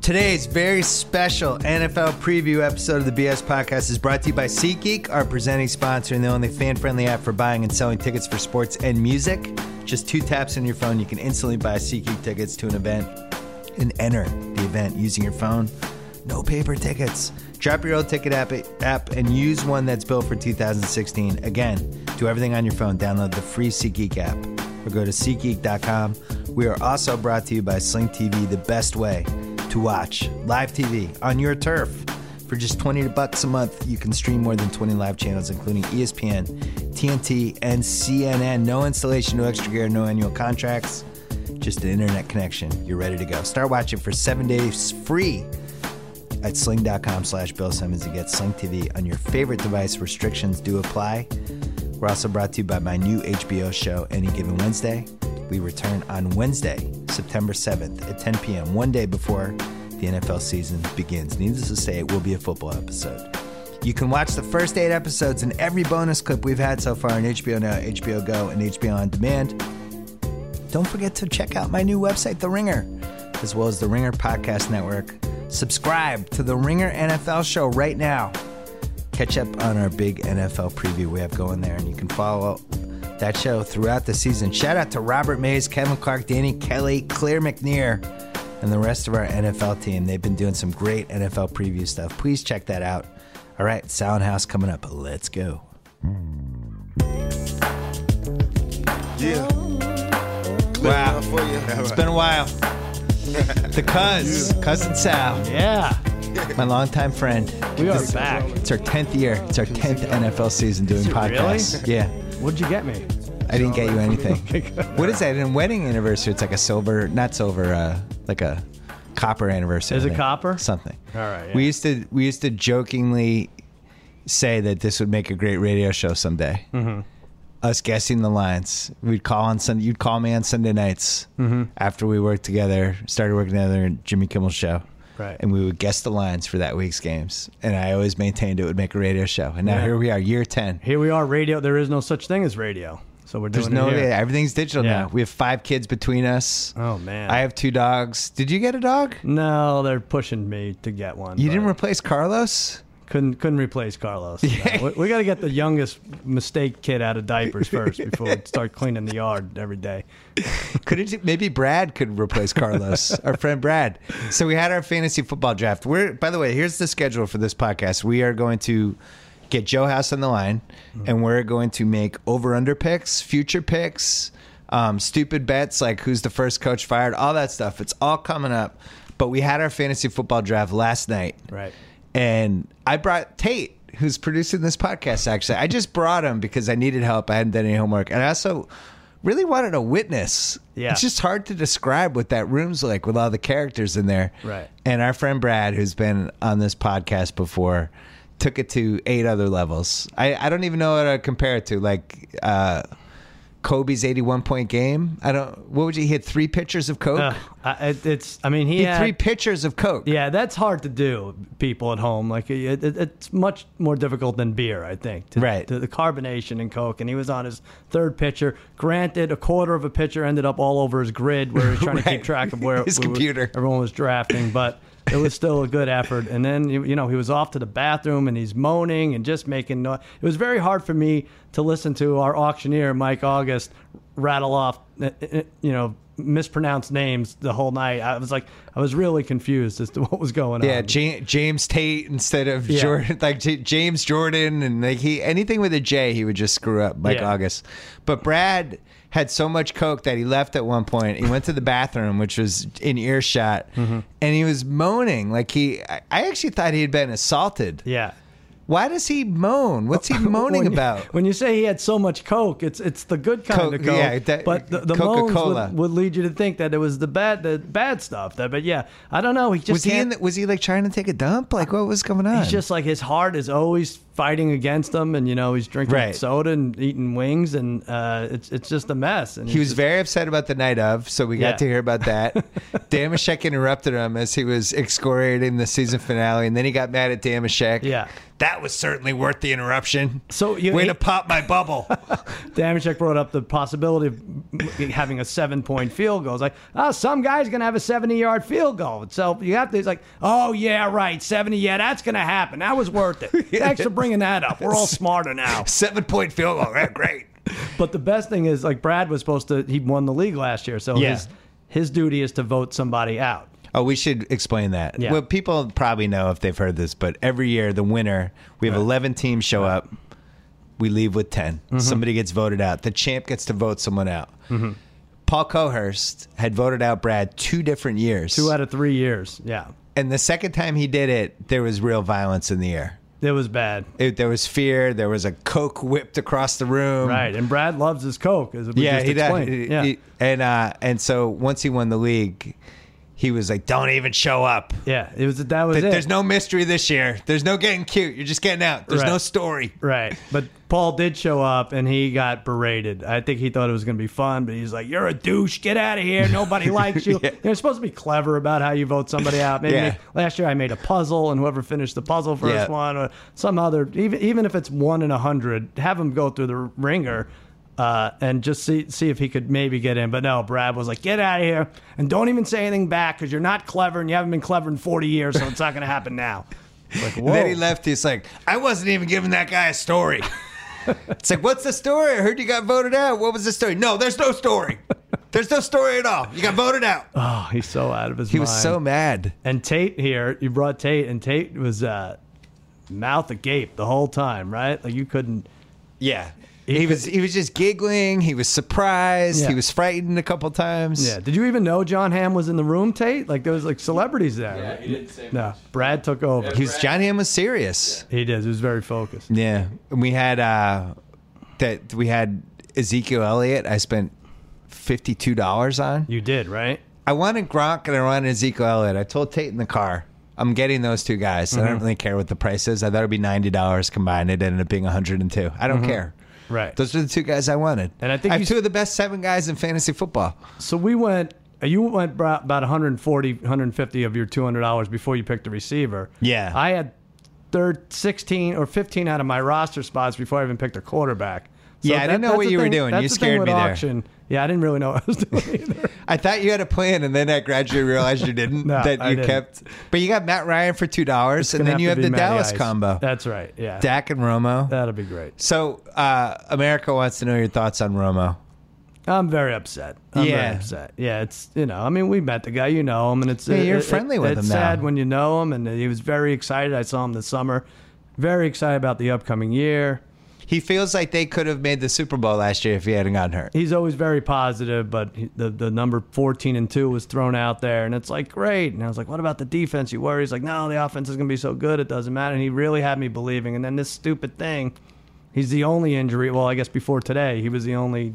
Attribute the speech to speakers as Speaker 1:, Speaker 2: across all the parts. Speaker 1: Today's very special NFL preview episode of the BS Podcast is brought to you by SeatGeek, our presenting sponsor and the only fan friendly app for buying and selling tickets for sports and music. Just two taps on your phone, you can instantly buy SeatGeek tickets to an event and enter the event using your phone. No paper tickets. Drop your old ticket app, app and use one that's built for 2016. Again, do everything on your phone. Download the free SeatGeek app or go to SeatGeek.com. We are also brought to you by Sling TV, the best way to watch live TV on your turf. For just 20 bucks a month, you can stream more than 20 live channels, including E ESPN, TNT, and CNN. No installation, no extra gear, no annual contracts, just an internet connection. You're ready to go. Start watching for seven days free at sling.com slash Bill Simmons to get Sling TV on your favorite device. Restrictions do apply. We're also brought to you by my new HBO show, Any Given Wednesday. We return on Wednesday, September 7th at 10 p.m., one day before the NFL season begins. Needless to say, it will be a football episode. You can watch the first eight episodes and every bonus clip we've had so far on HBO Now, HBO Go, and HBO On Demand. Don't forget to check out my new website, The Ringer, as well as the Ringer Podcast Network. Subscribe to The Ringer NFL Show right now. Catch up on our big NFL preview we have going there, and you can follow that show throughout the season. Shout out to Robert Mays, Kevin Clark, Danny Kelly, Claire McNear, and the rest of our NFL team. They've been doing some great NFL preview stuff. Please check that out. All right, Sound House coming up. Let's go.
Speaker 2: Yeah.
Speaker 1: Wow.
Speaker 2: For you.
Speaker 1: It's been a while. The cuz, cousin Sal,
Speaker 3: Yeah,
Speaker 1: my longtime friend.
Speaker 3: we are
Speaker 1: This-
Speaker 3: back.
Speaker 1: It's our tenth year. It's our tenth NFL season doing
Speaker 3: it really?
Speaker 1: podcasts. Yeah,
Speaker 3: What'd you get me?
Speaker 1: I didn't get you anything. What is that? In wedding anniversary, it's like a silver, not silver, uh, like a copper anniversary.
Speaker 3: Is
Speaker 1: I
Speaker 3: it
Speaker 1: think.
Speaker 3: copper?
Speaker 1: Something.
Speaker 3: All right, yeah.
Speaker 1: We used to we used to jokingly say that this would make a great radio show someday.
Speaker 3: Mm-hmm.
Speaker 1: Us guessing the lines. We'd call on Sunday. You'd call me on Sunday nights
Speaker 3: Mm-hmm.
Speaker 1: after we worked together, started working together in Jimmy Kimmel's show.
Speaker 3: Right.
Speaker 1: And we would guess the lines for that week's games. And I always maintained it would make a radio show. And now
Speaker 3: Yeah.
Speaker 1: here we are, year 10.
Speaker 3: Here we are, radio. There is no such thing as radio, so we're doing
Speaker 1: There's no,
Speaker 3: it here.
Speaker 1: everything's digital
Speaker 3: Yeah.
Speaker 1: now. We have five kids between us.
Speaker 3: Oh man,
Speaker 1: I have two dogs. Did you get a dog?
Speaker 3: no. They're pushing me to get one.
Speaker 1: You
Speaker 3: but
Speaker 1: didn't replace Carlos?
Speaker 3: couldn't couldn't replace Carlos. No, we, got to get the youngest mistake kid out of diapers first before we start cleaning the yard every day.
Speaker 1: Couldn't you, maybe Brad could replace Carlos, our friend Brad. So we had our fantasy football draft. We're by the way, here's the schedule for this podcast. We are going to get Joe House on the line,
Speaker 3: Mm-hmm.
Speaker 1: and we're going to make over under picks, future picks, um, stupid bets like who's the first coach fired, all that stuff. It's all coming up. But we had our fantasy football draft last night.
Speaker 3: Right.
Speaker 1: and I brought Tate, who's producing this podcast. Actually, I just brought him because I needed help. I hadn't done any homework, and I also really wanted a witness.
Speaker 3: Yeah.
Speaker 1: it's just hard to describe what that room's like with all the characters in there.
Speaker 3: Right.
Speaker 1: And our friend Brad, who's been on this podcast before, took it to eight other levels. I, I don't even know how to compare it to like. uh Kobe's eighty-one point game. I don't. What would you? He had three pitchers of coke.
Speaker 3: Uh, I, it, it's. I mean, he,
Speaker 1: he had
Speaker 3: had
Speaker 1: three pitchers of coke.
Speaker 3: Yeah, that's hard to do, people at home. Like it, it, it's much more difficult than beer, I think. To,
Speaker 1: Right.
Speaker 3: To the carbonation in Coke, and he was on his third pitcher. Granted, a quarter of a pitcher ended up all over his grid, where he was trying to
Speaker 1: Right.
Speaker 3: keep track of where
Speaker 1: His
Speaker 3: we were-
Speaker 1: computer.
Speaker 3: everyone was drafting, but. It was still a good effort, and then you you know he was off to the bathroom and he's moaning and just making noise. It was very hard for me to listen to our auctioneer Mike August rattle off eh, eh, you know mispronounced names the whole night. I was like I was really confused as to what was going
Speaker 1: Yeah,
Speaker 3: on.
Speaker 1: Ja- James Tate instead of
Speaker 3: Um, Yeah.
Speaker 1: Jordan, like J- James Jordan, and like he anything with a J, he would just screw up like
Speaker 3: Yeah.
Speaker 1: August. But Brad had so much coke that he left at one point. He went to the bathroom, which was in earshot,
Speaker 3: Mm-hmm.
Speaker 1: and he was moaning like he. I I actually thought he had been assaulted.
Speaker 3: yeah.
Speaker 1: Why does he moan? What's he moaning
Speaker 3: When you-
Speaker 1: about?
Speaker 3: when you say he had so much coke, it's it's the good kind
Speaker 1: Coke,
Speaker 3: of coke.
Speaker 1: yeah, that-
Speaker 3: but the, the moans
Speaker 1: Coca-Cola.
Speaker 3: would, would lead you to think that it was the bad the bad stuff. That, but yeah, I don't know. He just
Speaker 1: was he in?
Speaker 3: can't-
Speaker 1: The, was he like trying to take a dump? Like what was going on?
Speaker 3: He's just like his heart is always fighting against him, and you know he's drinking
Speaker 1: Right.
Speaker 3: soda and eating wings, and uh, it's it's just a mess. And
Speaker 1: He
Speaker 3: he's
Speaker 1: was very upset about the night of, so we got
Speaker 3: Yeah.
Speaker 1: to hear about that. Damashek interrupted him as he was excoriating the season finale, and then he got mad at Damashek.
Speaker 3: Yeah.
Speaker 1: That was certainly worth the interruption.
Speaker 3: So you-
Speaker 1: Way to pop my bubble.
Speaker 3: Damashek brought up the possibility of having a seven point field goal. It's like, oh, some guy's going to have a 70 yard field goal. So you have to, he's like, oh, yeah, right, 70. Yeah, that's going to happen. That was worth it. Thanks for bringing that up. We're all smarter now.
Speaker 1: Seven point field goal. Yeah, great.
Speaker 3: But the best thing is, like, Brad was supposed to, he won the league last year. So
Speaker 1: Yeah.
Speaker 3: his, his duty is to vote somebody out.
Speaker 1: Oh, we should explain that.
Speaker 3: Yeah.
Speaker 1: Well, people probably know if they've heard this, but every year the winner, we have 11 teams show up. We leave with 10.
Speaker 3: Mm-hmm.
Speaker 1: Somebody gets voted out. The champ gets to vote someone out. Paul Cohurst had voted out Brad two different years.
Speaker 3: Two out of three years. Yeah.
Speaker 1: and the second time he did it, there was real violence in the air.
Speaker 3: It was bad.
Speaker 1: It, there was fear. There was a coke whipped across the room.
Speaker 3: Right. And Brad loves his Coke, as we
Speaker 1: Yeah,
Speaker 3: just
Speaker 1: he
Speaker 3: explained.
Speaker 1: did. He-
Speaker 3: yeah.
Speaker 1: he- and uh, and so once he won the league, he was like, "Don't even show up.
Speaker 3: yeah. It was, that was it.
Speaker 1: There's no mystery this year. There's no getting cute. You're just getting out. There's
Speaker 3: Right.
Speaker 1: no story."
Speaker 3: Right. But Paul did show up and he got berated. I think he thought it was going to be fun, but he's like, You're a douche. Get out of here. Nobody likes you. You're supposed to be clever about how you vote somebody out. Maybe
Speaker 1: Yeah.
Speaker 3: last year I made a puzzle and whoever finished the puzzle first
Speaker 1: Yeah.
Speaker 3: one or some other, even, even if it's one in a hundred, have him go through the ringer. Uh, and just see see if he could maybe get in, but no. Brad was like, "Get out of here and don't even say anything back because you're not clever and you haven't been clever in 40 years, so it's not going to happen now." Like,
Speaker 1: And then he
Speaker 3: whoa.
Speaker 1: left. He's like, "I wasn't even giving that guy a story." it's like, "What's the story? I heard you got voted out. What was the story?" No, there's no story. There's no story at all. You got voted out.
Speaker 3: Oh, he's so out of his
Speaker 1: he
Speaker 3: mind.
Speaker 1: was so mad.
Speaker 3: And Tate here, you brought Tate, and Tate was uh, mouth agape the whole time, right? Like you couldn't.
Speaker 1: Yeah. He was he was just giggling. He was surprised.
Speaker 3: Yeah.
Speaker 1: He was frightened a couple times.
Speaker 3: Yeah. Did you even know John Hamm was in the room, Tate? Like there was like celebrities there.
Speaker 4: Yeah, he didn't say
Speaker 3: no,
Speaker 4: much.
Speaker 3: Brad took over.
Speaker 1: He was John Hamm was serious.
Speaker 3: He did. He was very focused.
Speaker 1: Yeah. And we had uh that we had Ezekiel Elliott I spent fifty two dollars on.
Speaker 3: You did, right?
Speaker 1: I wanted Gronk and I wanted Ezekiel Elliott. I told Tate in the car, I'm getting those two guys. I don't
Speaker 3: Mm-hmm.
Speaker 1: really care what the price is. I thought it'd be ninety dollars combined. It ended up being hundred and two. I don't care.
Speaker 3: Right.
Speaker 1: Those are the two guys I wanted.
Speaker 3: Mm-hmm. And I think
Speaker 1: have
Speaker 3: you-
Speaker 1: two of the best seven guys in fantasy football.
Speaker 3: So we went. uh, You went bro- about 140, 150 of your two hundred dollars before you picked a receiver.
Speaker 1: Yeah.
Speaker 3: I had third, sixteen or fifteen out of my roster spots before I even picked a quarterback. So
Speaker 1: Yeah, I didn't know
Speaker 3: that's
Speaker 1: what
Speaker 3: the
Speaker 1: you were
Speaker 3: thing-
Speaker 1: doing.
Speaker 3: that's
Speaker 1: You
Speaker 3: the thing
Speaker 1: scared
Speaker 3: with
Speaker 1: me there.
Speaker 3: auction. Yeah, I didn't really know what I was doing either.
Speaker 1: I thought you had a plan, and then I gradually realized you didn't.
Speaker 3: No,
Speaker 1: that you
Speaker 3: I didn't.
Speaker 1: kept, but you got Matt Ryan for two dollars, and
Speaker 3: gonna
Speaker 1: then you
Speaker 3: to
Speaker 1: have
Speaker 3: be
Speaker 1: the
Speaker 3: Matty
Speaker 1: Dallas
Speaker 3: Ice.
Speaker 1: combo,
Speaker 3: That's right. Yeah.
Speaker 1: Dak and Romo.
Speaker 3: That'll be great.
Speaker 1: so uh, America wants to know your thoughts on Romo.
Speaker 3: I'm very upset. I'm
Speaker 1: Yeah.
Speaker 3: very upset. Yeah, it's you know, I mean, we met the guy, you know him, and it's
Speaker 1: Yeah, you're
Speaker 3: it- it-
Speaker 1: friendly with
Speaker 3: it's
Speaker 1: him now.
Speaker 3: sad when you know him, and he was very excited. I saw him this summer, very excited about the upcoming year.
Speaker 1: He feels like they could have made the Super Bowl last year if he hadn't gotten hurt.
Speaker 3: He's always very positive, but he, the the number 14 and two was thrown out there, and it's like great. And I was like, what about the defense? You worry? He's like, no, the offense is going to be so good, it doesn't matter. And he really had me believing. And then this stupid thing, he's the only injury. Well, I guess before today, he was the only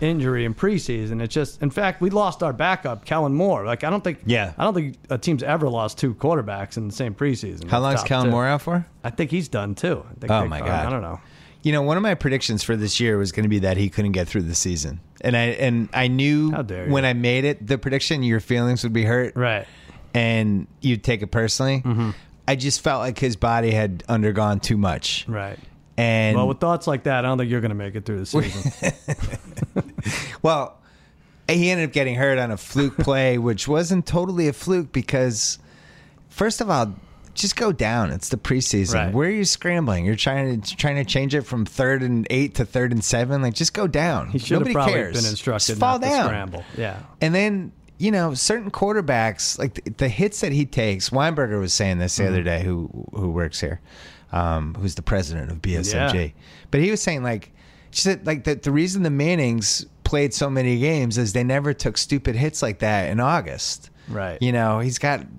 Speaker 3: injury in preseason. It's just, in fact, we lost our backup, Kellen Moore. Like I don't think,
Speaker 1: Yeah.
Speaker 3: I don't think a team's ever lost two quarterbacks in the same preseason.
Speaker 1: How long's
Speaker 3: Top
Speaker 1: Kellen
Speaker 3: two.
Speaker 1: Moore out for?
Speaker 3: I think he's done too. I think
Speaker 1: Oh,
Speaker 3: they-
Speaker 1: my
Speaker 3: I-
Speaker 1: God.
Speaker 3: I don't know.
Speaker 1: You know, one of my predictions for this year was going to be that he couldn't get through the season, and I and I knew
Speaker 3: How dare you.
Speaker 1: when I made it the prediction, your feelings would be hurt,
Speaker 3: Right. Mm-hmm.
Speaker 1: and you'd take it personally. I just felt like his body had undergone too much,
Speaker 3: Right.
Speaker 1: and
Speaker 3: Well, with thoughts like that, I don't think you're going to make it through the season.
Speaker 1: Well, he ended up getting hurt on a fluke play, which wasn't totally a fluke because, first of all, just go down. It's the preseason.
Speaker 3: Right.
Speaker 1: Where are you scrambling? You're trying to trying to change it from third and eight to third and seven. Like, just go down.
Speaker 3: He should
Speaker 1: Nobody
Speaker 3: have probably
Speaker 1: cares.
Speaker 3: been instructed
Speaker 1: Just fall
Speaker 3: not
Speaker 1: down.
Speaker 3: to scramble. Yeah.
Speaker 1: And then you know certain quarterbacks, like the, the hits that he takes. Weinberger was saying this the
Speaker 3: Mm-hmm.
Speaker 1: other day, who who works here, um, who's the president of BSMG.
Speaker 3: Yeah.
Speaker 1: But he was saying like, she said like that the reason the Mannings played so many games is they never took stupid hits like that in August.
Speaker 3: Right.
Speaker 1: You know he's got. this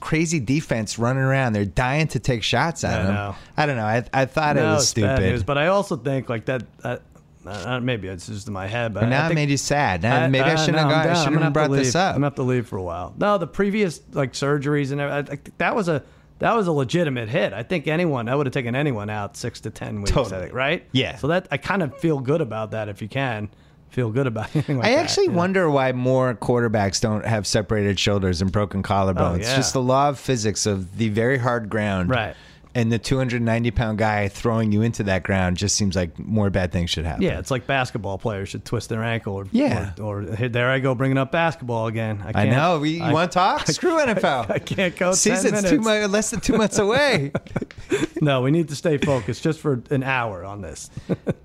Speaker 1: Crazy defense running around. They're dying to take shots at
Speaker 3: I
Speaker 1: him.
Speaker 3: know.
Speaker 1: I don't know. I, I thought it
Speaker 3: No,
Speaker 1: was
Speaker 3: it's bad
Speaker 1: stupid.
Speaker 3: news, but I also think like that. Uh, uh, maybe it's just in my head, but
Speaker 1: And now
Speaker 3: I
Speaker 1: it
Speaker 3: think,
Speaker 1: made you sad. Now, maybe I,
Speaker 3: uh,
Speaker 1: shouldn't
Speaker 3: no,
Speaker 1: have,
Speaker 3: I'm
Speaker 1: gone,
Speaker 3: down.
Speaker 1: I
Speaker 3: I'm
Speaker 1: shouldn't
Speaker 3: gonna
Speaker 1: have brought
Speaker 3: to
Speaker 1: this
Speaker 3: leave.
Speaker 1: up.
Speaker 3: I'm gonna have to leave for a while. No, the previous like surgeries and everything, I, I, think that was a that was a legitimate hit. I think anyone that would have taken anyone out six to ten weeks.
Speaker 1: Totally.
Speaker 3: I think, right?
Speaker 1: Yeah.
Speaker 3: So that I kind of feel good about that. If you can feel good about anything like
Speaker 1: I
Speaker 3: that,
Speaker 1: actually
Speaker 3: you know?
Speaker 1: wonder why more quarterbacks don't have separated shoulders and broken collarbones.
Speaker 3: Oh, yeah.
Speaker 1: Just the law of physics of the very hard ground.
Speaker 3: Right.
Speaker 1: And the 290 pound guy throwing you into that ground just seems like more bad things should happen.
Speaker 3: Yeah, it's like basketball players should twist their ankle or
Speaker 1: Yeah.
Speaker 3: or, or hey, there I go bringing up basketball again. I,
Speaker 1: I
Speaker 3: can't,
Speaker 1: know. We, you
Speaker 3: I-
Speaker 1: want to talk? Screw NFL.
Speaker 3: I can't go 10
Speaker 1: Season's two
Speaker 3: minutes.
Speaker 1: mu- less than two months away.
Speaker 3: No, we need to stay focused just for an hour on this.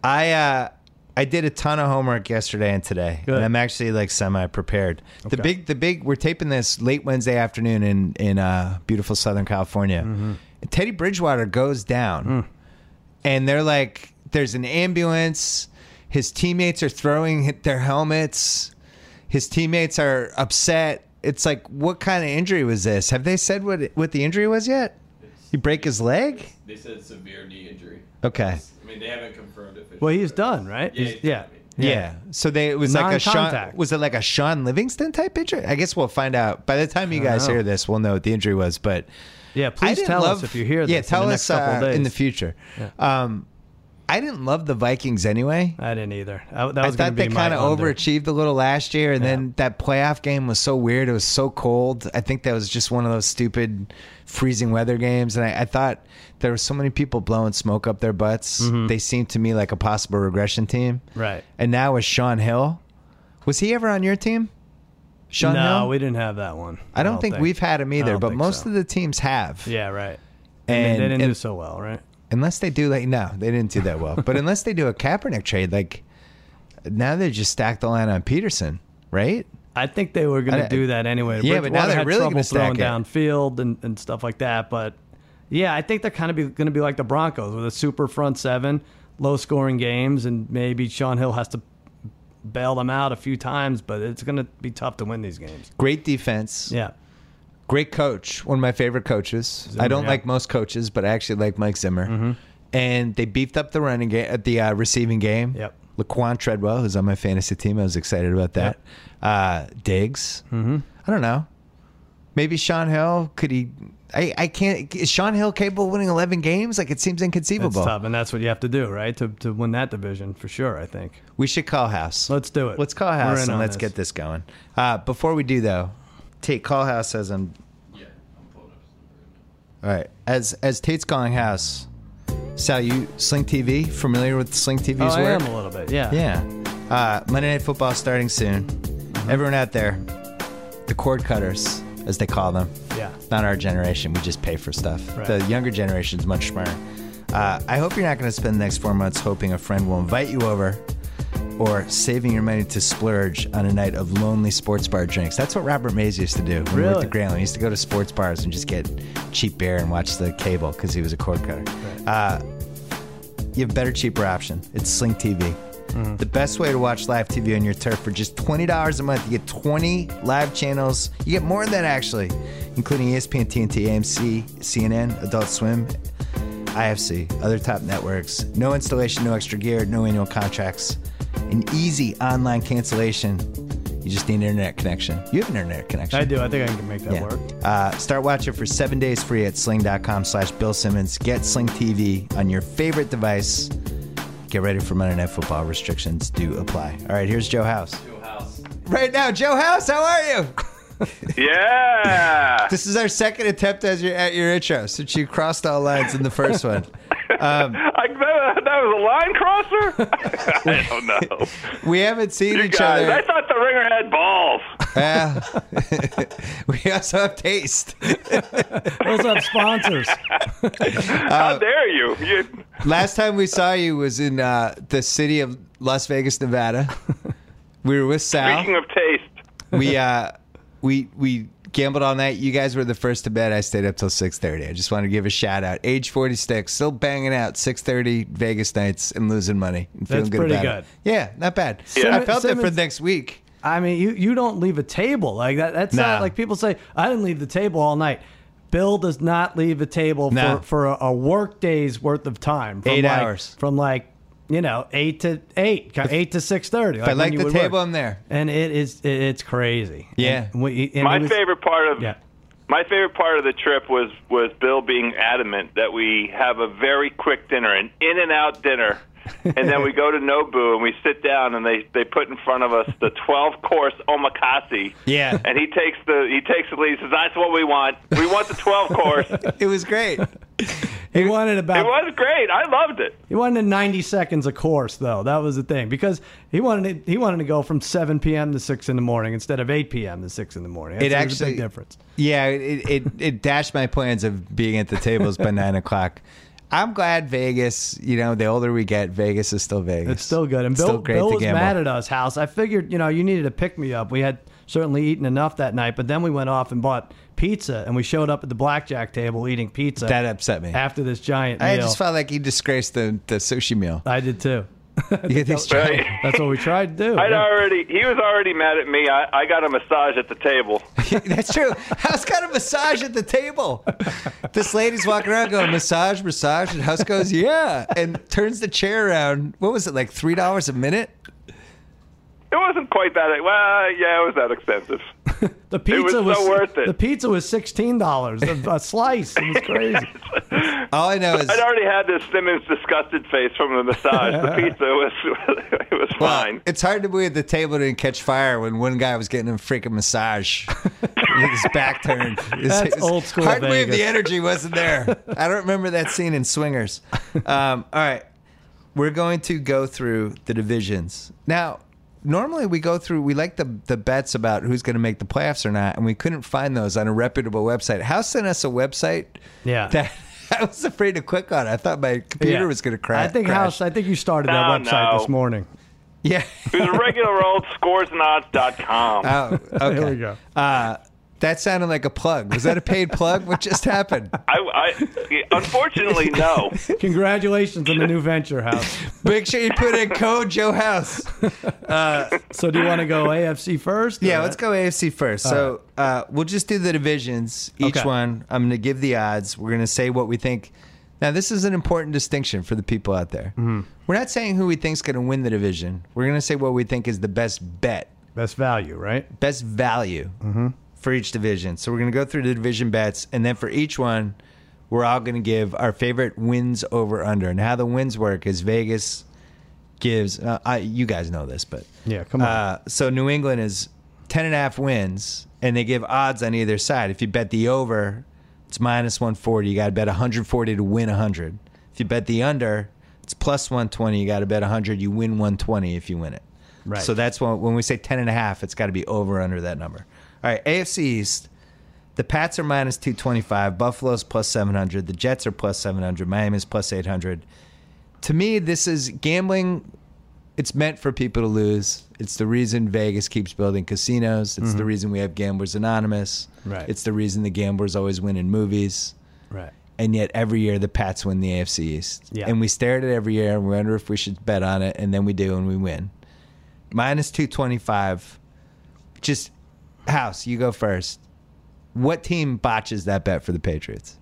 Speaker 1: I uh, I did a ton of homework yesterday and today,
Speaker 3: Good.
Speaker 1: and I'm actually like semi prepared. The
Speaker 3: Okay.
Speaker 1: big, the big, we're taping this late Wednesday afternoon in in uh, beautiful Southern California.
Speaker 3: Mm-hmm.
Speaker 1: Teddy Bridgewater goes down,
Speaker 3: Mm.
Speaker 1: and they're like, there's an ambulance. His teammates are throwing their helmets. His teammates are upset. It's like, what kind of injury was this? Have they said what what the injury was yet? He break his leg?
Speaker 4: They said severe knee injury.
Speaker 1: Okay.
Speaker 4: I mean, they haven't confirmed it.
Speaker 3: Well, he's done, right?
Speaker 4: Yeah,
Speaker 3: He's-
Speaker 4: he's
Speaker 3: yeah.
Speaker 4: done, I mean.
Speaker 1: Yeah. So they it was like a Sean
Speaker 3: Non-contact.
Speaker 1: was it like a Sean Livingston type injury? I guess we'll find out. By the time you guys
Speaker 3: know.
Speaker 1: hear this, we'll know what the injury was. But
Speaker 3: Yeah,
Speaker 1: I
Speaker 3: please
Speaker 1: didn't
Speaker 3: tell
Speaker 1: love,
Speaker 3: us if you hear this.
Speaker 1: Yeah, tell
Speaker 3: in the
Speaker 1: us
Speaker 3: next couple
Speaker 1: uh,
Speaker 3: of days.
Speaker 1: in the future. Um, I didn't love the Vikings anyway.
Speaker 3: I didn't either. I, that
Speaker 1: I
Speaker 3: was gonna
Speaker 1: thought they
Speaker 3: be my
Speaker 1: kind of
Speaker 3: under.
Speaker 1: overachieved a little last year, and then that playoff game was so weird. It was so cold. I think that was just one of those stupid freezing weather games. And I, I thought there were so many people blowing smoke up their butts.
Speaker 3: Mm-hmm.
Speaker 1: They seemed to me like a possible regression team.
Speaker 3: Right.
Speaker 1: And now with Sean Hill, was he ever on your team? Sean
Speaker 3: no,
Speaker 1: Hill.
Speaker 3: we didn't have that one.
Speaker 1: I don't think, we've had him
Speaker 3: I
Speaker 1: either,
Speaker 3: don't
Speaker 1: but
Speaker 3: think
Speaker 1: most
Speaker 3: so.
Speaker 1: of the teams have.
Speaker 3: Yeah, right. And,
Speaker 1: And,
Speaker 3: they didn't
Speaker 1: and-
Speaker 3: do so well, right?
Speaker 1: unless they do like no, they didn't do that well. but unless they do a Kaepernick trade, like now they just stacked the line on Peterson, right?
Speaker 3: I think they were going
Speaker 1: I-
Speaker 3: to do that anyway.
Speaker 1: Yeah, but now
Speaker 3: Bridgewater
Speaker 1: they're
Speaker 3: had
Speaker 1: really
Speaker 3: trouble
Speaker 1: gonna stack
Speaker 3: throwing downfield and, and stuff like that. But yeah, I think they're kind of be, going to be like the Broncos with a super front seven, low scoring games, and maybe Sean Hill has to bail them out a few times. But it's going to be tough to win these games.
Speaker 1: Great defense.
Speaker 3: Yeah,
Speaker 1: Great coach. One of my favorite coaches. I don't
Speaker 3: yeah. Mm-hmm.
Speaker 1: like most coaches, but I actually like Mike Zimmer. And they beefed up the running game at the uh, receiving game.
Speaker 3: Yep.
Speaker 1: Laquan Treadwell, who's on my fantasy team, I was excited about that. Uh, Diggs. Mm-hmm. I don't know. Maybe Sean Hill. Could he? I, I can't. Is Sean Hill capable of winning eleven games? Like it seems
Speaker 3: it's
Speaker 1: inconceivable.
Speaker 3: tough, and that's what you have to do, right, to to win that division for sure. I think.
Speaker 1: We should call house.
Speaker 3: Let's do it.
Speaker 1: Let's call
Speaker 3: We're
Speaker 1: house
Speaker 3: in
Speaker 1: and
Speaker 3: on
Speaker 1: let's
Speaker 3: this.
Speaker 1: get this going. Uh, before we do though, Tate call house as I'm
Speaker 4: Yeah, I'm pulling up some.
Speaker 1: All right. As as Tate's calling house, Sal, you Sling TV familiar with Sling TV's
Speaker 3: Oh, I
Speaker 1: work?
Speaker 3: am a little bit. Yeah.
Speaker 1: Yeah. Uh, Monday Night Football starting soon.
Speaker 3: Mm-hmm.
Speaker 1: Everyone out there, the cord cutters, as they call them.
Speaker 3: Yeah.
Speaker 1: Not our generation. We just pay for stuff.
Speaker 3: Right.
Speaker 1: The younger generation's much smarter. Uh, I hope you're not going to spend the next four months hoping a friend will invite you over or saving your money to splurge on a night of lonely sports bar drinks. That's what Robert Mays used to do when we worked
Speaker 3: Really?
Speaker 1: at Grantland. He used to go to sports bars and just get cheap beer and watch the cable because he was a cord cutter. Uh, you have a better, cheaper option. It's Sling TV. The best way to watch live TV on your turf for just $20 a month, you get 20 live channels. You get more than that, actually, including E ESPN, TNT, AMC, CNN, Adult Swim, IFC, other top networks. No installation, no extra gear, no annual contracts. An easy online cancellation. You just need an internet connection. You have an internet connection.
Speaker 3: I do. I think I can make that work.
Speaker 1: Uh, start watching for seven days free at sling.com slash Bill Simmons. Get Sling TV on your favorite device. Get ready for Monday Night Football. Restrictions do apply. All right, here's Joe House.
Speaker 4: Joe House.
Speaker 1: Right now, Joe House, how are you?
Speaker 5: Yeah.
Speaker 1: This is our second attempt as your, at your intro since you crossed all lines in the first one.
Speaker 5: I, that, that was a line crosser? I don't know.
Speaker 1: We haven't seen
Speaker 5: You
Speaker 1: each
Speaker 5: guys,
Speaker 1: other.
Speaker 5: I thought the ringer had balls.
Speaker 1: Yeah. we also have taste.
Speaker 3: Those are sponsors.
Speaker 1: Uh,
Speaker 5: How dare you? you
Speaker 1: Last time we saw you was in uh, the city of Las Vegas, Nevada. We were with Sal.
Speaker 5: speaking of taste,
Speaker 1: we uh we we gambled all night you guys were the first to bed i stayed up till 6.30 i just want to give a shout out age 46 still banging out 6.30 vegas nights and losing money and feeling
Speaker 3: That's
Speaker 1: good
Speaker 3: pretty
Speaker 1: about it
Speaker 3: good.
Speaker 1: yeah not bad
Speaker 5: Yeah.
Speaker 1: i felt it for
Speaker 3: Simmons-
Speaker 1: next week
Speaker 3: I mean, you, you don't leave a table like that. That's
Speaker 1: Nah.
Speaker 3: not like people say. I didn't leave the table all night. Bill does not leave a table
Speaker 1: Nah.
Speaker 3: for, for a, a work day's worth of time. From
Speaker 1: Eight
Speaker 3: like,
Speaker 1: hours.
Speaker 3: From like you know eight to eight, ki- eight to six thirty.
Speaker 1: i like the table i'm there
Speaker 3: and it is it, it's crazy.
Speaker 1: Yeah.
Speaker 3: And we- and it
Speaker 5: my
Speaker 3: was-
Speaker 5: favorite part of
Speaker 3: Yeah,
Speaker 5: My favorite part of the trip was was Bill being adamant that we have a very quick dinner, an in and out dinner, and then we go to Nobu and we sit down and they they put in front of us the twelve course omakase.
Speaker 1: Yeah.
Speaker 5: And he takes the he takes the lead. Says that's what we want. We want the twelve course. it
Speaker 1: It was great.
Speaker 3: He wanted about
Speaker 5: was great. I loved it.
Speaker 3: He wanted 90 seconds a course, though. That was the thing because he wanted to, he wanted to go from 7 p.m. to 6 in the morning instead of 8 p.m. to 6 in the morning.
Speaker 1: It
Speaker 3: That's- there's a
Speaker 1: actually
Speaker 3: big difference.
Speaker 1: Yeah, it, it it dashed my plans of being at the tables by nine o'clock. I'm glad Vegas. You know, the older we get, Vegas is still Vegas.
Speaker 3: It's still good. And
Speaker 1: It's
Speaker 3: Bill,
Speaker 1: still great
Speaker 3: Bill
Speaker 1: to
Speaker 3: was
Speaker 1: gamble.
Speaker 3: mad at us, House. I figured, you know, you needed to pick me up. We had certainly eaten enough that night, but then we went off and bought pizza, and we showed up at the blackjack table eating pizza.
Speaker 1: That upset me.
Speaker 3: after this giant meal.
Speaker 1: I just felt like he disgraced the, the sushi meal.
Speaker 3: I did too.
Speaker 1: You get these
Speaker 5: Right.
Speaker 3: That's what we tried to do.
Speaker 5: I'd
Speaker 3: yeah.
Speaker 5: already he was already mad at me. I, I got a massage at the table.
Speaker 1: That's true. House got a massage at the table. This lady's walking around going, massage, massage. And House goes, yeah. And turns the chair around. What was it, like $3 a minute?
Speaker 5: It wasn't quite that. Well, yeah, it was that expensive.
Speaker 3: The pizza
Speaker 5: was so worth it.
Speaker 3: The pizza was sixteen dollars a, a slice. It was crazy.
Speaker 1: All I know is.
Speaker 5: I'd already had this Simmons disgusted face from the massage. The pizza was it was
Speaker 1: Well,
Speaker 5: fine.
Speaker 1: It's hard to be at the table and catch fire when one guy was getting a freaking massage. With his back turned. It's-
Speaker 3: That's
Speaker 1: it's
Speaker 3: old school
Speaker 1: Hard to believe
Speaker 3: Vegas.
Speaker 1: the energy wasn't there. I don't remember that scene in Swingers. Um, all right, we're going to go through the divisions now. Normally we go through. We like the the bets about who's going to make the playoffs or not, and we couldn't find those on a reputable website. House sent us a website.
Speaker 3: Yeah.
Speaker 1: That I was afraid to click on. I thought my computer
Speaker 3: Yeah.
Speaker 1: was going to crash.
Speaker 3: I think
Speaker 1: crash.
Speaker 3: House. I think you started that
Speaker 5: No,
Speaker 3: website
Speaker 5: no.
Speaker 3: this morning.
Speaker 1: Yeah.
Speaker 5: It was a regular old scoresandodds.com.
Speaker 3: Uh,
Speaker 1: Oh, okay.
Speaker 3: There we go.
Speaker 1: Uh, that sounded like a plug. Was that a paid plug? What just happened?
Speaker 5: I, I unfortunately no.
Speaker 3: Congratulations on the new venture, House.
Speaker 1: Make sure you put in code Joe House.
Speaker 3: So do you want to go AFC first?
Speaker 1: Yeah,
Speaker 3: or-
Speaker 1: let's go AFC first. So uh, we'll just do the divisions, each
Speaker 3: Okay.
Speaker 1: one. I'm going to give the odds. We're going to say what we think. Now, this is an important distinction for the people out there. We're not saying who we think's going to win the division. We're going to say what we think is the best bet
Speaker 3: Best value, right?
Speaker 1: best value
Speaker 3: Mm-hmm.
Speaker 1: for each division. So we're going to go through the division bets, and then for each one, we're all going to give our favorite wins over under. And how the wins work is Vegas gives. Uh, I you guys know this, but
Speaker 3: Yeah, come on.
Speaker 1: Uh, so New England is ten and a half wins, and they give odds on either side. If you bet the over, it's minus one forty. You got to bet one hundred forty to win hundred. If you bet the under. It's plus 120. You got to bet 100. You win 120 if you win it.
Speaker 3: Right.
Speaker 1: So that's when, when we say 10 and a half, it's got to be over under that number. All right, AFC East. The Pats are minus 225, Buffalo's plus 700, the Jets are plus 700, Miami's plus 800. To me, this is gambling. It's meant for people to lose. It's the reason Vegas keeps building casinos. It's the reason we have Gamblers Anonymous.
Speaker 3: Mm-hmm. Right.
Speaker 1: It's the reason the gamblers always win in movies
Speaker 3: Right.
Speaker 1: and yet every year the Pats win the AFC East.
Speaker 3: Yeah.
Speaker 1: And we stare at it every year and we wonder if we should bet on it, and then we do and we win. Minus 225. Just, House, you go first. What team botches that bet for the Patriots?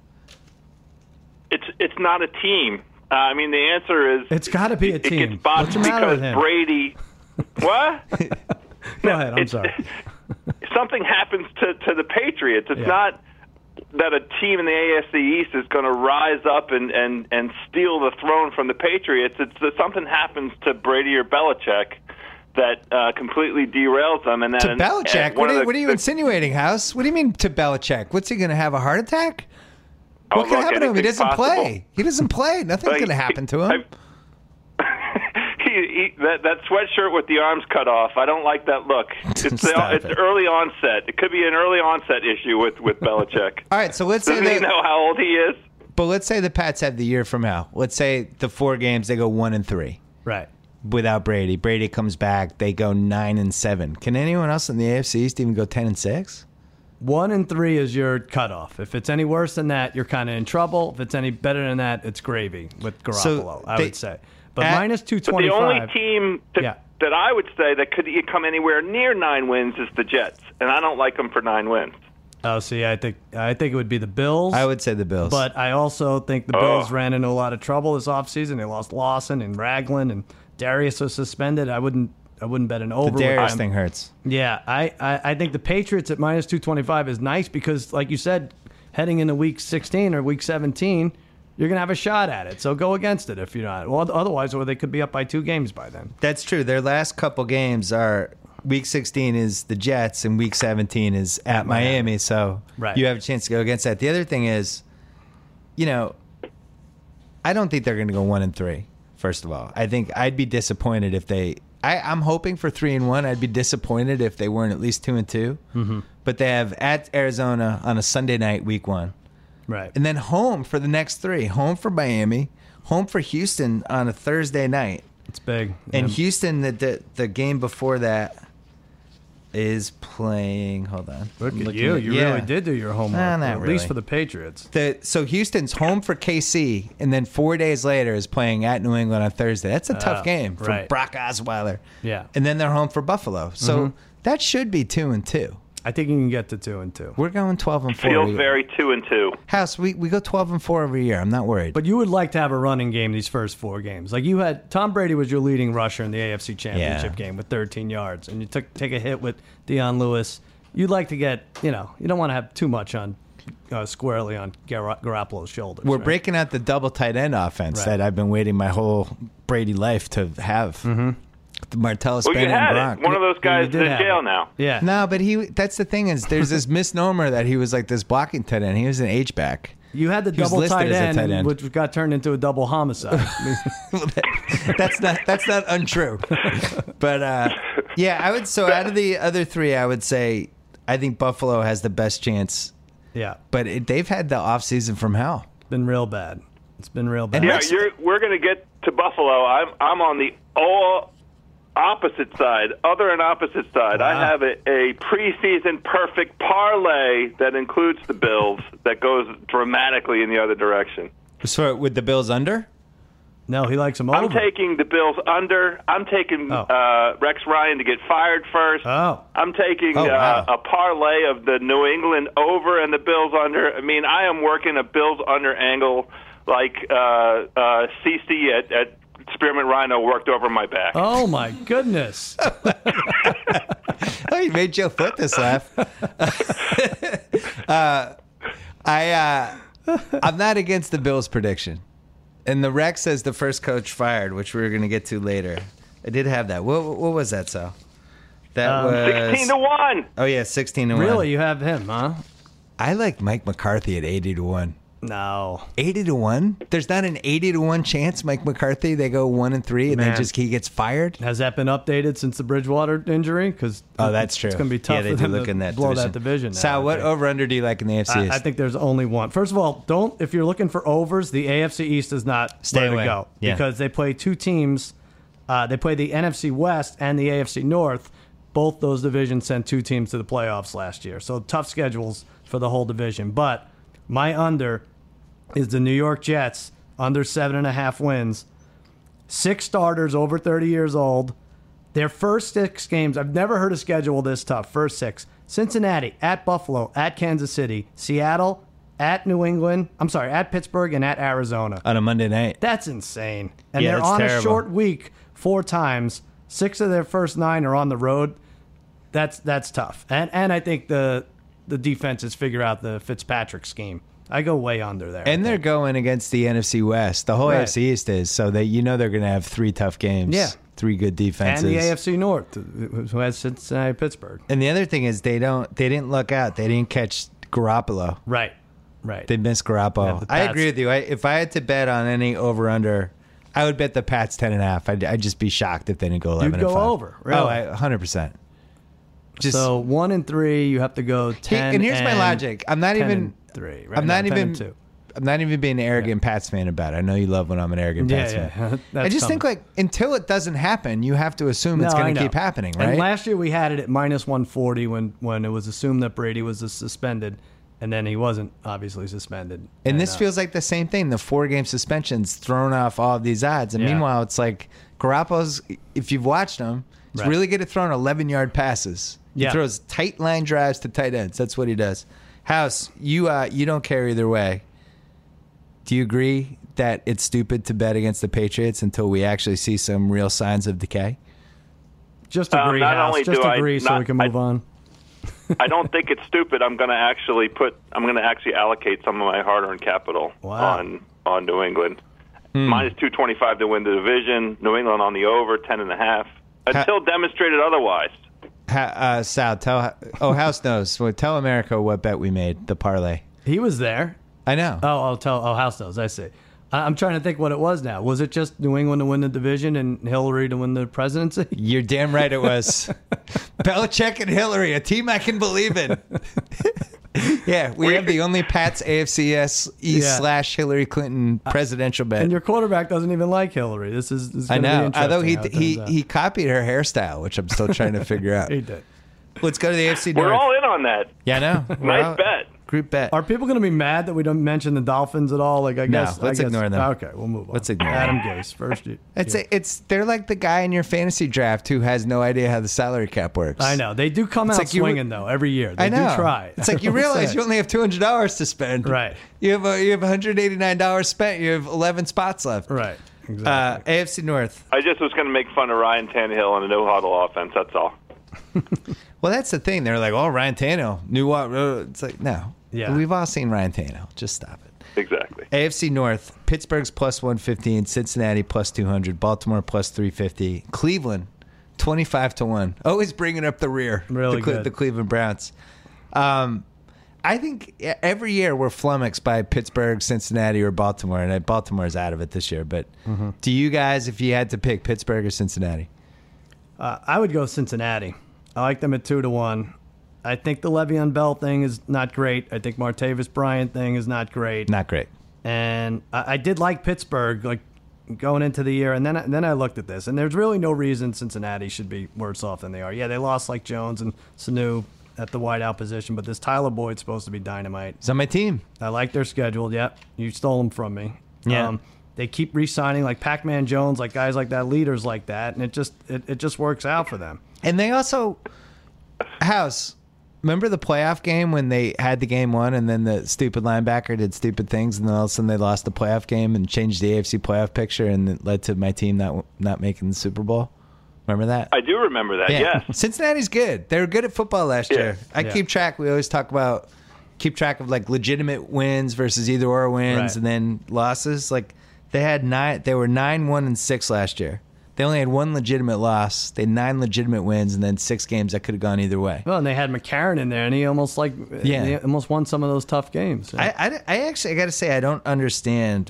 Speaker 5: It's it's not a team. Uh, I mean, the answer is
Speaker 3: It's got to be a
Speaker 5: it
Speaker 3: team.
Speaker 5: gets
Speaker 3: What's
Speaker 5: botched
Speaker 3: the matter
Speaker 5: because
Speaker 3: with him?
Speaker 5: Brady. What?
Speaker 3: Go ahead. I'm
Speaker 5: it's-
Speaker 3: sorry.
Speaker 5: Something happens to to the Patriots. It's
Speaker 3: Yeah.
Speaker 5: not that a team in the AFC East is going to rise up and and and steal the throne from the Patriots. It's that something happens to Brady or Belichick that uh, completely derails them. And then
Speaker 1: To Belichick?
Speaker 5: and one
Speaker 1: What
Speaker 5: of
Speaker 1: are,
Speaker 5: the-
Speaker 1: what are you
Speaker 5: the-
Speaker 1: insinuating, House? What do you mean to Belichick? What's he going to have a heart attack?
Speaker 5: oh,
Speaker 1: What could
Speaker 5: look,
Speaker 1: happen to him? He
Speaker 5: anything's
Speaker 1: doesn't
Speaker 5: possible.
Speaker 1: play. He doesn't play. Nothing's
Speaker 5: Like,
Speaker 1: going to happen to him.
Speaker 5: I- he, he, that, that sweatshirt with the arms cut off. I don't like that look. It's, the,
Speaker 1: Stop
Speaker 5: it's
Speaker 1: it.
Speaker 5: early onset. It could be an early onset issue with with Belichick.
Speaker 1: All right, so let's say
Speaker 5: Doesn't he
Speaker 1: that.
Speaker 5: know how old he is?
Speaker 1: But let's say the Pats have the year from now. Let's say the four games they go one and three.
Speaker 3: Right.
Speaker 1: without Brady. Brady comes back. They go nine and seven. Can anyone else in the AFC East even go ten and six?
Speaker 3: One and three is your cutoff. If it's any worse than that, you're kind of in trouble. If it's any better than that, it's gravy with Garoppolo. I
Speaker 1: they-
Speaker 3: would say. But
Speaker 1: at-
Speaker 3: minus two
Speaker 5: But
Speaker 3: twenty
Speaker 5: the only
Speaker 3: five.
Speaker 5: team that,
Speaker 3: Yeah.
Speaker 5: that I would say that could e- come anywhere near nine wins is the Jets, and I don't like them for nine wins.
Speaker 3: Oh, see, I think I think it would be the Bills.
Speaker 1: I would say Oh. the Bills.
Speaker 3: But I also think the Bills ran into a lot of trouble this offseason. They lost Lawson and Ragland, and Darius was suspended. I wouldn't I wouldn't bet an over. with
Speaker 1: Darius
Speaker 3: them.
Speaker 1: thing hurts.
Speaker 3: Yeah, I, I, I think the Patriots at minus 225 is nice because, like you said, heading into week 16 or week 17, you're going to have a shot at it. So go against it if you're not. Well, otherwise, or they could be up by two games by then.
Speaker 1: That's true. Their last couple games are week 16 is the Jets and week 17 is at Miami. So
Speaker 3: Right.
Speaker 1: you have a chance to go against that. The other thing is, you know, I don't think they're going to go one and three. First of all, I think I'd be disappointed if they. I, I'm hoping for three and one. I'd be disappointed if they weren't at least two and 2 Mm-hmm. But they have at Arizona on a Sunday night, week one
Speaker 3: Right.
Speaker 1: and then home for the next three. Home for Miami, home for Houston on a Thursday night,
Speaker 3: It's big.
Speaker 1: and
Speaker 3: Yeah.
Speaker 1: Houston the, the the game before that is playing. Hold on,
Speaker 3: Look
Speaker 1: I'm
Speaker 3: at
Speaker 1: looking
Speaker 3: you. you
Speaker 1: yeah.
Speaker 3: really did do your homework,
Speaker 1: Nah, not
Speaker 3: at
Speaker 1: really.
Speaker 3: least for the Patriots.
Speaker 1: The, so Houston's home for KC, and then four days later is playing at New England on Thursday. That's a tough
Speaker 3: Oh,
Speaker 1: game for
Speaker 3: right.
Speaker 1: Brock Osweiler.
Speaker 3: Yeah. Mm-hmm.
Speaker 1: and then they're home for Buffalo. So that should be two and two.
Speaker 3: I think you can get to two and two.
Speaker 1: We're going twelve and four.
Speaker 5: Feels
Speaker 1: We-
Speaker 5: very two and two.
Speaker 1: House, we, we go twelve and four every year. I'm not worried.
Speaker 3: But you would like to have a running game these first four games. Like you had Tom Brady was your leading rusher in the AFC Championship
Speaker 1: Yeah.
Speaker 3: game with 13 yards, and you took take a hit with Deion Lewis. You'd like to get you know you don't want to have too much on uh, squarely on Gar- Garoppolo's shoulders.
Speaker 1: We're
Speaker 3: right?
Speaker 1: breaking out the double tight end offense
Speaker 3: Right.
Speaker 1: that I've been waiting my whole Brady life to have. Mm-hmm. Martellus
Speaker 5: Well, you
Speaker 1: Bennett
Speaker 5: had
Speaker 1: and Brock.
Speaker 5: it. One of those guys is
Speaker 3: did
Speaker 5: in
Speaker 3: have
Speaker 5: jail
Speaker 3: it.
Speaker 5: now.
Speaker 3: Yeah.
Speaker 1: no, but he—that's the thing—is there's this misnomer that he was like this blocking tight end. He was an H back.
Speaker 3: You had the
Speaker 1: He was
Speaker 3: double
Speaker 1: listed
Speaker 3: tight
Speaker 1: as a
Speaker 3: end,
Speaker 1: tight end.
Speaker 3: which got turned into a double homicide.
Speaker 1: that's not that's not untrue. But uh, yeah, I would. So out of the other three, I would say I think Buffalo has the best chance.
Speaker 3: yeah,
Speaker 1: But it, they've had the offseason from hell.
Speaker 3: it's been real bad. It's been real bad.
Speaker 1: And
Speaker 5: Yeah,
Speaker 1: Next-
Speaker 5: you're, we're going to get to Buffalo. I'm I'm on the all opposite side, other and opposite side.
Speaker 3: Uh-huh.
Speaker 5: I have a, a preseason perfect parlay that includes the Bills that goes dramatically in the other direction.
Speaker 1: So with the Bills under,
Speaker 3: no, he likes them
Speaker 5: I'm
Speaker 3: over.
Speaker 5: taking the Bills under. I'm taking
Speaker 3: Oh.
Speaker 5: uh, Rex Ryan to get fired first.
Speaker 3: oh,
Speaker 5: I'm taking
Speaker 1: Oh, wow.
Speaker 5: uh, a parlay of the New England over and the Bills under. I mean, I am working a Bills under angle like uh, uh, CC at, at Spearmint Rhino worked over my back.
Speaker 3: oh my goodness.
Speaker 1: oh, you made Joe Flintus laugh. uh, I uh, I'm not against the Bills prediction, and the Rex says the first coach fired, which we are going to get to later. I did have that. What what was that, Sal? That
Speaker 3: Um,
Speaker 1: was
Speaker 5: 16 to 1.
Speaker 1: oh yeah, sixteen to one.
Speaker 3: really, you have him, huh?
Speaker 1: I like Mike McCarthy at eighty to one.
Speaker 3: No.
Speaker 1: 80 to 1? There's not an 80 to 1 chance Mike McCarthy they go 1 and 3 and then
Speaker 3: Man.
Speaker 1: just he gets fired?
Speaker 3: Has that been updated since the Bridgewater injury? uh, Because
Speaker 1: Oh, that's true.
Speaker 3: It's going to be tough
Speaker 1: Yeah, they
Speaker 3: for
Speaker 1: do
Speaker 3: them
Speaker 1: look
Speaker 3: to
Speaker 1: in that
Speaker 3: blow
Speaker 1: division.
Speaker 3: that division. now,
Speaker 1: Sal,
Speaker 3: I
Speaker 1: what
Speaker 3: think.
Speaker 1: over under do you like in the AFC?
Speaker 3: I,
Speaker 1: East?
Speaker 3: I think there's only one. First of all, don't if you're looking for overs, the AFC East is not
Speaker 1: Stay
Speaker 3: where
Speaker 1: away.
Speaker 3: to go
Speaker 1: Yeah.
Speaker 3: because they play two teams. Uh, they play the NFC West and the AFC North. Both those divisions sent two teams to the playoffs last year, so tough schedules for the whole division. But my under is the New York Jets under seven and a half wins, six starters over 30 years old. Their first six games, I've never heard a schedule this tough. First six Cincinnati, at Buffalo, at Kansas City, Seattle, at New England, I'm sorry, at Pittsburgh, and at Arizona.
Speaker 1: on a Monday night.
Speaker 3: That's insane. And
Speaker 1: Yeah,
Speaker 3: they're
Speaker 1: that's
Speaker 3: on a
Speaker 1: terrible.
Speaker 3: short week four times. Six of their first nine are on the road. That's that's tough. And and I think the the defenses figure out the Fitzpatrick scheme. I go way under there.
Speaker 1: And they're going against the NFC West. The whole
Speaker 3: Right.
Speaker 1: AFC East is so that you know they're going to have three tough games.
Speaker 3: Yeah.
Speaker 1: three good defenses.
Speaker 3: and the AFC North, who has Cincinnati, Pittsburgh.
Speaker 1: And the other thing is they don't. They didn't look out. They didn't catch Garoppolo.
Speaker 3: Right, right.
Speaker 1: They missed
Speaker 3: Yeah,
Speaker 1: Garoppolo.
Speaker 3: the
Speaker 1: I
Speaker 3: Pats-
Speaker 1: agree with you. I, if I had to bet on any over under, I would bet the Pats ten and a half. I'd, I'd just be shocked if they didn't go eleven. and
Speaker 3: go
Speaker 1: five.
Speaker 3: over,
Speaker 1: Oh,
Speaker 3: really?
Speaker 1: I- hundred percent. Just
Speaker 3: so one and three, you have to go
Speaker 1: Hey,
Speaker 3: ten.
Speaker 1: and here's my logic. I'm not
Speaker 3: 10
Speaker 1: even
Speaker 3: and three. Right?
Speaker 1: I'm not
Speaker 3: No, 10
Speaker 1: even.
Speaker 3: and two.
Speaker 1: I'm not even being an arrogant Pats fan about it. I know you love when I'm an arrogant
Speaker 3: Yeah,
Speaker 1: Pats
Speaker 3: yeah.
Speaker 1: fan.
Speaker 3: That's
Speaker 1: I just think
Speaker 3: coming.
Speaker 1: like until it doesn't happen, you have to assume it's
Speaker 3: No, I
Speaker 1: going to
Speaker 3: know.
Speaker 1: keep happening, right?
Speaker 3: And last year we had it at minus 140 when when it was assumed that Brady was suspended, and then he wasn't obviously suspended.
Speaker 1: and this
Speaker 3: uh,
Speaker 1: feels like the same thing. The four game suspensions thrown off all of these odds, and
Speaker 3: Yeah.
Speaker 1: meanwhile, it's like Garoppolo's. If you've watched him, he's
Speaker 3: Right.
Speaker 1: really good at throwing 11 yard passes.
Speaker 3: Yeah.
Speaker 1: He throws tight line drives to tight ends. That's what he does. House, you uh, you don't care either way. Do you agree that it's stupid to bet against the Patriots until we actually see some real signs of decay?
Speaker 3: Just agree,
Speaker 5: Um, not
Speaker 3: House.
Speaker 5: only
Speaker 3: Just
Speaker 5: do I
Speaker 3: agree so
Speaker 5: not-
Speaker 3: we can
Speaker 5: I-
Speaker 3: move on.
Speaker 5: I don't think it's stupid. I'm going to actually put. I'm going to actually allocate some of my hard-earned capital
Speaker 3: Wow.
Speaker 5: on on New England. Minus 225 to win the division. New England on the over ten and a half until demonstrated otherwise.
Speaker 1: Ha, uh, Sal, tell oh House knows. Well, tell America what bet we made the parlay.
Speaker 3: He was there.
Speaker 1: I know.
Speaker 3: Oh, I'll tell. Oh, House knows. I see. I- I'm trying to think what it was now. Was it just New England to win the division and Hillary to win the presidency?
Speaker 1: You're damn right it was. Belichick and Hillary, a team I can believe in. yeah, we have the only Pats AFCS E
Speaker 3: Yeah. Uh,
Speaker 1: slash Hillary Clinton presidential bet.
Speaker 3: And your quarterback doesn't even like Hillary. This is, this is
Speaker 1: I
Speaker 3: gonna Be
Speaker 1: know.
Speaker 3: interesting
Speaker 1: Although he
Speaker 3: how it
Speaker 1: he,
Speaker 3: turns out.
Speaker 1: he copied her hairstyle, which I'm still trying to figure out.
Speaker 3: he did.
Speaker 1: Let's go to the AFC
Speaker 5: We're
Speaker 1: North.
Speaker 5: all in on that.
Speaker 1: yeah, I know. We're
Speaker 5: Nice
Speaker 1: all-
Speaker 5: bet.
Speaker 1: Group bet.
Speaker 3: Are people going to be mad that we don't mention the Dolphins at all? Like, I guess.
Speaker 1: let's
Speaker 3: I guess-
Speaker 1: ignore them.
Speaker 3: Okay, we'll move on.
Speaker 1: Let's ignore
Speaker 3: Adam Gase first. You,
Speaker 1: It's
Speaker 3: you-
Speaker 1: it's they're like the guy in your fantasy draft who has no idea how the salary cap works.
Speaker 3: I know they do come out
Speaker 1: like you-
Speaker 3: swinging though every year. They
Speaker 1: I know.
Speaker 3: do try.
Speaker 1: It's like you
Speaker 3: I will
Speaker 1: realize
Speaker 3: say.
Speaker 1: you only have two hundred dollars to spend.
Speaker 3: Right.
Speaker 1: You have a, you have one hundred eighty nine dollars spent. You have eleven spots left.
Speaker 3: right. Exactly.
Speaker 1: Uh, AFC North.
Speaker 5: I just was going to make fun of Ryan Tannehill and a no huddle offense. That's all.
Speaker 1: Well, that's the thing. They're like, oh, Ryan Tannehill knew what. uh, It's like no.
Speaker 3: Yeah.
Speaker 1: We've all seen Ryan Tannehill. Just stop it.
Speaker 5: Exactly.
Speaker 1: AFC North, Pittsburgh's plus 115, Cincinnati plus 200, Baltimore plus 350, Cleveland 25 to 1. Always bringing up the rear.
Speaker 3: Really
Speaker 1: the, Cle-
Speaker 3: good.
Speaker 1: the Cleveland Browns. Um, I think e, every year we're flummoxed by Pittsburgh, Cincinnati, or Baltimore, and Baltimore's out of it this year. But
Speaker 3: Mm-hmm.
Speaker 1: do you guys, if you had to pick Pittsburgh or Cincinnati?
Speaker 3: Uh, I would go Cincinnati. I like them at two to one. I think the Le'Veon Bell thing is not great. I think Martavis Bryant thing is not great.
Speaker 1: Not great.
Speaker 3: And I, I did like Pittsburgh, like going into the year. And then I, then I looked at this, and there's really no reason Cincinnati should be worse off than they are. Yeah, they lost like Jones and Sanu at the wideout position, but this Tyler Boyd's supposed to be dynamite.
Speaker 1: It's on my team.
Speaker 3: I like their schedule. Yep, you stole them from me. Um,
Speaker 1: Yeah.
Speaker 3: they keep re-signing like Pac-Man Jones, like guys like that, leaders like that, and it just it, it just works out for them.
Speaker 1: And they also House. Remember the playoff game when they had the game won and then the stupid linebacker did stupid things and then all of a sudden they lost the playoff game and changed the AFC playoff picture and it led to my team not not making the Super Bowl. Remember that?
Speaker 5: I do remember that. Yes.
Speaker 1: Cincinnati's good. They were good at football last
Speaker 5: Yeah.
Speaker 1: year. I
Speaker 3: Yeah.
Speaker 1: keep track. We always talk about keep track of like legitimate wins versus either or wins
Speaker 3: Right.
Speaker 1: and then losses. Like they had nine. They were nine one and six last year. They only had one legitimate loss. They had nine legitimate wins and then six games that could have gone either way.
Speaker 3: Well, and they had McCarron in there, and he almost like
Speaker 1: Yeah.
Speaker 3: he almost won some of those tough games.
Speaker 1: I, I, I actually I got to say I don't understand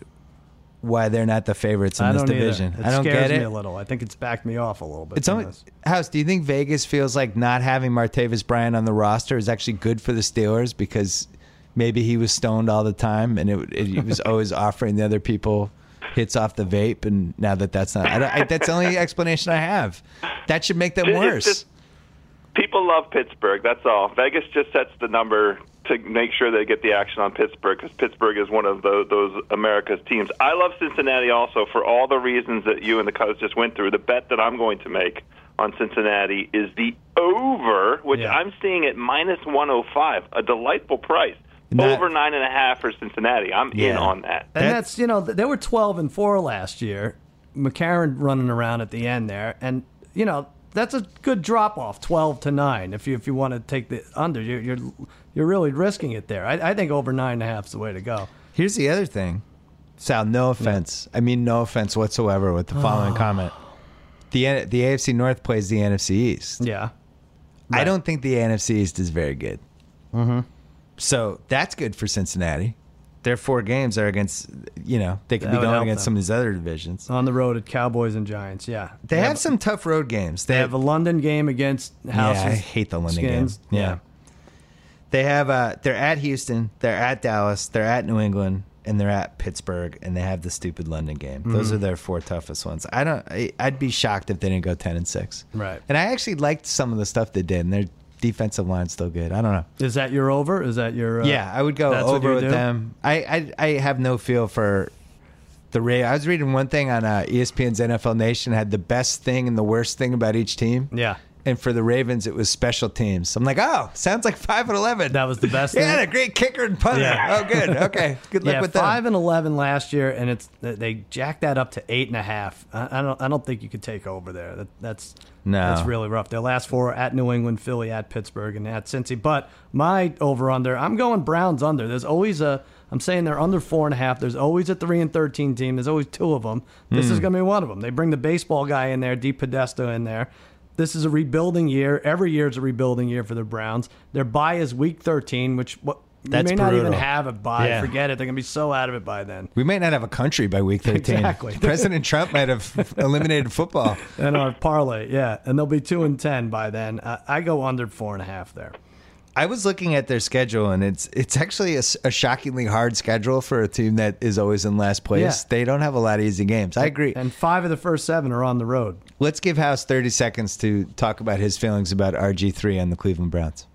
Speaker 1: why they're not the favorites in
Speaker 3: I
Speaker 1: this
Speaker 3: don't either.
Speaker 1: division.
Speaker 3: It
Speaker 1: I don't
Speaker 3: scares
Speaker 1: get it.
Speaker 3: me a little. I think it's backed me off a little bit.
Speaker 1: It's
Speaker 3: from
Speaker 1: only
Speaker 3: this.
Speaker 1: House. Do you think Vegas feels like not having Martavis Bryant on the roster is actually good for the Steelers because maybe he was stoned all the time and it, it he was always offering the other people hits off the vape and now that that's not I don't, I, that's the only explanation I have. That should make them
Speaker 5: It's
Speaker 1: worse.
Speaker 5: just- people love Pittsburgh. That's all. Vegas just sets the number to make sure they get the action on Pittsburgh because Pittsburgh is one of tho- those America's teams. I love Cincinnati also for all the reasons that you and the Cubs just went through. The bet that I'm going to make on Cincinnati is the over, which
Speaker 3: Yeah.
Speaker 5: I'm seeing at minus 105, a delightful price.
Speaker 1: Not-
Speaker 5: over nine and a half for Cincinnati. I'm in
Speaker 1: Yeah.
Speaker 5: on that.
Speaker 3: and
Speaker 1: That-
Speaker 3: that's you know th- they were 12 and 4 last year mccarron running around at the end there and you know that's a good drop off 12 to 9 if you if you want to take the under you're you're, you're really risking it there I, I think over nine and a half is the way to go
Speaker 1: Here's the other thing, Sal. No offense. I mean, no offense whatsoever. With the following comment, the N- the AFC North plays the NFC East.
Speaker 3: yeah
Speaker 1: I don't think the NFC East is very good. Mm-hmm. So that's good for Cincinnati. Their four games are against, you know, they could
Speaker 3: That
Speaker 1: be
Speaker 3: would
Speaker 1: going
Speaker 3: help
Speaker 1: against
Speaker 3: them.
Speaker 1: some of these other divisions.
Speaker 3: on the road at cowboys and giants yeah
Speaker 1: They have some tough road games. They
Speaker 3: they have a london game against
Speaker 1: yeah,
Speaker 3: house
Speaker 1: I hate the London
Speaker 3: skins.
Speaker 1: games. Yeah.
Speaker 3: Yeah.
Speaker 1: they have. Uh, they're at Houston. They're at Dallas. They're at New England, and they're at Pittsburgh, and they have the stupid London game. Those
Speaker 3: Mm-hmm.
Speaker 1: are their four toughest ones. I don't. I, I'd be shocked if they didn't go ten and six.
Speaker 3: Right.
Speaker 1: And I actually liked some of the stuff they did, and their defensive line's still good. I don't know.
Speaker 3: is that your over is that your uh,
Speaker 1: Yeah, I would go
Speaker 3: that's what
Speaker 1: over
Speaker 3: you
Speaker 1: with
Speaker 3: do?
Speaker 1: them. I, I I have no feel for the Ray. I was E reading one thing on uh, ESPN's NFL Nation had the best thing and the worst thing about each team.
Speaker 3: yeah
Speaker 1: and for the Ravens it was special teams. I'm like, oh, sounds like five and eleven.
Speaker 3: That was the best
Speaker 1: Yeah,
Speaker 3: thing.
Speaker 1: and a great kicker and punter.
Speaker 3: Yeah.
Speaker 1: Oh, good. Okay, good luck
Speaker 3: yeah,
Speaker 1: with
Speaker 3: five
Speaker 1: that.
Speaker 3: and eleven last year, and it's they jacked that up to eight and a half. I, I don't I don't think you could take over there. That, that's
Speaker 1: No.
Speaker 3: that's really rough. Their last four at New England, Philly, at Pittsburgh, and at Cincy. But my over under, I'm going Browns under. There's always a I'm saying they're under four and a half. There's always a three and thirteen team. There's always two of them. This
Speaker 1: Hmm.
Speaker 3: is going to be one of them. They bring the baseball guy in there, D Podesta in there. This is a rebuilding year. Every year is a rebuilding year for the Browns. Their bye is week 13, which what
Speaker 1: That's
Speaker 3: you may not even
Speaker 1: brutal.
Speaker 3: have a bye.
Speaker 1: Yeah.
Speaker 3: Forget it. They're gonna be so out of it by then.
Speaker 1: We might not have a country by week 13.
Speaker 3: Exactly.
Speaker 1: President Trump might have eliminated football.
Speaker 3: And our parlay, yeah, and they'll be two and ten by then. Uh, I go under four and a half there.
Speaker 1: I was looking at their schedule, and it's it's actually a, s- a shockingly hard schedule for a team that is always in last place.
Speaker 3: Yeah.
Speaker 1: They don't have a lot of easy games. I agree.
Speaker 3: And five of the first seven are on the road.
Speaker 1: Let's give House 30 seconds to talk about his feelings about RG3 and the Cleveland Browns.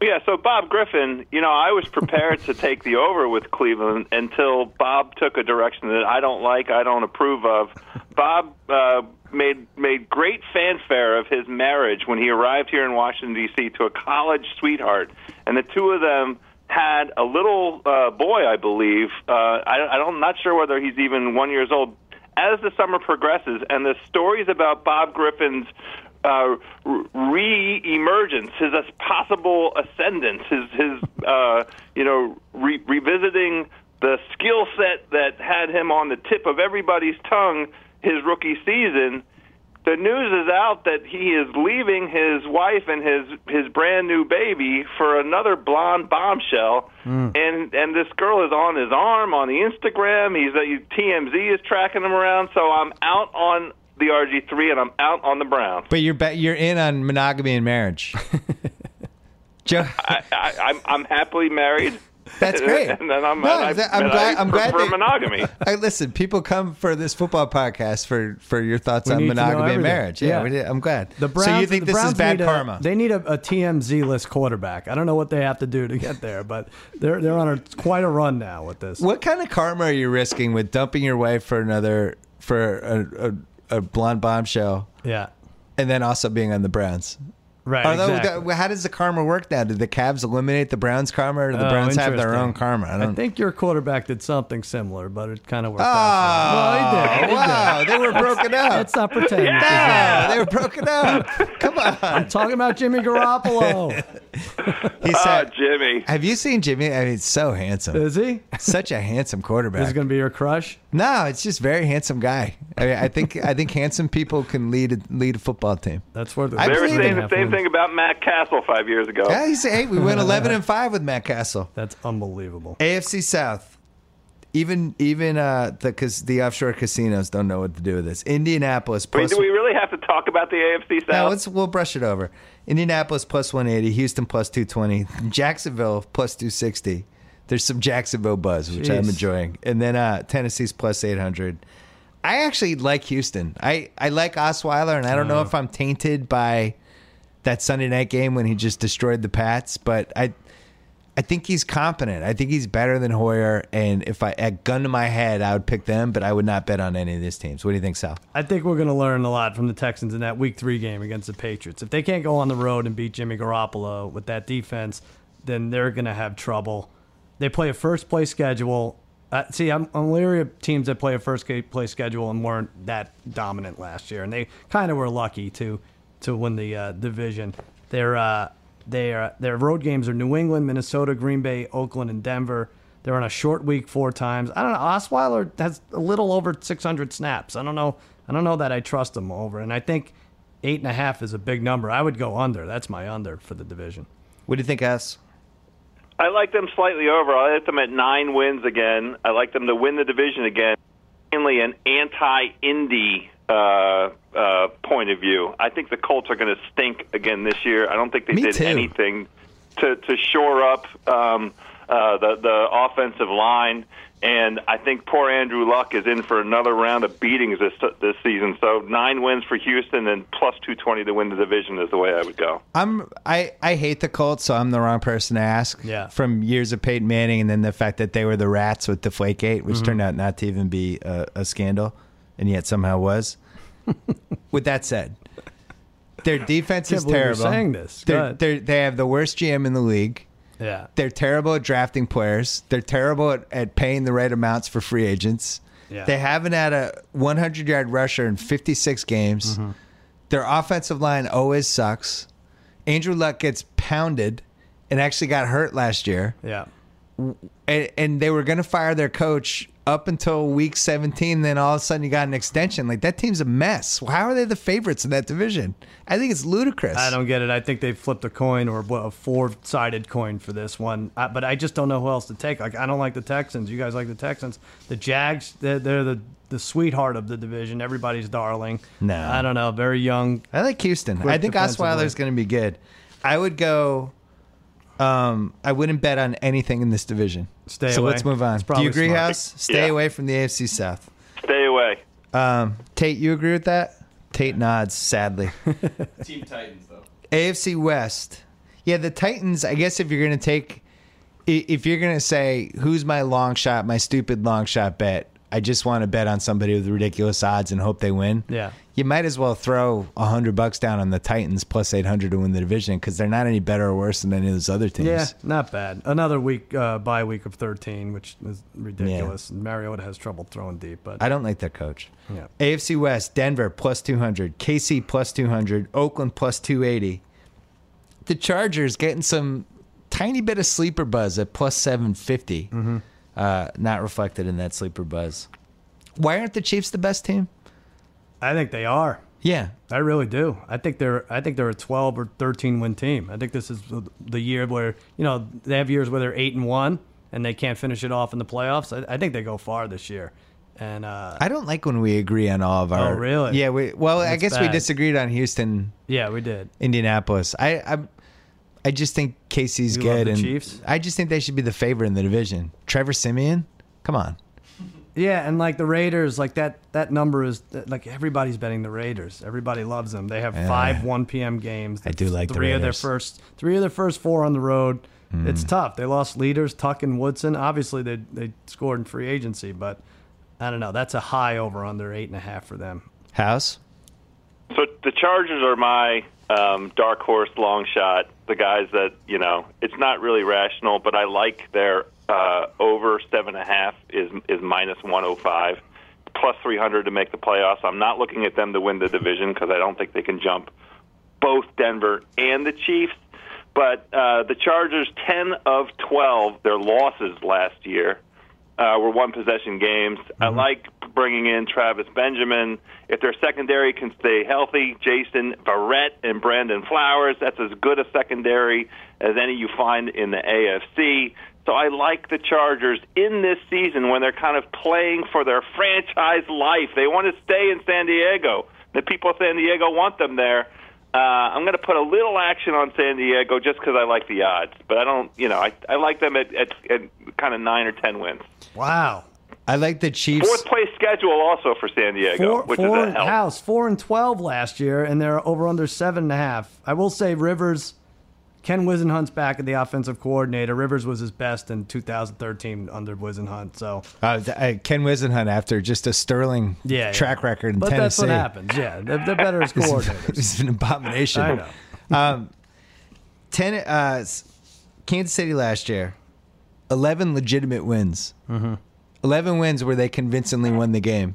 Speaker 5: Yeah, so Bob Griffin, you know, I was prepared to take the over with Cleveland until Bob took a direction that I don't like, I don't approve of. Bob uh, made made great fanfare of his marriage when he arrived here in Washington D.C. to a college sweetheart, and the two of them had a little uh, boy, I believe. Uh, I, I don't, not sure whether he's even one years old. As the summer progresses, and the stories about Bob Griffin's uh, re-emergence, his as- possible ascendance, his his uh, you know re- revisiting the skill set that had him on the tip of everybody's tongue his rookie season. The news is out that he is leaving his wife and his his brand new baby for another blonde bombshell,
Speaker 1: Hmm.
Speaker 5: and and this girl is on his arm on the Instagram. He's uh, TMZ is tracking him around, so I'm out on the RG3 and I'm out on the Browns.
Speaker 1: But you're ba- you're in on monogamy and marriage. Joe,
Speaker 5: I, I, I'm I'm happily married.
Speaker 1: That's great.
Speaker 5: and then I'm,
Speaker 1: No,
Speaker 5: and I,
Speaker 1: I'm glad- I'm
Speaker 5: and
Speaker 1: glad-
Speaker 5: I
Speaker 1: I'm glad
Speaker 5: prefer
Speaker 1: that-
Speaker 5: monogamy.
Speaker 1: I, listen, people come for this football podcast for, for your thoughts
Speaker 3: We
Speaker 1: on
Speaker 3: need to know
Speaker 1: monogamy and
Speaker 3: everything.
Speaker 1: marriage. Yeah,
Speaker 3: Yeah.
Speaker 1: we did- I'm glad.
Speaker 3: The Browns.
Speaker 1: so you think
Speaker 3: the
Speaker 1: this
Speaker 3: Browns
Speaker 1: is bad
Speaker 3: need a-
Speaker 1: karma?
Speaker 3: They need a, a TMZ list quarterback. I don't know what they have to do to get there, but they're they're on a, quite a run now with this.
Speaker 1: What kind of karma are you risking with dumping your wife for another for a, a, a blonde bombshell,
Speaker 3: Yeah,
Speaker 1: and then also being on the Browns?
Speaker 3: right.
Speaker 1: Although,
Speaker 3: exactly.
Speaker 1: how does the karma work now? Did the Cavs eliminate the Browns karma, or do the
Speaker 3: Oh,
Speaker 1: Browns have their
Speaker 3: interesting.
Speaker 1: own karma? I
Speaker 3: I
Speaker 1: don't.
Speaker 3: think your quarterback did something similar, but it kind of worked
Speaker 1: oh,
Speaker 3: out. for him. Well, he did. He did.
Speaker 1: wow! They were broken up.
Speaker 3: Let's not pretend. it didn't.
Speaker 1: No, they were broken up. Come on.
Speaker 3: I'm talking about Jimmy Garoppolo.
Speaker 1: He
Speaker 5: Ah,
Speaker 1: said,
Speaker 5: Jimmy.
Speaker 1: "Have you seen Jimmy? I mean, he's so handsome.
Speaker 3: Is he?
Speaker 1: Such a handsome
Speaker 3: Is
Speaker 1: quarterback.
Speaker 3: he going to be your crush?
Speaker 1: no, it's just very handsome guy. I mean, I think I think handsome people can lead a, lead a football team.
Speaker 3: That's where the
Speaker 1: I
Speaker 5: They were
Speaker 1: believe in
Speaker 5: saying the same thing about Matt Castle five years ago.
Speaker 1: Yeah, he's hey, we went eleven and five with Matt Castle.
Speaker 3: That's unbelievable.
Speaker 1: AFC South. Even even uh the cause the offshore casinos don't know what to do with this. Indianapolis
Speaker 5: I mean,
Speaker 1: plus
Speaker 5: do we really have to talk about the AFC
Speaker 1: No,
Speaker 5: South?
Speaker 1: let's we'll brush it over. Indianapolis plus one eighty, Houston plus two twenty, Jacksonville plus two sixty. There's some Jacksonville buzz, which I'm
Speaker 3: Jeez.
Speaker 1: enjoying. And then uh Tennessee's plus eight hundred. I actually like Houston. I, I like Osweiler and I don't know if I'm tainted by that Sunday night game when he just destroyed the Pats, but I I think he's competent. I think he's better than Hoyer. And if I had gun to my head, I would pick them, but I would not bet on any of these teams. What do you think, Sal?
Speaker 3: I think we're going to learn a lot from the Texans in that Week Three game against the Patriots. If they can't go on the road and beat Jimmy Garoppolo with that defense, then they're going to have trouble. They play a first place schedule. Uh, see, I'm, I'm leery of teams that play a first ca- place schedule and weren't that dominant last year, and they kind of were lucky to to win the uh, division. Their uh, their their road games are New England, Minnesota, Green Bay, Oakland, and Denver. They're on a short week four times. I don't know. Osweiler has a little over 600 snaps. I don't know. I don't know that I trust him over. And I think eight and a half is a big number. I would go under. That's my under for the division.
Speaker 1: What do you think, S?
Speaker 5: I like them slightly over. I like them at nine wins again. I like them to win the division again. Mainly an anti-Indy uh, uh, point of view. I think the Colts are going to stink again this year. I don't think they
Speaker 1: Me
Speaker 5: did
Speaker 1: too.
Speaker 5: anything to to shore up um, uh, the the offensive line. And I think poor Andrew Luck is in for another round of beatings this this season. So nine wins for Houston and plus two twenty to win the division is the way I would go.
Speaker 1: I'm I, I hate the Colts, so I'm the wrong person to ask.
Speaker 3: Yeah.
Speaker 1: From years of Peyton Manning, and then the fact that they were the rats with Deflategate,
Speaker 3: Mm-hmm.
Speaker 1: which turned out not to even be a, a scandal, and yet somehow was. with that said, Their defense
Speaker 3: Can't
Speaker 1: is
Speaker 3: believe you're
Speaker 1: terrible.
Speaker 3: saying this. Go
Speaker 1: They're,
Speaker 3: ahead.
Speaker 1: they're, they have the worst GM in the league.
Speaker 3: Yeah.
Speaker 1: They're terrible at drafting players. They're terrible at, at paying the right amounts for free agents.
Speaker 3: Yeah.
Speaker 1: They haven't had a 100 yard rusher in 56 games.
Speaker 3: Mm-hmm.
Speaker 1: Their offensive line always sucks. Andrew Luck gets pounded and actually got hurt last year.
Speaker 3: Yeah.
Speaker 1: And, and they were going to fire their coach up until week 17. Then all of a sudden you got an extension. Like that team's a mess. How are they the favorites in that division? I think it's ludicrous.
Speaker 3: I don't get it. I think they flipped a coin or what, a four-sided coin for this one. I, but I just don't know who else to take. Like I don't like the Texans. You guys like the Texans. The Jags. They're, they're the the sweetheart of the division. Everybody's darling.
Speaker 1: No.
Speaker 3: I don't know. Very young.
Speaker 1: I like Houston.
Speaker 3: Quick
Speaker 1: I think
Speaker 3: defensive
Speaker 1: Osweiler's going to be good. I would go. Um, I wouldn't bet on anything in this division.
Speaker 3: Stay
Speaker 1: so
Speaker 3: away.
Speaker 1: let's move on.
Speaker 3: It's
Speaker 1: Do
Speaker 3: probably
Speaker 1: you agree,
Speaker 3: smart.
Speaker 1: House? Stay
Speaker 5: Yeah.
Speaker 1: away from the AFC South.
Speaker 5: Stay away.
Speaker 1: Um, Tate, you agree with that? Tate nods sadly.
Speaker 4: Team Titans though.
Speaker 1: AFC West. Yeah, the Titans. I guess if you're going to take, i- if you're going to say who's my long shot, my stupid long shot bet, I just want to bet on somebody with ridiculous odds and hope they win.
Speaker 3: Yeah.
Speaker 1: you might as well throw a hundred bucks down on the Titans plus eight hundred to win the division because they're not any better or worse than any of those other teams.
Speaker 3: Yeah, not bad. Another week, uh, bye week of 13, which is ridiculous. Mariota has trouble throwing deep, but
Speaker 1: I don't like their coach.
Speaker 3: Yeah.
Speaker 1: AFC West, Denver plus 200, KC plus 200, Oakland plus 280. The Chargers getting some tiny bit of sleeper buzz at plus 750.
Speaker 3: Mm-hmm.
Speaker 1: Uh, not reflected in that sleeper buzz. Why aren't the Chiefs the best team?
Speaker 3: I think they are.
Speaker 1: Yeah.
Speaker 3: I really do. I think they're. I think they're a 12 or 13 win team. I think this is the- the year where you know they have years where they're eight and one and they can't finish it off in the playoffs. I, I think they go far this year. And uh,
Speaker 1: I don't like when we agree on all of our.
Speaker 3: Oh, really?
Speaker 1: Yeah. We, well, I
Speaker 3: That's
Speaker 1: guess we
Speaker 3: bad.
Speaker 1: disagreed on Houston,
Speaker 3: yeah, we did.
Speaker 1: Indianapolis. I, I, I just think KC's
Speaker 3: You
Speaker 1: good.
Speaker 3: love the
Speaker 1: and
Speaker 3: Chiefs?
Speaker 1: I just think they should be the favorite in the division. Trevor Simeon? Come on.
Speaker 3: Yeah, and like the Raiders, like that that number is like everybody's betting the Raiders. Everybody loves them. They have five 1 p.m. games.
Speaker 1: I do like the
Speaker 3: three of their
Speaker 1: Raiders. Mm-hmm.
Speaker 3: first three of their first four on the road. It's tough. They lost leaders Tuck and Woodson. Obviously, they they scored in free agency, but I don't know. That's a high over under eight and a half for them.
Speaker 1: House?
Speaker 5: So the Chargers are my um, dark horse long shot. The guys that you know, it's not really rational, but I like their uh, over seven and a half is is minus one hundred five, plus three hundred to make the playoffs. I'm not looking at them to win the division because I don't think they can jump both Denver and the Chiefs. But uh, the Chargers, ten of twelve, their losses last year uh, were one possession games. I like bringing in Travis Benjamin. If their secondary can stay healthy, Jason Verrett and Brandon Flowers, that's as good a secondary as any you find in the AFC. So I like the Chargers in this season when they're kind of playing for their franchise life. They want to stay in San Diego. The people of San Diego want them there. Uh, I'm going to put a little action on San Diego just because I like the odds, but I don't, you know, I, I like them at, at, at kind of nine or ten wins.
Speaker 3: Wow.
Speaker 1: I like the Chiefs.
Speaker 5: Fourth place schedule also for San Diego,
Speaker 3: Four,
Speaker 5: which
Speaker 3: four
Speaker 5: is a help.
Speaker 3: house four and twelve last year, and they're over under seven and a half. I will say Rivers, Ken Wisenhunt's back at the offensive coordinator. Rivers was his best in 2013 under Wisenhunt. So
Speaker 1: Uh, th- uh, Ken Wisenhunt after just a sterling
Speaker 3: yeah, yeah.
Speaker 1: track record in
Speaker 3: but that's
Speaker 1: Tennessee.
Speaker 3: what happens. Yeah, they're, they're better as coordinators.
Speaker 1: It's an abomination.
Speaker 3: I know.
Speaker 1: Ten, uh, s- Kansas City last year, 11 legitimate wins.
Speaker 3: Mm-hmm.
Speaker 1: 11 wins where they convincingly won the game.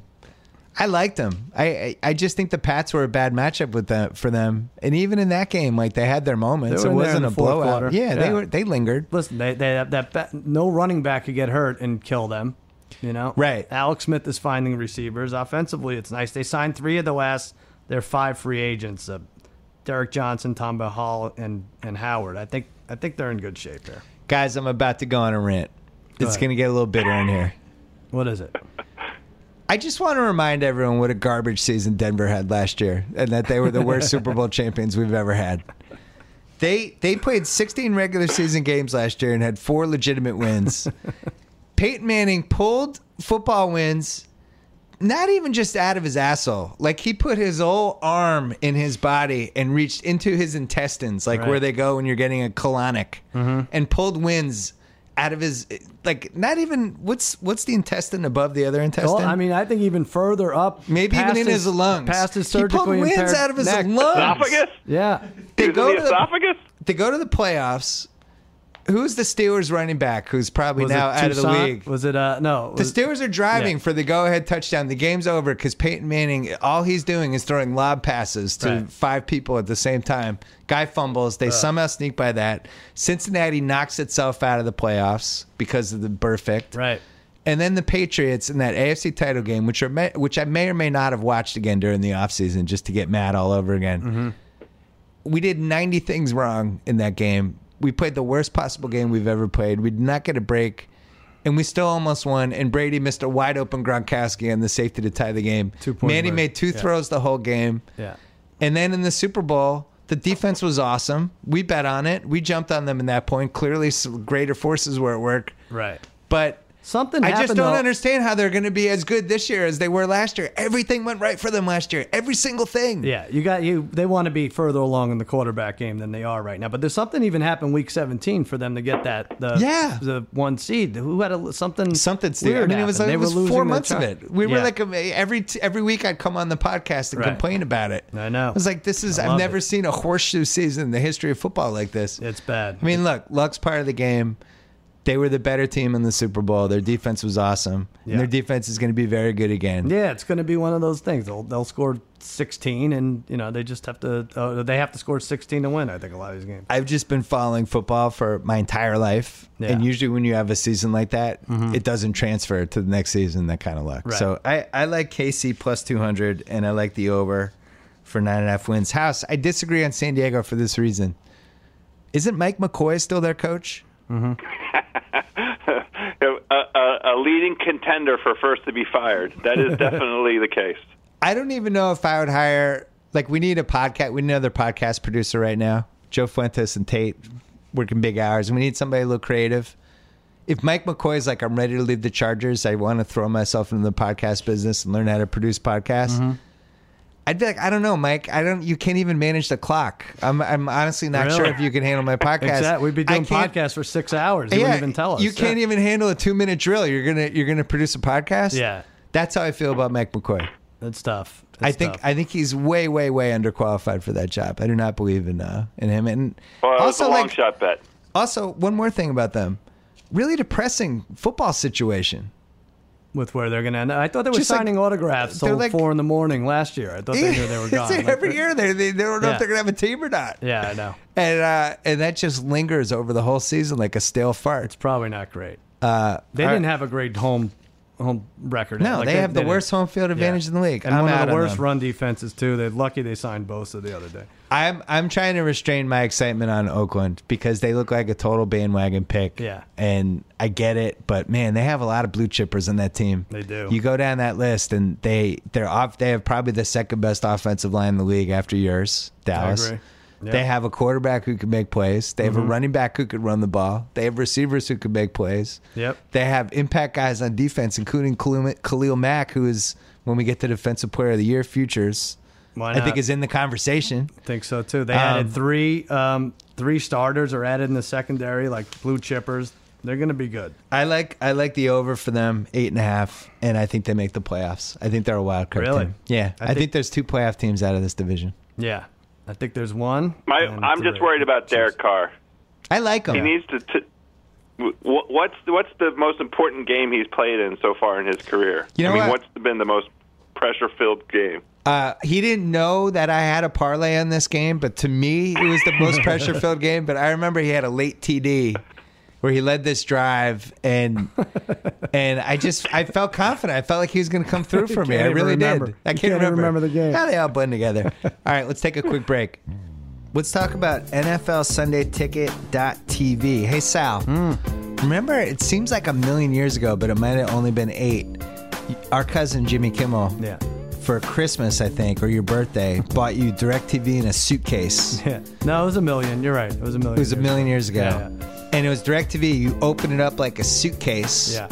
Speaker 1: I liked them. I, I, I just think the Pats were a bad matchup with them for them, and even in that game, like they had their moments.
Speaker 3: They
Speaker 1: It
Speaker 3: were in there in
Speaker 1: wasn't
Speaker 3: the
Speaker 1: a
Speaker 3: fourth
Speaker 1: blowout.
Speaker 3: quarter.
Speaker 1: Yeah, they
Speaker 3: Yeah.
Speaker 1: were. They lingered.
Speaker 3: Listen, they, they that, that no running back could get hurt and kill them. You know,
Speaker 1: Right.
Speaker 3: Alex Smith is finding receivers offensively. It's nice they signed three of the last. They're five free agents: uh, Derek Johnson, Tomba Hall, and and Howard. I think I think they're in good shape here.
Speaker 1: Guys, I'm about to go on a rant. it's
Speaker 3: ahead.
Speaker 1: going to get a little bitter in here.
Speaker 3: What is it?
Speaker 1: I just want to remind everyone what a garbage season Denver had last year, and that they were the worst Super Bowl champions we've ever had. They they played 16 regular season games last year and had four legitimate wins. Peyton Manning pulled football wins, not even just out of his asshole. Like he put his whole arm in his body and reached into his intestines, like
Speaker 3: Right.
Speaker 1: where they go when you're getting a colonic, and pulled wins out of his like not even what's what's the intestine above the other intestine?
Speaker 3: Well, I mean, I think even further up,
Speaker 1: Maybe even
Speaker 3: past
Speaker 1: in his lungs.
Speaker 3: past his
Speaker 1: He pulled
Speaker 3: surgically
Speaker 1: wings
Speaker 3: impaired
Speaker 1: out of his
Speaker 3: neck.
Speaker 1: lungs.
Speaker 5: Esophagus?
Speaker 3: Yeah,
Speaker 1: They
Speaker 5: He was
Speaker 1: go
Speaker 5: in
Speaker 1: to
Speaker 5: the
Speaker 1: the-
Speaker 5: esophagus?
Speaker 1: They go to the playoffs. Who's the Steelers running back who's probably
Speaker 3: was
Speaker 1: now
Speaker 3: it
Speaker 1: out of the
Speaker 3: Toussaint?
Speaker 1: league?
Speaker 3: Was it uh no?
Speaker 1: The
Speaker 3: was-
Speaker 1: Steelers are driving
Speaker 3: Yeah.
Speaker 1: for the go-ahead touchdown. The game's over because Peyton Manning, all he's doing is throwing lob passes to
Speaker 3: Right.
Speaker 1: five people at the same time. Guy fumbles. They somehow sneak by that. Cincinnati knocks itself out of the playoffs because of the perfect.
Speaker 3: right.
Speaker 1: And then the Patriots in that AFC title game, which are may, which I may or may not have watched again during the offseason just to get mad all over again.
Speaker 3: Mm-hmm.
Speaker 1: We did 90 things wrong in that game. We played the worst possible game we've ever played. We did not get a break. And we still almost won. And Brady missed a wide open Gronkowski on the safety to tie the game.
Speaker 3: Two-point
Speaker 1: Manny
Speaker 3: lead.
Speaker 1: made two
Speaker 3: Yeah.
Speaker 1: throws the whole game.
Speaker 3: Yeah.
Speaker 1: And then in the Super Bowl, the defense was awesome. We bet on it. We jumped on them in that point. Clearly, some greater forces were at work.
Speaker 3: Right.
Speaker 1: But
Speaker 3: Something.
Speaker 1: I just
Speaker 3: happened,
Speaker 1: don't
Speaker 3: though.
Speaker 1: understand how they're going to be as good this year as they were last year. Everything went right for them last year. Every single thing.
Speaker 3: Yeah, you got you. They want to be further along in the quarterback game than they are right now. But there's something even happened week 17 for them to get that the
Speaker 1: Yeah.
Speaker 3: the one seed who had a, something
Speaker 1: Something
Speaker 3: weird.
Speaker 1: I mean, it was like it
Speaker 3: happened. They were
Speaker 1: was
Speaker 3: losing
Speaker 1: four
Speaker 3: their
Speaker 1: months of
Speaker 3: chi-
Speaker 1: it. We were
Speaker 3: Yeah.
Speaker 1: like um, every every week I'd come on the podcast and
Speaker 3: Right.
Speaker 1: complain about it.
Speaker 3: I know.
Speaker 1: I was like, this is
Speaker 3: I
Speaker 1: I've
Speaker 3: love
Speaker 1: never
Speaker 3: it.
Speaker 1: seen a horseshoe season in the history of football like this.
Speaker 3: it's bad.
Speaker 1: I mean, look, luck's part of the game. They were the better team in the Super Bowl. Their defense was awesome,
Speaker 3: Yeah.
Speaker 1: and their defense is going to be very good again.
Speaker 3: yeah, it's going to be one of those things. They'll they'll score 16, and you know they just have to uh, they have to score 16 to win. I think a lot of these games.
Speaker 1: I've just been following football for my entire life.
Speaker 3: Yeah. Mm-hmm.
Speaker 1: And usually when you have a season like that, it doesn't transfer to the next season, that kind of luck.
Speaker 3: Right.
Speaker 1: So I, I like KC plus 200, and I like the over for nine and a half wins. House, I disagree on San Diego for this reason. Isn't Mike McCoy still their coach?
Speaker 5: a, a, a leading contender for first to be fired. That is definitely the case.
Speaker 1: I don't even know if I would hire, like, we need a podcast. We need another podcast producer right now. Joe Fuentes and Tate working big hours, and we need somebody a little creative. if Mike McCoy's like, I'm ready to leave the Chargers, I want to throw myself into the podcast business and learn how to produce podcasts.
Speaker 3: Mm-hmm.
Speaker 1: I'd be like, I don't know, Mike. I don't. You can't even manage the clock. I'm. I'm honestly not
Speaker 3: Really?
Speaker 1: sure if you can handle my podcast.
Speaker 3: Exactly. We'd be
Speaker 1: I
Speaker 3: doing
Speaker 1: can't-
Speaker 3: podcasts for six hours. You
Speaker 1: yeah,
Speaker 3: wouldn't even tell us.
Speaker 1: You can't
Speaker 3: Yeah.
Speaker 1: even handle a two minute drill. You're gonna. You're gonna produce a podcast.
Speaker 3: Yeah.
Speaker 1: That's how I feel about Mike McCoy.
Speaker 3: That's tough.
Speaker 1: e- I
Speaker 3: That's
Speaker 1: think.
Speaker 3: tough.
Speaker 1: I think he's way, way, way underqualified for that job. I do not believe in uh, in him. And
Speaker 5: Well, that was
Speaker 1: also,
Speaker 5: a long
Speaker 1: like,
Speaker 5: shot bet.
Speaker 1: also one more thing about them. Really depressing football situation.
Speaker 3: with where they're going to end. up. I thought they were
Speaker 1: Just like-
Speaker 3: signing autographs
Speaker 1: they're
Speaker 3: till
Speaker 1: like-
Speaker 3: four in the morning last year. I thought they knew they were gone. Like,
Speaker 1: Every year they, they they don't know if
Speaker 3: Yeah.
Speaker 1: they're gonna have a team or not.
Speaker 3: Yeah, I know.
Speaker 1: And uh, and that just lingers over the whole season like a stale fart. Uh,
Speaker 3: Probably not great. they didn't have a great home home record.
Speaker 1: No,
Speaker 3: Like,
Speaker 1: they have the
Speaker 3: didn't.
Speaker 1: worst home field
Speaker 3: Yeah.
Speaker 1: advantage in the league.
Speaker 3: and
Speaker 1: I'm
Speaker 3: one
Speaker 1: out
Speaker 3: of the
Speaker 1: on
Speaker 3: worst
Speaker 1: them.
Speaker 3: run defenses too. They're lucky they signed Bosa the other day.
Speaker 1: I'm I'm trying to restrain my excitement on Oakland because they look like a total bandwagon pick.
Speaker 3: Yeah.
Speaker 1: and I get it, but man, they have a lot of blue chippers on that team.
Speaker 3: They do.
Speaker 1: You go down that list, and they they're off. They have probably the second best offensive line in the league after yours, Dallas.
Speaker 3: agree. Yeah. Mm-hmm.
Speaker 1: They have a quarterback who can make plays. They have a running back who can run the ball. They have receivers who can make plays.
Speaker 3: Yep.
Speaker 1: They have impact guys on defense, including Khalil Khalil Mack, who is when we get to defensive player of the year futures.
Speaker 3: Why
Speaker 1: I think
Speaker 3: not?
Speaker 1: is in the conversation.
Speaker 3: I think so too. They
Speaker 1: Um,
Speaker 3: added three um, three starters are added in the secondary, like blue chippers. They're going to be good.
Speaker 1: I like I like the over for them eight and a half, and I think they make the playoffs. I think they're a wild card
Speaker 3: Really?
Speaker 1: team. Yeah, I,
Speaker 3: I
Speaker 1: think,
Speaker 3: think-
Speaker 1: there's two playoff teams out of this division.
Speaker 3: Yeah, I think there's one.
Speaker 5: My,
Speaker 3: and
Speaker 5: I'm
Speaker 3: three.
Speaker 5: just worried about Derek Carr.
Speaker 1: I like them.
Speaker 5: He needs to. T- wh- what's what's the most important game he's played in so far in his career?
Speaker 1: You know
Speaker 5: I mean,
Speaker 1: what?
Speaker 5: what's been the most pressure-filled game?
Speaker 1: Uh, he didn't know that I had a parlay on this game, but to me, it was the most pressure filled game. But I remember he had a late TD where he led this drive, and and I just I felt confident. I felt like he was going to come through for me.
Speaker 3: can't
Speaker 1: I
Speaker 3: even
Speaker 1: really
Speaker 3: remember.
Speaker 1: did. I
Speaker 3: You
Speaker 1: can't,
Speaker 3: can't even
Speaker 1: remember.
Speaker 3: remember the game.
Speaker 1: How they all blend together. all right, let's take a quick break. Let's talk about NFL Sunday Ticket.tv. Hey, Sal.
Speaker 3: Hmm.
Speaker 1: Remember, it seems like a million years ago, but it might have only been eight. Our cousin Jimmy Kimmel
Speaker 3: Yeah.
Speaker 1: for Christmas, I think, or your birthday, bought you DirecTV in a suitcase.
Speaker 3: Yeah. No, it was a million. You're right. It was a million.
Speaker 1: It was a million years ago.
Speaker 3: Yeah,
Speaker 1: And it was DirecTV. You open it up like a suitcase.
Speaker 3: Yeah.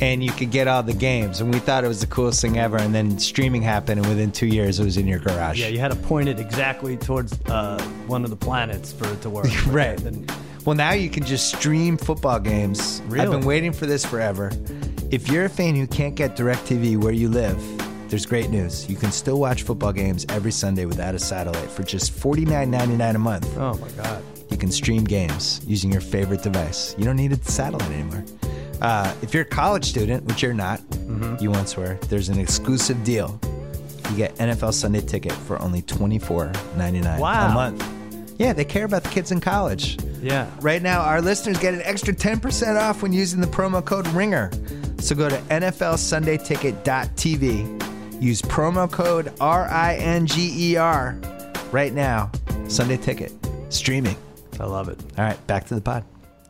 Speaker 1: And you could get all the games. And we thought it was the coolest thing ever. And then streaming happened. And within two years, it was in your garage.
Speaker 3: Yeah, you had to point it exactly towards uh, one of the planets for it to work.
Speaker 1: Right.
Speaker 3: And-
Speaker 1: Well, now you can just stream football games. I've
Speaker 3: Really?
Speaker 1: been waiting for this forever. If you're a fan who can't get DirecTV where you live, there's great news. You can still watch football games every Sunday without a satellite for just $49.99 a month.
Speaker 3: Oh my God.
Speaker 1: You can stream games using your favorite device. You don't need a satellite anymore. Uh, if you're a college student, which you're not, you once were, there's an exclusive deal. You get NFL Sunday Ticket for only $24.99
Speaker 3: Wow.
Speaker 1: a month. Yeah, they care about the kids in college.
Speaker 3: Yeah.
Speaker 1: Right now, our listeners get an extra 10% off when using the promo code RINGER. So go to NFLSundayTicket.tv. Use promo code R I N G E R right now. Sunday Ticket. Streaming.
Speaker 3: I love it.
Speaker 1: All right, back to the pod.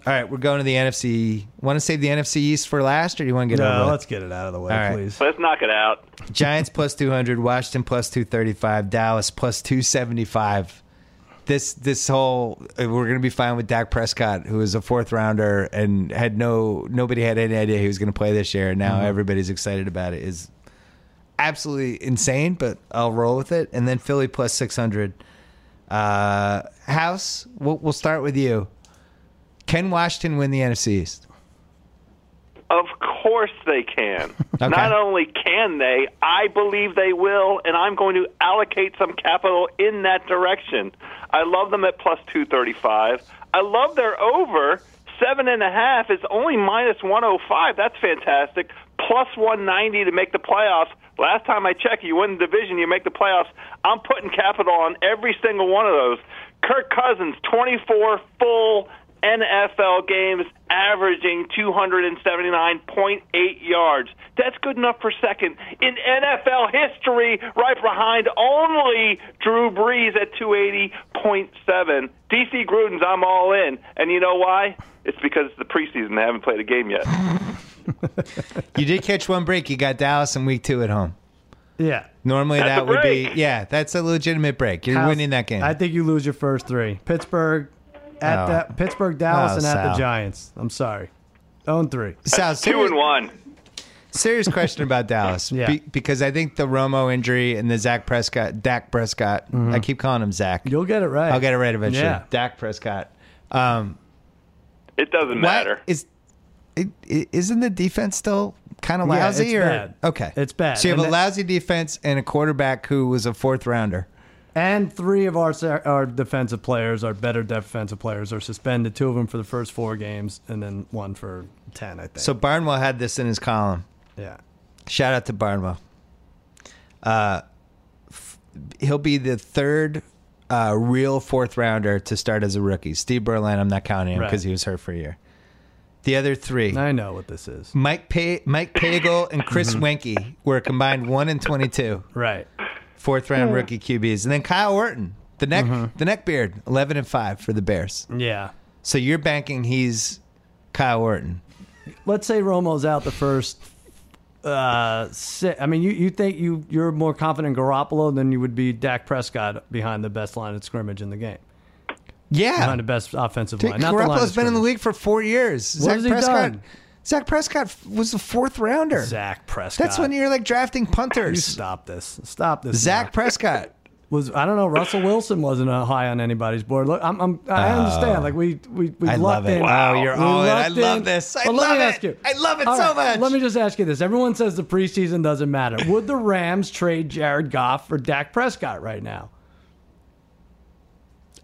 Speaker 1: All right, we're going to the NFC. Want to save the NFC East for last, or do you want to get over
Speaker 3: No,
Speaker 1: it?
Speaker 3: let's get it out of the way,
Speaker 1: All right.
Speaker 3: please.
Speaker 5: Let's knock it out.
Speaker 1: Giants plus 200, Washington plus 235, Dallas plus 275. This this whole uh, we're going to be fine with Dak Prescott, who is a fourth rounder and had no nobody had any idea he was going to play this year, and now everybody's excited about it. Is absolutely insane, but I'll roll with it. And then Philly plus 600. Uh, House, we'll, we'll start with you. Can Washington win the NFC East?
Speaker 5: Of course they can.
Speaker 1: Okay.
Speaker 5: Not only can they, I believe they will, and I'm going to allocate some capital in that direction. I love them at plus 235. I love their over. Seven and a half is only minus 105. That's fantastic. Plus 190 to make the playoffs. Last time I checked, you win the division, you make the playoffs. I'm putting capital on every single one of those. Kirk Cousins, 24 full NFL games averaging 279.8 yards. That's good enough for second in NFL history, right behind only Drew Brees at 280.7. DC Gruden's, I'm all in. And you know why? It's because it's the preseason. They haven't played a game yet.
Speaker 1: You did catch one break. You got Dallas in week two at home.
Speaker 3: Yeah.
Speaker 1: Normally
Speaker 5: That's
Speaker 1: that
Speaker 5: a
Speaker 1: would be
Speaker 5: break.
Speaker 1: yeah, that's a legitimate break. You're
Speaker 3: House-
Speaker 1: winning that game.
Speaker 3: I think you lose your first three. Pittsburgh, at
Speaker 1: Oh.
Speaker 3: that Pittsburgh, Dallas,
Speaker 1: Oh,
Speaker 3: and at the
Speaker 1: Sal.
Speaker 3: Giants. I'm sorry. Own three.
Speaker 1: Sal,
Speaker 5: Two
Speaker 1: serious,
Speaker 5: and one.
Speaker 1: serious question about Dallas
Speaker 3: Yeah.
Speaker 1: be- because I think the Romo injury and the Zach Prescott, Dak Prescott. I keep calling him Zach.
Speaker 3: Mm-hmm. You'll get it right.
Speaker 1: I'll get it right eventually.
Speaker 3: Yeah.
Speaker 1: Dak Prescott. Um,
Speaker 5: It doesn't matter.
Speaker 1: what is? It, it, isn't the defense still kind of
Speaker 3: Yeah,
Speaker 1: lousy?
Speaker 3: it's
Speaker 1: or
Speaker 3: bad.
Speaker 1: okay,
Speaker 3: It's bad.
Speaker 1: So you have
Speaker 3: And
Speaker 1: a
Speaker 3: that-
Speaker 1: lousy defense and a quarterback who was a fourth rounder.
Speaker 3: And three of our our defensive players, our better defensive players, are suspended. Two of them for the first four games, and then one for ten, I think.
Speaker 1: So Barnwell had this in his column.
Speaker 3: yeah,
Speaker 1: Shout out to Barnwell. Uh, f- he'll be the third uh, real fourth rounder to start as a rookie. Steve Berlin, I'm not counting him
Speaker 3: Right.
Speaker 1: because he was hurt for a year. The other three,
Speaker 3: I know what this is.
Speaker 1: Mike pa- Mike Pagel and Chris Wenke, were a combined one and 22
Speaker 3: Right.
Speaker 1: fourth round rookie QBs, and then Kyle Orton, the neck the neck beard, 11 and five for the Bears.
Speaker 3: Yeah.
Speaker 1: So you're banking he's Kyle Orton.
Speaker 3: Let's say Romo's out the first. Uh, si I mean, you, you think you you're more confident in Garoppolo than you would be Dak Prescott behind the best line of scrimmage in the game,
Speaker 1: Yeah,
Speaker 3: behind the best offensive
Speaker 1: Dude,
Speaker 3: line. Not the line
Speaker 1: Garoppolo's
Speaker 3: of
Speaker 1: been in the
Speaker 3: scrimmage.
Speaker 1: league for four years.
Speaker 3: What has he
Speaker 1: Prescott.
Speaker 3: done?
Speaker 1: Zach Prescott f- was the fourth rounder.
Speaker 3: Zach Prescott.
Speaker 1: That's when you're like drafting
Speaker 3: You
Speaker 1: punters.
Speaker 3: stop this. Stop this.
Speaker 1: Zach
Speaker 3: now.
Speaker 1: Prescott.
Speaker 3: was I don't know Russell Wilson wasn't uh, high on anybody's board. Look, I'm, I'm I understand. Like we we we
Speaker 1: Oh. I love
Speaker 3: lucked
Speaker 1: it.
Speaker 3: in.
Speaker 1: Wow, you're
Speaker 3: We
Speaker 1: all in. I
Speaker 3: lucked
Speaker 1: love this. I
Speaker 3: But
Speaker 1: love
Speaker 3: let me
Speaker 1: it.
Speaker 3: ask you.
Speaker 1: I love it
Speaker 3: All
Speaker 1: so much.
Speaker 3: Let me just ask you this. Everyone says the preseason doesn't matter. Would the Rams trade Jared Goff for Dak Prescott right now?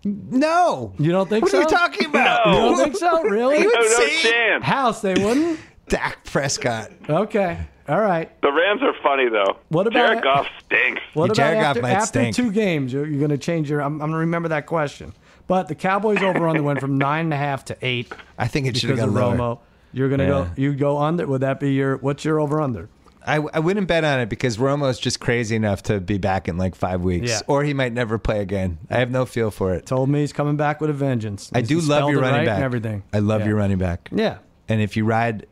Speaker 1: No.
Speaker 3: You don't think
Speaker 1: what
Speaker 3: so?
Speaker 1: are you talking about?
Speaker 5: No.
Speaker 3: You don't think so? Really?
Speaker 1: You
Speaker 5: No,
Speaker 1: would
Speaker 5: no
Speaker 1: say
Speaker 5: chance.
Speaker 3: House they wouldn't.
Speaker 1: Dak Prescott.
Speaker 3: Okay. All right.
Speaker 5: The Rams are funny, though.
Speaker 3: What about
Speaker 5: Jared
Speaker 3: it?
Speaker 5: Goff stinks.
Speaker 3: What about
Speaker 1: Jared Goff
Speaker 3: after,
Speaker 1: might
Speaker 3: after
Speaker 1: stink.
Speaker 3: two games? You're, you're going to change your. I'm, I'm going to remember that question. But the Cowboys over under went from nine and a half to eight.
Speaker 1: I think it should have
Speaker 3: because of
Speaker 1: gone lower.
Speaker 3: Romo. You're gonna
Speaker 1: Yeah.
Speaker 3: go. You go under. Would that be your? What's your over under?
Speaker 1: I, I wouldn't bet on it because Romo's just crazy enough to be back in like five weeks,
Speaker 3: Yeah.
Speaker 1: or he might never play again. I have no feel for it.
Speaker 3: Told me he's coming back with a vengeance.
Speaker 1: I do
Speaker 3: He
Speaker 1: love
Speaker 3: spelled
Speaker 1: your
Speaker 3: it
Speaker 1: running
Speaker 3: right
Speaker 1: back.
Speaker 3: and everything.
Speaker 1: I love
Speaker 3: Yeah.
Speaker 1: your running back.
Speaker 3: Yeah,
Speaker 1: And if you ride,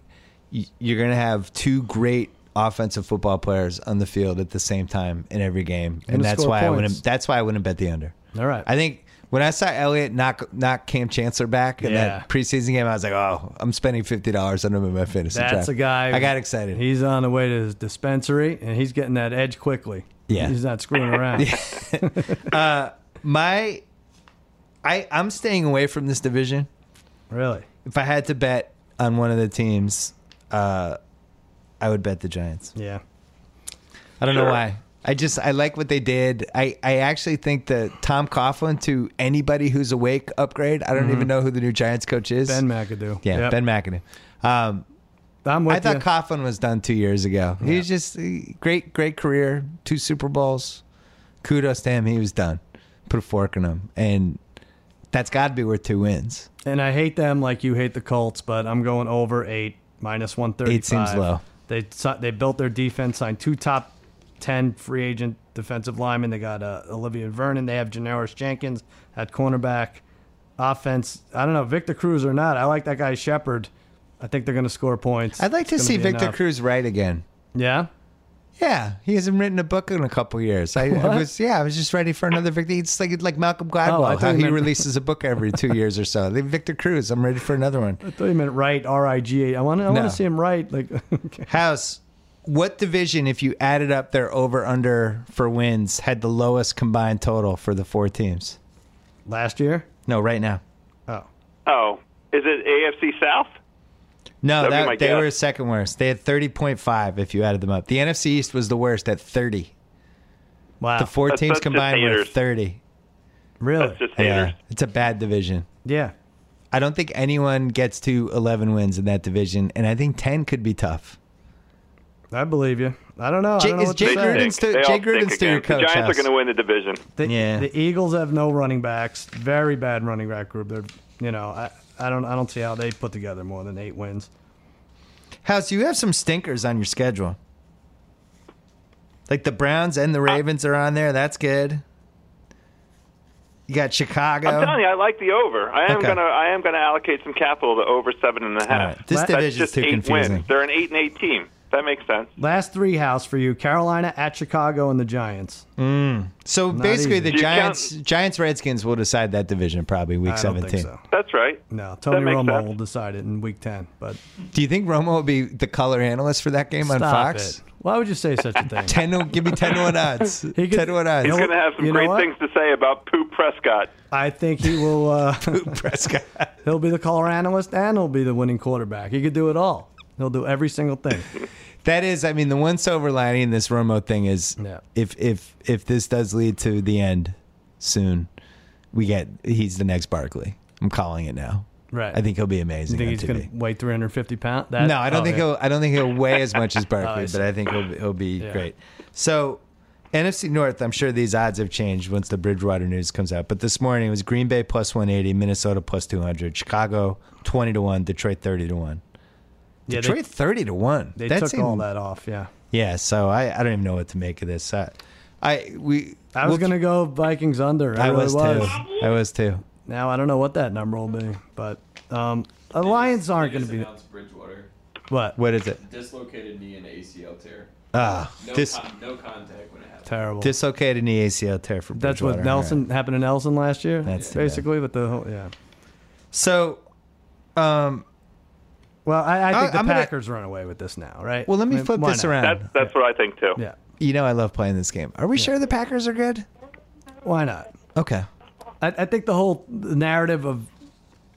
Speaker 1: y- you're going to have two great offensive football players on the field at the same time in every game, and
Speaker 3: Gonna
Speaker 1: that's
Speaker 3: score
Speaker 1: why I
Speaker 3: points.
Speaker 1: wouldn't. That's why I wouldn't bet the under.
Speaker 3: All right.
Speaker 1: I think when I saw Elliott knock knock Cam Chancellor back in
Speaker 3: Yeah.
Speaker 1: that preseason game, I was like, oh, I'm spending fifty dollars on him in my fantasy
Speaker 3: that's
Speaker 1: draft.
Speaker 3: a guy.
Speaker 1: I got excited.
Speaker 3: He's on the way to his dispensary, and he's getting that edge quickly.
Speaker 1: Yeah.
Speaker 3: he's not screwing around.
Speaker 1: my, I I'm staying away from this division.
Speaker 3: Really?
Speaker 1: If I had to bet on one of the teams, uh, I would bet the Giants.
Speaker 3: Yeah.
Speaker 1: I don't know
Speaker 5: Sure.
Speaker 1: why. I just I like what they did. I, I actually think the Tom Coughlin to anybody who's awake upgrade. I don't even know who the new Giants coach is.
Speaker 3: Mm-hmm. Ben McAdoo.
Speaker 1: yeah,
Speaker 3: Yep.
Speaker 1: Ben McAdoo. Um,
Speaker 3: I'm
Speaker 1: I
Speaker 3: with
Speaker 1: thought
Speaker 3: you.
Speaker 1: Coughlin was done two years ago. He was just he- great, great career, two Super Bowls. Kudos to him. He was done. Put a fork in him, and that's got to be worth two wins.
Speaker 3: and I hate them like you hate the Colts, but I'm going over eight minus one thirty.
Speaker 1: Eight seems low.
Speaker 3: They si- they built their defense, signed two top ten free agent defensive linemen. They got uh, Olivia Vernon. They have Janoris Jenkins at cornerback. Offense. I don't know Victor Cruz or not. I like that guy Shepard. I think they're going to score points.
Speaker 1: I'd like to
Speaker 3: It's
Speaker 1: see
Speaker 3: gonna be
Speaker 1: Victor
Speaker 3: enough.
Speaker 1: Cruz right again.
Speaker 3: Yeah.
Speaker 1: Yeah, he hasn't written a book in a couple years. I, I was yeah, I was just ready for another Victor. It's like like Malcolm
Speaker 3: Oh, I
Speaker 1: Gladwell,
Speaker 3: thought
Speaker 1: how
Speaker 3: you
Speaker 1: he
Speaker 3: meant-
Speaker 1: releases a book every two years or so. Like Victor Cruz, I'm ready for another one.
Speaker 3: I thought you meant right. R I G A. I want to. I
Speaker 1: No.
Speaker 3: want to see him right. Like. okay.
Speaker 1: House, what division, if you added up their over under for wins, had the lowest combined total for the four teams?
Speaker 3: Last year.
Speaker 1: No, right now.
Speaker 3: Oh.
Speaker 5: Oh, is it AFC South?
Speaker 1: No,
Speaker 5: That'd be my
Speaker 1: that, they
Speaker 5: guess.
Speaker 1: were second worst. They had 30.5 if you added them up. The NFC East was the worst at 30.
Speaker 3: Wow.
Speaker 1: The four
Speaker 5: Oh, That's
Speaker 1: teams
Speaker 5: such a
Speaker 1: combined were
Speaker 5: haters.
Speaker 1: 30.
Speaker 3: really?
Speaker 5: That's just haters.
Speaker 1: Yeah, it's a bad division.
Speaker 3: yeah.
Speaker 1: I don't think anyone gets to 11 wins in that division, and I think 10 could be tough.
Speaker 3: I believe you. I don't know. I
Speaker 1: Jay-
Speaker 3: don't know
Speaker 1: is
Speaker 3: what to
Speaker 1: Jay
Speaker 5: They
Speaker 3: say.
Speaker 1: Gruden's
Speaker 5: stink.
Speaker 1: still-
Speaker 5: They all
Speaker 1: Jay
Speaker 5: stink
Speaker 1: Gruden's still your
Speaker 5: again.
Speaker 1: coach,
Speaker 5: The Giants
Speaker 1: House.
Speaker 5: are going to win the division.
Speaker 3: The,
Speaker 1: Yeah.
Speaker 3: the Eagles have no running backs. Very bad running back group. They're you know I, I don't I don't see how they put together more than eight wins.
Speaker 1: House, you have some stinkers on your schedule. Like the Browns and the Ravens are on there. That's good. You got Chicago.
Speaker 3: Oh.
Speaker 5: I'm telling you, I like the over. I am
Speaker 1: Okay.
Speaker 5: gonna, I am gonna allocate some capital to over seven and a
Speaker 1: All
Speaker 5: half.
Speaker 1: right. This
Speaker 3: That's
Speaker 5: That's
Speaker 1: division's
Speaker 5: just
Speaker 1: too
Speaker 5: eight
Speaker 1: confusing.
Speaker 5: wins. They're an eight and eight team. That makes sense.
Speaker 3: Last three house for you: Carolina at Chicago and the Giants.
Speaker 1: So basically,
Speaker 3: easy.
Speaker 1: the
Speaker 5: Do you count-
Speaker 1: Giants, Giants, Redskins will decide that division probably week
Speaker 3: I don't
Speaker 1: seventeen.
Speaker 3: think so.
Speaker 5: That's right.
Speaker 3: No, Tony
Speaker 5: makes
Speaker 3: Romo
Speaker 5: sense.
Speaker 3: will decide it in Week Ten. But
Speaker 1: Do you think Romo will be the color analyst for that game on
Speaker 3: stop
Speaker 1: Fox?
Speaker 3: it. Why would you say such a thing?
Speaker 1: Ten, to, give me ten to one odds.
Speaker 3: He could-
Speaker 1: ten to one odds.
Speaker 5: He's gonna have some
Speaker 3: you know
Speaker 5: great
Speaker 3: what?
Speaker 5: things to say about Pooh Prescott.
Speaker 3: I think he will. Uh,
Speaker 1: Prescott.
Speaker 3: he'll be the color analyst and he'll be the winning quarterback. He could do it all. He'll do every single thing.
Speaker 1: That is, I mean, the one silver lining in this Romo thing is
Speaker 3: Yeah.
Speaker 1: if if if this does lead to the end soon, we get he's the next Barkley. I'm calling it now.
Speaker 3: Right.
Speaker 1: I think he'll be amazing.
Speaker 3: You think
Speaker 1: on
Speaker 3: he's Oh,
Speaker 1: TV.
Speaker 3: going to weigh 350 pounds?
Speaker 1: No, I don't think he'll. I don't think he'll weigh as much as
Speaker 3: Oh,
Speaker 1: Barkley,
Speaker 3: I see.
Speaker 1: but I think he'll, be- he'll be great. So, NFC North. I'm sure these odds have changed once the Bridgewater news comes out. But this morning it was Green Bay plus 180, Minnesota plus 200, Chicago 20 to one, Detroit 30 to one.
Speaker 3: Yeah, they-
Speaker 1: Detroit 30 to one.
Speaker 3: They
Speaker 1: That
Speaker 3: took all
Speaker 1: seemed-
Speaker 3: that off. Yeah.
Speaker 1: Yeah. So I, I don't even know what to make of this. I, I we.
Speaker 3: I was
Speaker 1: we'll-
Speaker 3: gonna go Vikings under. I,
Speaker 1: I
Speaker 3: really
Speaker 1: was
Speaker 3: was.
Speaker 1: too. I was too.
Speaker 3: Now I don't know what that number will be, but um, the Lions aren't gonna be.
Speaker 4: announced Bridgewater
Speaker 3: What?
Speaker 1: What is it?
Speaker 4: dislocated knee and ACL tear.
Speaker 1: Ah,
Speaker 4: No,
Speaker 1: dis-
Speaker 4: con- no contact when it happened.
Speaker 3: Terrible.
Speaker 1: dislocated knee ACL tear from
Speaker 3: That's what
Speaker 1: Bridgewater.
Speaker 3: Nelson happened to Nelson last year.
Speaker 1: That's too bad.
Speaker 3: basically with the whole yeah.
Speaker 1: So, um.
Speaker 3: Well, I, I think
Speaker 1: I-
Speaker 3: the
Speaker 1: I'm gonna-
Speaker 3: Packers run away with this now, right?
Speaker 1: Well, let me
Speaker 3: I mean,
Speaker 1: flip
Speaker 3: why
Speaker 1: this
Speaker 3: not?
Speaker 1: around.
Speaker 5: That's that's what I think too.
Speaker 3: Yeah.
Speaker 1: You know I love playing this game. Are we sure the Packers are good?
Speaker 3: Why not?
Speaker 1: Okay.
Speaker 3: I, I think the whole narrative of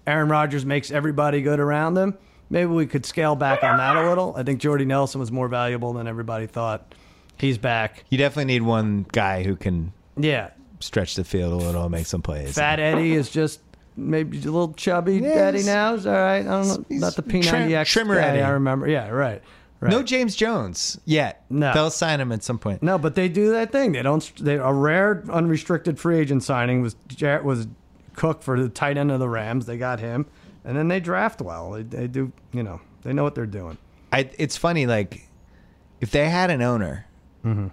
Speaker 3: Aaron Rodgers makes everybody good around him. Maybe we could scale back on that a little. I think Jordy Nelson was more valuable than everybody thought. He's back.
Speaker 1: You definitely need one guy who can
Speaker 3: Yeah,
Speaker 1: stretch the field a little and make some plays.
Speaker 3: Fat Eddie is just maybe a little chubby
Speaker 1: Yeah,
Speaker 3: Eddie
Speaker 1: he's-
Speaker 3: now. Is all right. I don't know.
Speaker 1: he's
Speaker 3: Not the
Speaker 1: trim-
Speaker 3: P90X
Speaker 1: trimmer
Speaker 3: guy
Speaker 1: Eddie.
Speaker 3: I remember. Yeah, right. Right.
Speaker 1: No James Jones yet.
Speaker 3: No.
Speaker 1: They'll sign him at some point.
Speaker 3: No, but they do that thing. They don't. They a rare unrestricted free agent signing was Jar- was Cook for the tight end of the Rams. They got him, and then they draft well. They, they do. You know, they know what they're doing.
Speaker 1: I, it's funny, like, if they had an owner,
Speaker 3: Mm-hmm.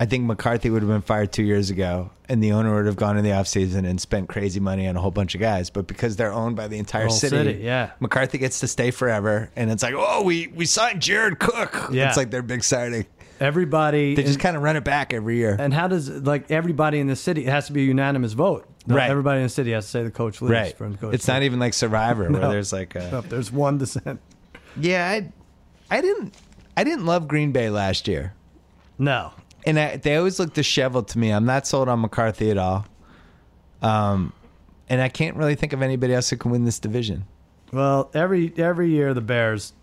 Speaker 1: I think McCarthy would have been fired two years ago, and the owner would have gone in the offseason and spent crazy money on a whole bunch of guys. But because they're owned by the entire
Speaker 3: whole
Speaker 1: city,
Speaker 3: city, yeah.
Speaker 1: McCarthy gets to stay forever. And it's like, oh, we, we signed Jared Cook.
Speaker 3: Yeah.
Speaker 1: It's like their big signing.
Speaker 3: Everybody.
Speaker 1: They
Speaker 3: in-
Speaker 1: just kind of run it back every year.
Speaker 3: and how does like everybody in the city? It has to be a unanimous vote. No,
Speaker 1: Right.
Speaker 3: Everybody in the city has to say the coach leaves.
Speaker 1: right.
Speaker 3: From coach
Speaker 1: It's not even like Survivor where
Speaker 3: No.
Speaker 1: there's like a
Speaker 3: Up. There's one dissent.
Speaker 1: yeah. I, I didn't I didn't love Green Bay last year,
Speaker 3: No.
Speaker 1: and I, they always look disheveled to me. I'm not sold on McCarthy at all. Um, and I can't really think of anybody else who can win this division.
Speaker 3: Well, every every year the Bears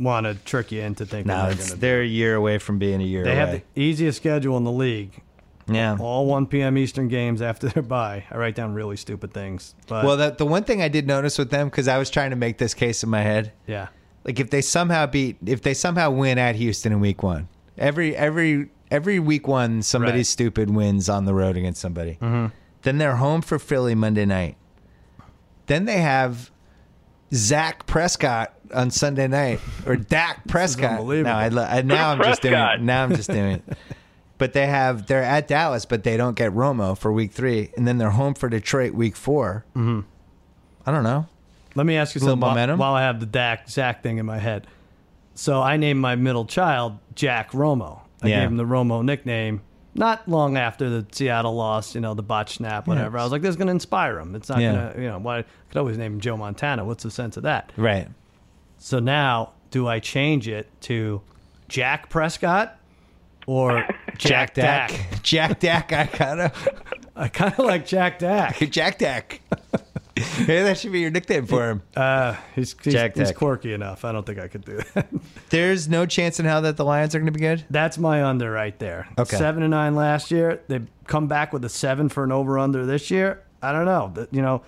Speaker 3: want to trick you into thinking
Speaker 1: No,
Speaker 3: they're
Speaker 1: it's
Speaker 3: going to.
Speaker 1: they're a year away from being a year
Speaker 3: They
Speaker 1: away.
Speaker 3: have the easiest schedule in the league.
Speaker 1: yeah.
Speaker 3: All 1 p.m. Eastern games after their bye. I write down really stupid things, but
Speaker 1: Well, that, the one thing I did notice with them because I was trying to make this case in my head,
Speaker 3: yeah,
Speaker 1: like if they somehow beat, if they somehow win at Houston in Week One, every every every Week One somebody
Speaker 3: Right.
Speaker 1: stupid wins on the road against somebody. Then they're home for Philly Monday night. Then they have Zach Prescott on Sunday night or Dak Prescott.
Speaker 3: unbelievable.
Speaker 1: No, I, lo- I, now I'm just doing it.
Speaker 5: Prescott.
Speaker 1: Now I'm just doing it. But they have they're at Dallas, but they don't get Romo for Week Three, and then they're home for Detroit Week 4 Mm-hmm. I don't know.
Speaker 3: Let me ask you
Speaker 1: Little
Speaker 3: something while-
Speaker 1: momentum?
Speaker 3: while I have the Dak Zach thing in my head. So I named my middle child Jack Romo. I
Speaker 1: Yeah.
Speaker 3: gave him the Romo nickname. Not long after the Seattle loss, you know, the botch snap, whatever. I was like, this is going to inspire him. It's not
Speaker 1: Yeah.
Speaker 3: going to, you know, why, I could always name him Joe Montana. What's the sense of that?
Speaker 1: Right.
Speaker 3: So now, do I change it to Jack Prescott or Jack, Dak?
Speaker 1: Jack Dak. I gotta.
Speaker 3: I kind of like Jack Dak.
Speaker 1: Jack Dak. Maybe that should be your nickname for him.
Speaker 3: Uh, he's, he's,
Speaker 1: Jack
Speaker 3: he's
Speaker 1: Dak.
Speaker 3: quirky enough. I don't think I could do that.
Speaker 1: There's no chance in hell that the Lions are going to be good.
Speaker 3: That's my under right there.
Speaker 1: Okay.
Speaker 3: Seven and nine last year. They come back with a seven for an over under this year. I don't know. The- You know,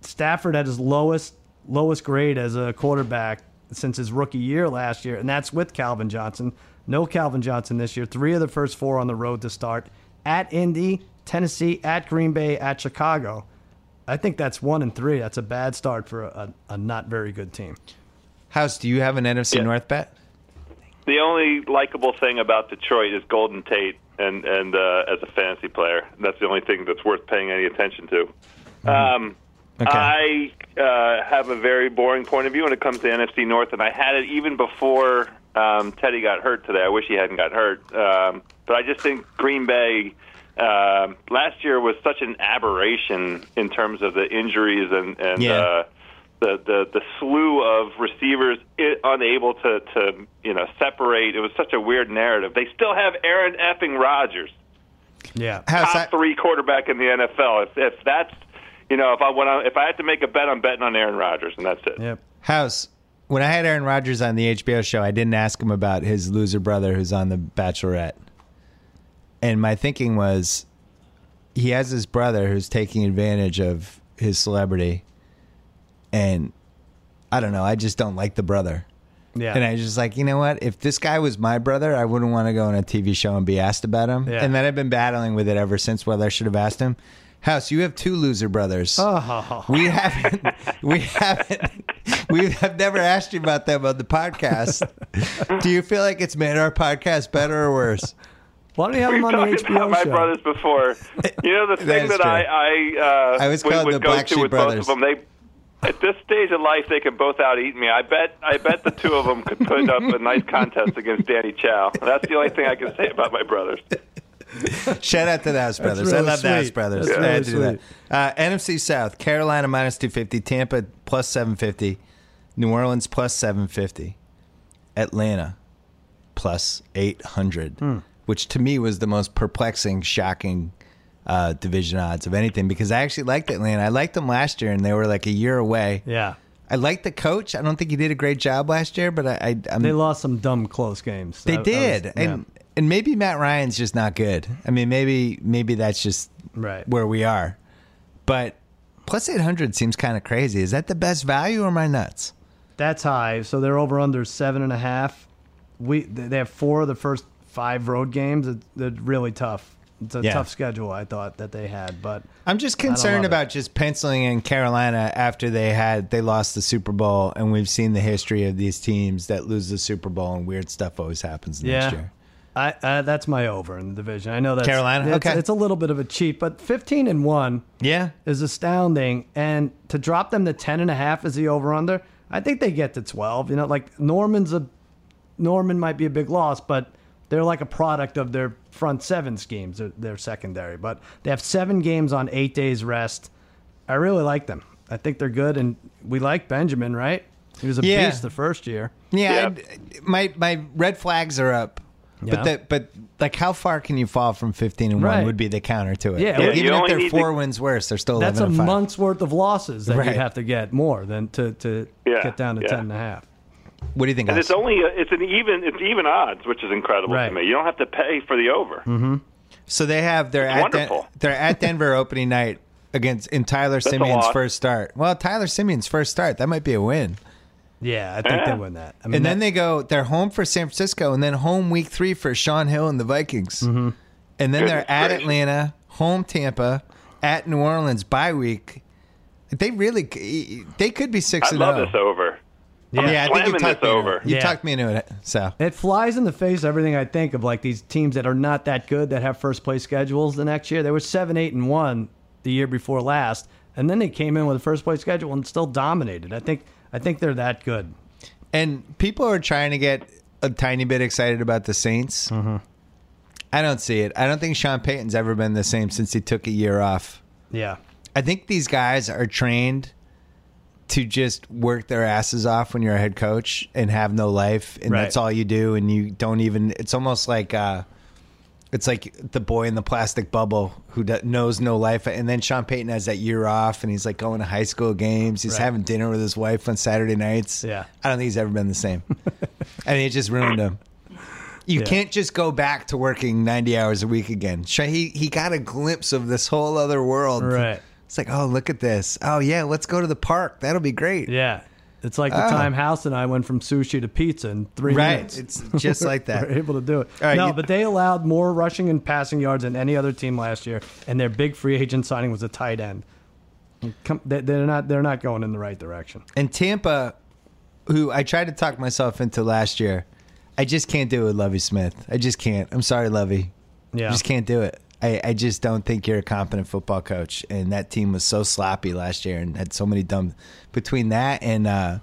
Speaker 3: Stafford had his lowest lowest grade as a quarterback since his rookie year last year, and that's with Calvin Johnson. No Calvin Johnson this year. Three of the first four on the road to start at Indy, Tennessee, at Green Bay, at Chicago. I think that's one and three. That's a bad start for a, a, a not very good team.
Speaker 1: House, do you have an NFC
Speaker 5: Yeah.
Speaker 1: North bet?
Speaker 5: The only likable thing about Detroit is Golden Tate, and and uh, as a fantasy player, that's the only thing that's worth paying any attention to. Um,
Speaker 1: Okay.
Speaker 5: I uh, have a very boring point of view when it comes to NFC North, and I had it even before um, Teddy got hurt today. I wish he hadn't got hurt, um, but I just think Green Bay um last year was such an aberration in terms of the injuries and and.
Speaker 1: Yeah.
Speaker 5: Uh, the, the, the slew of receivers i unable to, to you know separate. It was such a weird narrative. They still have Aaron effing Rodgers,
Speaker 3: Yeah.
Speaker 1: House, I,
Speaker 5: top three quarterback in the NFL. If, if that's you know if I when I, if I had to make a bet, I'm betting on Aaron Rodgers, and that's it.
Speaker 3: Yep.
Speaker 1: House, when I had Aaron Rodgers on the HBO show, I didn't ask him about his loser brother who's on The Bachelorette. And my thinking was he has his brother who's taking advantage of his celebrity. And I don't know. I just don't like the brother.
Speaker 3: Yeah.
Speaker 1: And I was just like, you know what? If this guy was my brother, I wouldn't want to go on a TV show and be asked about him.
Speaker 3: Yeah.
Speaker 1: And then I've been battling with it ever since whether I should have asked him. House, you have two loser brothers.
Speaker 3: oh.
Speaker 1: We haven't. We haven't. We have never asked you about them on the podcast. Do you feel like it's made our podcast better or worse?
Speaker 3: Why don't you have
Speaker 5: We've
Speaker 3: him on the
Speaker 5: talked
Speaker 3: HBO
Speaker 5: about my
Speaker 3: show?
Speaker 5: brothers before. You know the thing
Speaker 1: is
Speaker 5: that,
Speaker 1: true.
Speaker 5: I I, uh,
Speaker 1: I was
Speaker 5: would,
Speaker 1: called
Speaker 5: would
Speaker 1: the
Speaker 5: go
Speaker 1: Black
Speaker 5: to
Speaker 1: Sheep
Speaker 5: with
Speaker 1: Brothers.
Speaker 5: both of them. They at this stage of life they can both out eat me. I bet I bet the two of them could put up a nice contest against Danny Chow. That's the only thing I can say about my brothers.
Speaker 1: Shout out to the House Brothers. I
Speaker 3: really
Speaker 1: love the House
Speaker 3: sweet.
Speaker 1: Brothers.
Speaker 3: That's
Speaker 1: I had
Speaker 3: really
Speaker 1: to do that. Uh, NFC South: Carolina minus two fifty, Tampa plus seven fifty, New Orleans plus seven fifty, Atlanta plus eight hundred,
Speaker 3: Hmm.
Speaker 1: which to me was the most perplexing, shocking uh, division odds of anything because I actually liked Atlanta. I liked them last year, and they were like a year away.
Speaker 3: Yeah.
Speaker 1: I like the coach. I don't think he did a great job last year, but I, I I'm,
Speaker 3: They
Speaker 1: they,
Speaker 3: lost some dumb close games. I- I was-
Speaker 1: did,
Speaker 3: yeah.
Speaker 1: and and maybe Matt Ryan's just not good. I mean, maybe maybe that's just
Speaker 3: Right.
Speaker 1: where we are. But plus eight hundred seems kind of crazy. Is that the best value or am I nuts?
Speaker 3: that's high. So they're over under seven and a half. We they they have four of the first five road games. It- They're really tough. It's a
Speaker 1: Yeah.
Speaker 3: tough schedule. I thought that they had, but
Speaker 1: I'm just
Speaker 3: love
Speaker 1: concerned
Speaker 3: it.
Speaker 1: about just penciling in Carolina after they had they lost the Super Bowl, and we've seen the history of these teams that lose the Super Bowl, and weird stuff always happens next
Speaker 3: yeah.
Speaker 1: year.
Speaker 3: I, I, that's my over in the division. I know that's
Speaker 1: Carolina?
Speaker 3: It's,
Speaker 1: Okay.
Speaker 3: it's a little bit of a cheat, but fifteen and one
Speaker 1: Yeah,
Speaker 3: is astounding. And to drop them to ten and a half is the over under. I think they get to twelve. You know, like Norman's a Norman might be a big loss, but they're like a product of their front seven schemes, their, their secondary. But they have seven games on eight days rest. I really like them. I think they're good, and we like Benjamin, right? He was a
Speaker 1: Yeah.
Speaker 3: beast the first year.
Speaker 1: Yeah,
Speaker 5: Yeah.
Speaker 1: I'd- my my red flags are up. But
Speaker 3: Yeah.
Speaker 1: the, but like how far can you fall from fifteen and one
Speaker 3: Right.
Speaker 1: would be the counter to it.
Speaker 3: Yeah,
Speaker 1: Like,
Speaker 3: Yeah,
Speaker 5: you
Speaker 1: even if
Speaker 5: only
Speaker 1: they're
Speaker 5: need
Speaker 1: four
Speaker 5: to-
Speaker 1: wins worse, they're still
Speaker 3: That's a
Speaker 1: eleven and five.
Speaker 3: month's worth of losses that
Speaker 1: Right.
Speaker 3: you have to get more than to, to
Speaker 5: Yeah,
Speaker 3: get down to
Speaker 5: yeah.
Speaker 3: ten and a half.
Speaker 1: What do you think?
Speaker 5: And it's
Speaker 1: Austin?
Speaker 5: only uh, it's an even it's even odds, which is incredible
Speaker 3: Right.
Speaker 5: to me. You don't have to pay for the over.
Speaker 1: Mm-hmm. so they have they're
Speaker 5: It's
Speaker 1: at Den-
Speaker 5: wonderful.
Speaker 1: they're at Denver opening night against in Tyler
Speaker 5: a
Speaker 1: Simeon's
Speaker 5: lot.
Speaker 1: first start. Well, Tyler Simeon's first start that might be a win.
Speaker 3: Yeah, I think
Speaker 5: Yeah.
Speaker 3: they win that. I mean,
Speaker 1: And then
Speaker 3: that-
Speaker 1: they go they're home for San Francisco and then home week three for Sean Hill and the Vikings.
Speaker 3: Mm-hmm.
Speaker 1: And then
Speaker 5: Goodness
Speaker 1: they're at
Speaker 5: gracious.
Speaker 1: Atlanta, home Tampa, at New Orleans bye week. They really c- they could be six
Speaker 5: I
Speaker 1: and
Speaker 5: love
Speaker 1: oh.
Speaker 5: this over.
Speaker 3: yeah,
Speaker 1: Yeah, I think you
Speaker 5: slamming this
Speaker 1: talked me into
Speaker 5: over.
Speaker 1: it. You
Speaker 3: Yeah.
Speaker 1: talked me into it. So
Speaker 3: it flies in the face of everything I think of like these teams that are not that good that have first place schedules the next year. They were seven, eight, and one the year before last, and then they came in with a first place schedule and still dominated. I think I think they're that good.
Speaker 1: and people are trying to get a tiny bit excited about the Saints. I don't see it. I don't think Sean Payton's ever been the same since he took a year off.
Speaker 3: Yeah,
Speaker 1: I think these guys are trained to just work their asses off when you're a head coach and have no life, and
Speaker 3: Right.
Speaker 1: that's all you do, and you don't even. It's almost like uh, it's like the boy in the plastic bubble who do, knows no life, and then Sean Payton has that year off, and he's like going to high school games. He's
Speaker 3: Right.
Speaker 1: having dinner with his wife on Saturday nights.
Speaker 3: Yeah.
Speaker 1: I don't think he's ever been the same. I mean, it just ruined him. You
Speaker 3: Yeah.
Speaker 1: can't just go back to working 90 hours a week again. Sh- He, he got a glimpse of this whole other world.
Speaker 3: Right.
Speaker 1: It's like, oh, look at this. Oh, yeah, let's go to the park. That'll be great.
Speaker 3: yeah. It's like
Speaker 1: Oh.
Speaker 3: the time House and I went from sushi to pizza in three
Speaker 1: Right.
Speaker 3: minutes.
Speaker 1: It's just like that.
Speaker 3: They're able to do it.
Speaker 1: All right,
Speaker 3: no,
Speaker 1: you-
Speaker 3: but they allowed more rushing and passing yards than any other team last year, and their big free agent signing was a tight end. Come, they- they're not. They're not going in the right direction.
Speaker 1: And Tampa, who I tried to talk myself into last year, I just can't do it with Lovey Smith. I just can't. I'm sorry, Lovey.
Speaker 3: Yeah.
Speaker 1: I just can't do it. I, I just don't think you're a competent football coach. And that team was so sloppy last year and had so many dumb. Between that and uh,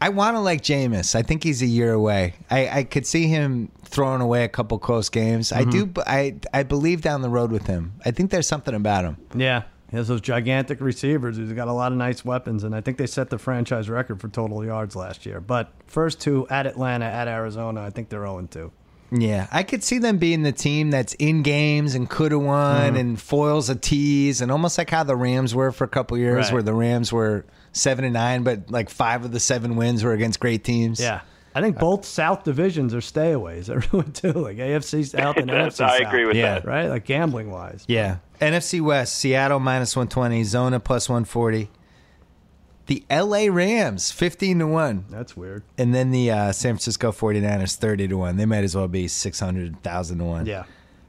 Speaker 1: I want to like Jameis. I think he's a year away. I, I could see him throwing away a couple close games. I do. b- I I believe down the road with him. I think there's something about him.
Speaker 3: Yeah, he has those gigantic receivers. He's got a lot of nice weapons, and I think they set the franchise record for total yards last year. But first two at Atlanta, at Arizona, I think they're 0 2.
Speaker 1: Yeah, I could see them being the team that's in games and could have won
Speaker 3: Mm.
Speaker 1: and foils a tease and almost like how the Rams were for a couple years,
Speaker 3: Right.
Speaker 1: where the Rams were seven and nine, but like five of the seven wins were against great teams.
Speaker 3: Yeah. I think both South divisions are stayaways. Everyone too, like AFC South and NFC
Speaker 5: That's-
Speaker 3: South.
Speaker 5: I agree with
Speaker 1: Yeah.
Speaker 5: that.
Speaker 3: Right, like gambling wise.
Speaker 1: yeah. NFC West: Seattle minus one twenty, Zona plus one forty, the LA Rams fifteen to one,
Speaker 3: That's weird.
Speaker 1: and then the uh, San Francisco 49ers thirty to one. They might as well be six hundred thousand to one.
Speaker 3: Yeah,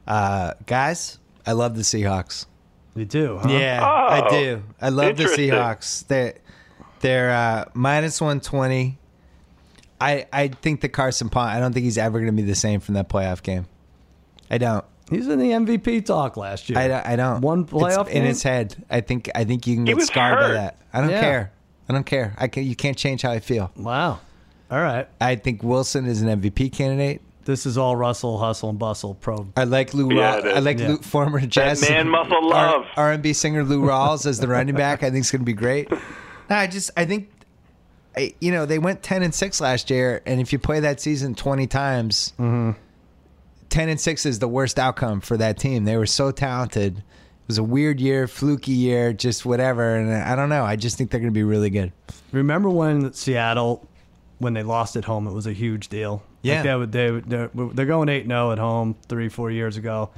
Speaker 1: uh, guys, I love the Seahawks.
Speaker 3: you do. Huh?
Speaker 1: Yeah, I
Speaker 5: Oh,
Speaker 1: do. I love the
Speaker 5: interesting.
Speaker 1: Seahawks. They they're uh, minus one twenty. I I think the Carson Pond. I don't think he's ever going to be the same from that playoff game. I don't.
Speaker 3: He's in the MVP talk last year.
Speaker 1: I, don't- I don't.
Speaker 3: One
Speaker 1: It's
Speaker 3: playoff
Speaker 1: in
Speaker 3: game?
Speaker 1: his head. I think I think you can get
Speaker 5: was
Speaker 1: scarred by
Speaker 5: hurt.
Speaker 1: that. I don't
Speaker 3: Yeah.
Speaker 1: care. I don't care. I can. You can't change how I feel.
Speaker 3: Wow. All right.
Speaker 1: I think Wilson is an MVP candidate.
Speaker 3: This is all Russell hustle and bustle probe.
Speaker 1: I like Lou.
Speaker 5: Yeah,
Speaker 1: Rawls.
Speaker 5: it is.
Speaker 1: I like
Speaker 3: Yeah.
Speaker 1: Lou, former jazz
Speaker 5: man muscle love.
Speaker 1: R and B singer Lou Rawls as the running back. I think it's going to be great. No, I just I think, I, you know, they went ten and six last year, and if you play that season twenty times, ten and six is the worst outcome for that team. They were so talented. It was a weird year, fluky year, just whatever. And I don't know. I just think they're going to be really good.
Speaker 3: Remember when Seattle, when they lost at home, it was a huge deal.
Speaker 1: Yeah.
Speaker 3: like they would, they would- they're, they're going eight zero at home three four years ago.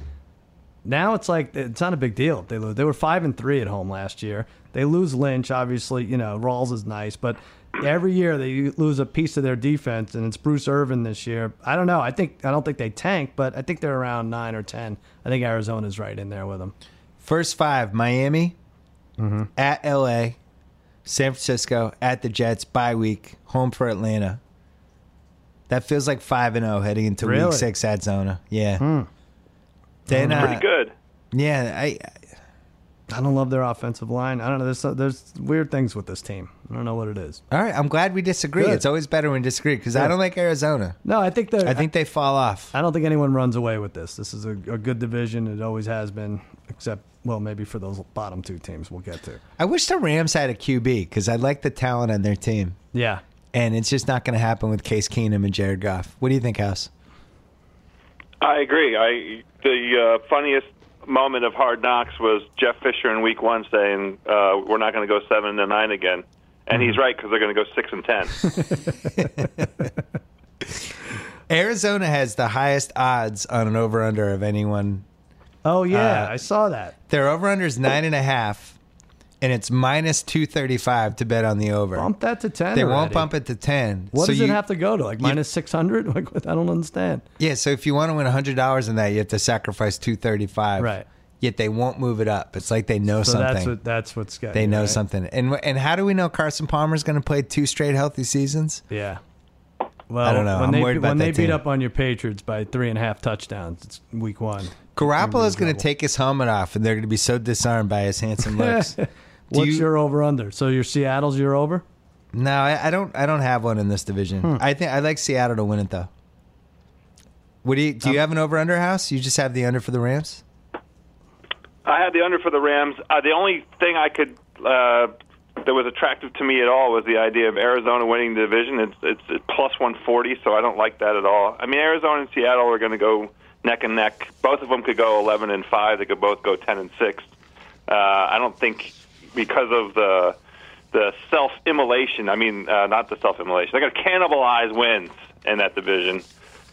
Speaker 3: Now it's like it's not a big deal. if They lose. They were five and three at home last year. They lose Lynch, obviously. You know Rawls is nice, but every year they lose a piece of their defense, and it's Bruce Irvin this year. I don't know. I think I don't think they tank, but I think they're around nine or ten. I think Arizona's right in there with them.
Speaker 1: First five: Miami,
Speaker 3: Mm-hmm.
Speaker 1: at L.A., San Francisco, at the Jets. Bye week, home for Atlanta. That feels like five and zero heading into
Speaker 3: Really? Hmm. Mm-hmm.
Speaker 1: week six at Zona. Yeah. Then uh,
Speaker 5: Pretty good.
Speaker 1: Yeah, I
Speaker 3: I don't love their offensive line. I don't know. There's there's weird things with this team. I don't know what it is.
Speaker 1: all right. I'm glad we disagree.
Speaker 3: Good.
Speaker 1: It's always better when we disagree because I
Speaker 3: Yeah.
Speaker 1: don't like Arizona.
Speaker 3: No, I think they're.
Speaker 1: I think they fall off.
Speaker 3: I don't think anyone runs away with this. This is a, a good division. It always has been, except well, maybe for those bottom two teams we'll get to.
Speaker 1: I wish the Rams had a QB because I like the talent on their team,
Speaker 3: Yeah,
Speaker 1: and it's just not going to happen with Case Keenum and Jared Goff. What do you think, House?
Speaker 5: I agree. I the uh, funniest moment of Hard Knocks was Jeff Fisher in Week One saying, uh, "We're not going to go seven to nine again," and he's right because they're going to go six and ten.
Speaker 1: Arizona has the highest odds on an over under of anyone.
Speaker 3: Oh yeah,
Speaker 1: Uh,
Speaker 3: I saw that.
Speaker 1: Their over under is nine and a half, and it's minus 235 to bet on the over.
Speaker 3: Bump that to ten.
Speaker 1: they
Speaker 3: already.
Speaker 1: won't bump it to 10.
Speaker 3: What
Speaker 1: so
Speaker 3: does
Speaker 1: you,
Speaker 3: it have to go to? Like minus six hundred? Like I don't understand.
Speaker 1: Yeah, so if you want to win $100 in that, you have to sacrifice 235
Speaker 3: Right.
Speaker 1: Yet they won't move it up. It's like they know
Speaker 3: So
Speaker 1: something.
Speaker 3: that's what that's what's got.
Speaker 1: they
Speaker 3: you,
Speaker 1: know
Speaker 3: right?
Speaker 1: something. And and how do we know Carson Palmer's going to play two straight healthy seasons?
Speaker 3: Yeah. Well,
Speaker 1: I don't know.
Speaker 3: When
Speaker 1: I'm
Speaker 3: they,
Speaker 1: worried about
Speaker 3: when
Speaker 1: that
Speaker 3: they beat
Speaker 1: team.
Speaker 3: up on your Patriots by three and a half touchdowns, it's week one.
Speaker 1: Garoppolo's going to take his helmet off, and they're going to be so disarmed by his handsome looks. Do
Speaker 3: What's
Speaker 1: you-
Speaker 3: your over under? So your Seattle's your over?
Speaker 1: No, I, I don't. I don't have one in this division.
Speaker 3: Hmm.
Speaker 1: I think I like Seattle to win it though. What do you
Speaker 3: Um,
Speaker 1: do? You have an over under house? You just have the under for the Rams.
Speaker 5: I had the under for the Rams. Uh, the only thing I could uh, that was attractive to me at all was the idea of Arizona winning the division. It's it's, it's plus one forty, so I don't like that at all. I mean, Arizona and Seattle are going to go neck and neck. Both of them could go eleven and five. They could both go ten and six. Uh, I don't think because of the the self immolation. I mean, uh, not the self immolation. They're going to cannibalize wins in that division.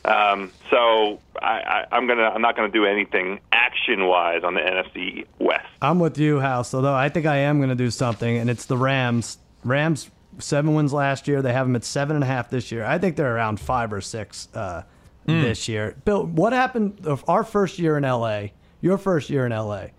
Speaker 5: Um, so I, I, I'm gonna I'm not gonna do anything action wise on the NFC West.
Speaker 3: I'm with you, House. Although I think I am going to do something, and it's the Rams. Rams seven wins last year. They have them at seven and a half this year. I think they're around five or six uh,
Speaker 1: Hmm.
Speaker 3: this year. Bill, what happened of our first year in LA? Your first year in LA. It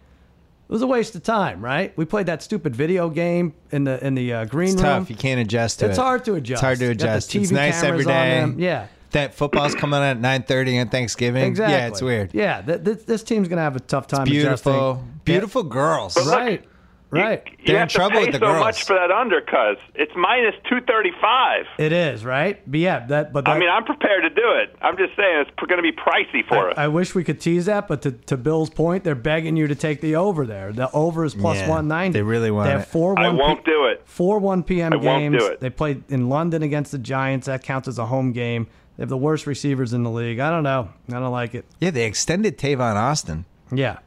Speaker 3: was a waste of time, right? We played that stupid video game in the in the uh, green
Speaker 1: It's
Speaker 3: room.
Speaker 1: tough. You can't adjust to
Speaker 3: It's
Speaker 1: it.
Speaker 3: hard to
Speaker 1: It's
Speaker 3: adjust.
Speaker 1: hard to
Speaker 3: You got the
Speaker 1: adjust.
Speaker 3: TV
Speaker 1: It's nice every
Speaker 3: cameras on
Speaker 1: day.
Speaker 3: them. Yeah.
Speaker 1: That football's coming on at nine thirty on Thanksgiving.
Speaker 3: Exactly.
Speaker 1: Yeah, it's weird.
Speaker 3: Yeah, th- this, this team's going to have a tough time
Speaker 1: Beautiful,
Speaker 3: adjusting.
Speaker 1: beautiful girls.
Speaker 3: Yeah, Right. Right.
Speaker 5: You,
Speaker 1: They're in
Speaker 5: have
Speaker 1: trouble
Speaker 5: to pay
Speaker 1: with the
Speaker 5: so
Speaker 1: girls.
Speaker 5: much for that undercut. It's minus two thirty five.
Speaker 3: It is right, but yeah, that. But that,
Speaker 5: I mean, I'm prepared to do it. I'm just saying it's going to be pricey for us.
Speaker 3: I wish we could tease that, but to, to Bill's point, they're begging you to take the over there. The over is plus
Speaker 1: Yeah,
Speaker 3: 190.
Speaker 1: they really want
Speaker 3: They have
Speaker 1: it.
Speaker 3: four
Speaker 5: I
Speaker 3: one
Speaker 5: won't
Speaker 3: P-
Speaker 5: do it.
Speaker 3: Four 1 p.m.
Speaker 5: I won't
Speaker 3: games.
Speaker 5: do it.
Speaker 3: They played in London against the Giants. That counts as a home game. They have the worst receivers in the league. I don't know. I don't like it.
Speaker 1: Yeah, they extended Tavon Austin.
Speaker 3: Yeah.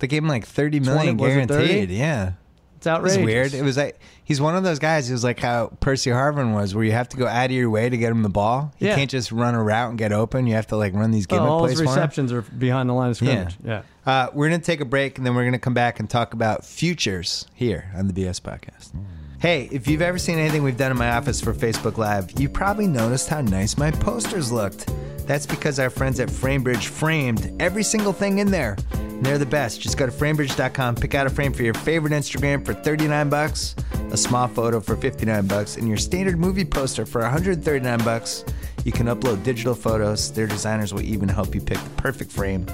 Speaker 1: They gave him like thirty million
Speaker 3: was it 30?
Speaker 1: guaranteed. Yeah.
Speaker 3: It's outrageous.
Speaker 1: It's weird. It was like he's one of those guys who's like how Percy Harvin was, where you have to go out of your way to get him the ball. You
Speaker 3: Yeah.
Speaker 1: can't just run a route and get open. You have to like run these
Speaker 3: Oh,
Speaker 1: gimmick
Speaker 3: all
Speaker 1: plays
Speaker 3: his
Speaker 1: for him.
Speaker 3: receptions are behind the line of
Speaker 1: Yeah,
Speaker 3: scrimmage. Yeah.
Speaker 1: Uh, we're gonna take a break and then we're gonna come back and talk about futures here on the BS podcast. Hey, if you've ever seen anything we've done in my office for Facebook Live, you probably noticed how nice my posters looked. That's because our friends at Framebridge framed every single thing in there. And they're the best. Just go to framebridge.com, pick out a frame for your favorite Instagram for 39 bucks, a small photo for 59 bucks, and your standard movie poster for 139 bucks. You can upload digital photos. Their designers will even help you pick the perfect frame.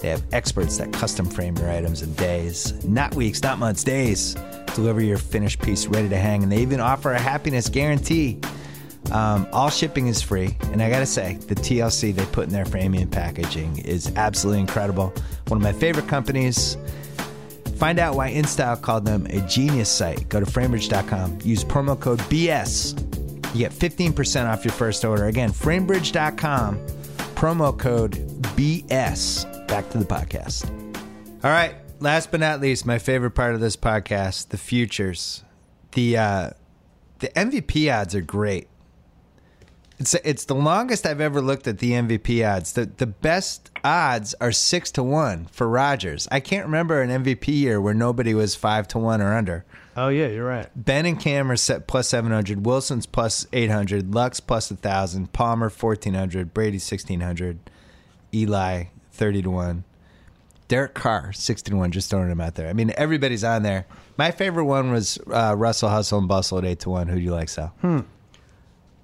Speaker 1: They have experts that custom frame your items in days, not weeks, not months, days. Deliver your finished piece ready to hang, and they even offer a happiness guarantee. Um, all shipping is free, and I gotta say, the TLC they put in their framing and packaging is absolutely incredible. One of my favorite companies. Find out why InStyle called them a genius site. Go to framebridge.com, use promo code BS. You get 15% off your first order. Again, framebridge.com, promo code BS. Back to the podcast. All right, last but not least, my favorite part of this podcast, the futures. The uh the MVP odds are great. It's it's the longest I've ever looked at the MVP odds. The the best odds are six to one for Rogers. I can't remember an MVP year where nobody was five to one or under.
Speaker 3: Oh, yeah, you're right.
Speaker 1: Ben and Cam are set plus seven hundred. Wilson's plus eight hundred. Lux plus thousand. Palmer fourteen hundred. Brady sixteen hundred. Eli thirty to one. Derek Carr sixty to one. Just throwing him out there. I mean, everybody's on there. My favorite one was uh, Russell Hustle and Bustle at eight to one. Who do you like, Sal?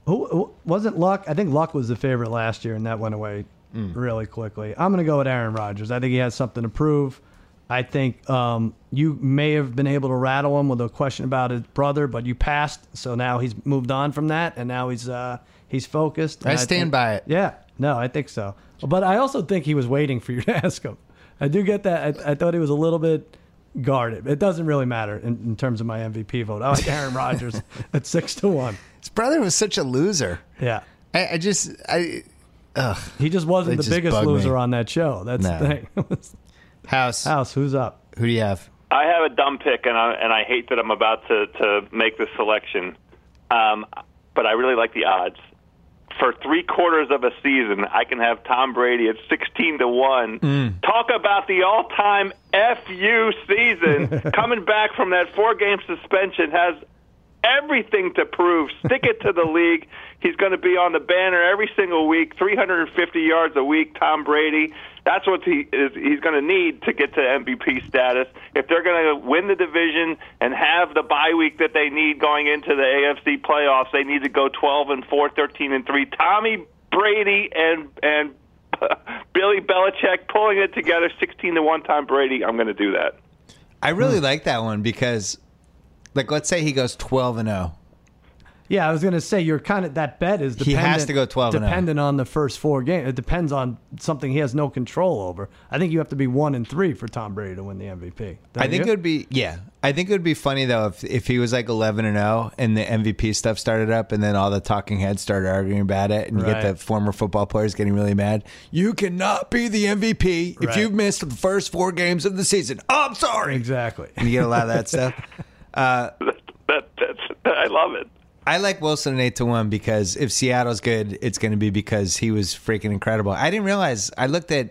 Speaker 3: Who, who wasn't Luck? I think Luck was the favorite last year, and that went away
Speaker 1: Mm.
Speaker 3: really quickly. I'm going to go with Aaron Rodgers. I think he has something to prove. I think um, you may have been able to rattle him with a question about his brother, but you passed, so now he's moved on from that, and now he's uh, he's focused.
Speaker 1: I
Speaker 3: And
Speaker 1: stand
Speaker 3: think-
Speaker 1: by it.
Speaker 3: Yeah, no, I think so. But I also think he was waiting for you to ask him. I do get that. I, I thought he was a little bit guarded. It doesn't really matter in, in terms of my MVP vote. I like Aaron Rodgers at six to one.
Speaker 1: His brother was such a loser.
Speaker 3: Yeah.
Speaker 1: I, I just I Ugh.
Speaker 3: He just wasn't
Speaker 1: They
Speaker 3: the
Speaker 1: just
Speaker 3: biggest
Speaker 1: bug me.
Speaker 3: loser on that show. That's
Speaker 1: No.
Speaker 3: the thing.
Speaker 1: House.
Speaker 3: House, who's up?
Speaker 1: Who do you have?
Speaker 5: I have a dumb pick, and I and I hate that I'm about to to make this selection. Um, but I really like the odds. For three quarters of a season, I can have Tom Brady at sixteen to one. Talk about the all-time FU season coming back from that four-game suspension has everything to prove. Stick it to the league. He's going to be on the banner every single week, 350 yards a week. Tom Brady. That's what he is. He's going to need to get to MVP status if they're going to win the division and have the bye week that they need going into the AFC playoffs. They need to go 12 and 4, 13 and 3. Tommy Brady and and Billy Belichick pulling it together, 16 to one. Tom Brady. I'm going to do that.
Speaker 1: I really like that one because, like, let's say he goes 12 and oh. 0.
Speaker 3: Yeah, I was gonna say you're kind of that bet is
Speaker 1: He
Speaker 3: dependent.
Speaker 1: has to go 12 and oh. 0.
Speaker 3: Dependent on the first four games, it depends on something he has no control over. I think you have to be one and three for Tom Brady to win the MVP.
Speaker 1: I think it
Speaker 3: you?
Speaker 1: would be yeah. I think it would be funny though if if he was like eleven and zero and the MVP stuff started up and then all the talking heads started arguing about it and you get
Speaker 3: Right.
Speaker 1: the former football players getting really mad. You cannot be the MVP if
Speaker 3: Right.
Speaker 1: you've missed the first four games of the season. I'm sorry.
Speaker 3: exactly.
Speaker 1: You get a lot of that stuff.
Speaker 5: That, that, that's, I love it.
Speaker 1: I like Wilson at eight to one because if Seattle's good, it's going to be because he was freaking incredible. I didn't realize. I looked at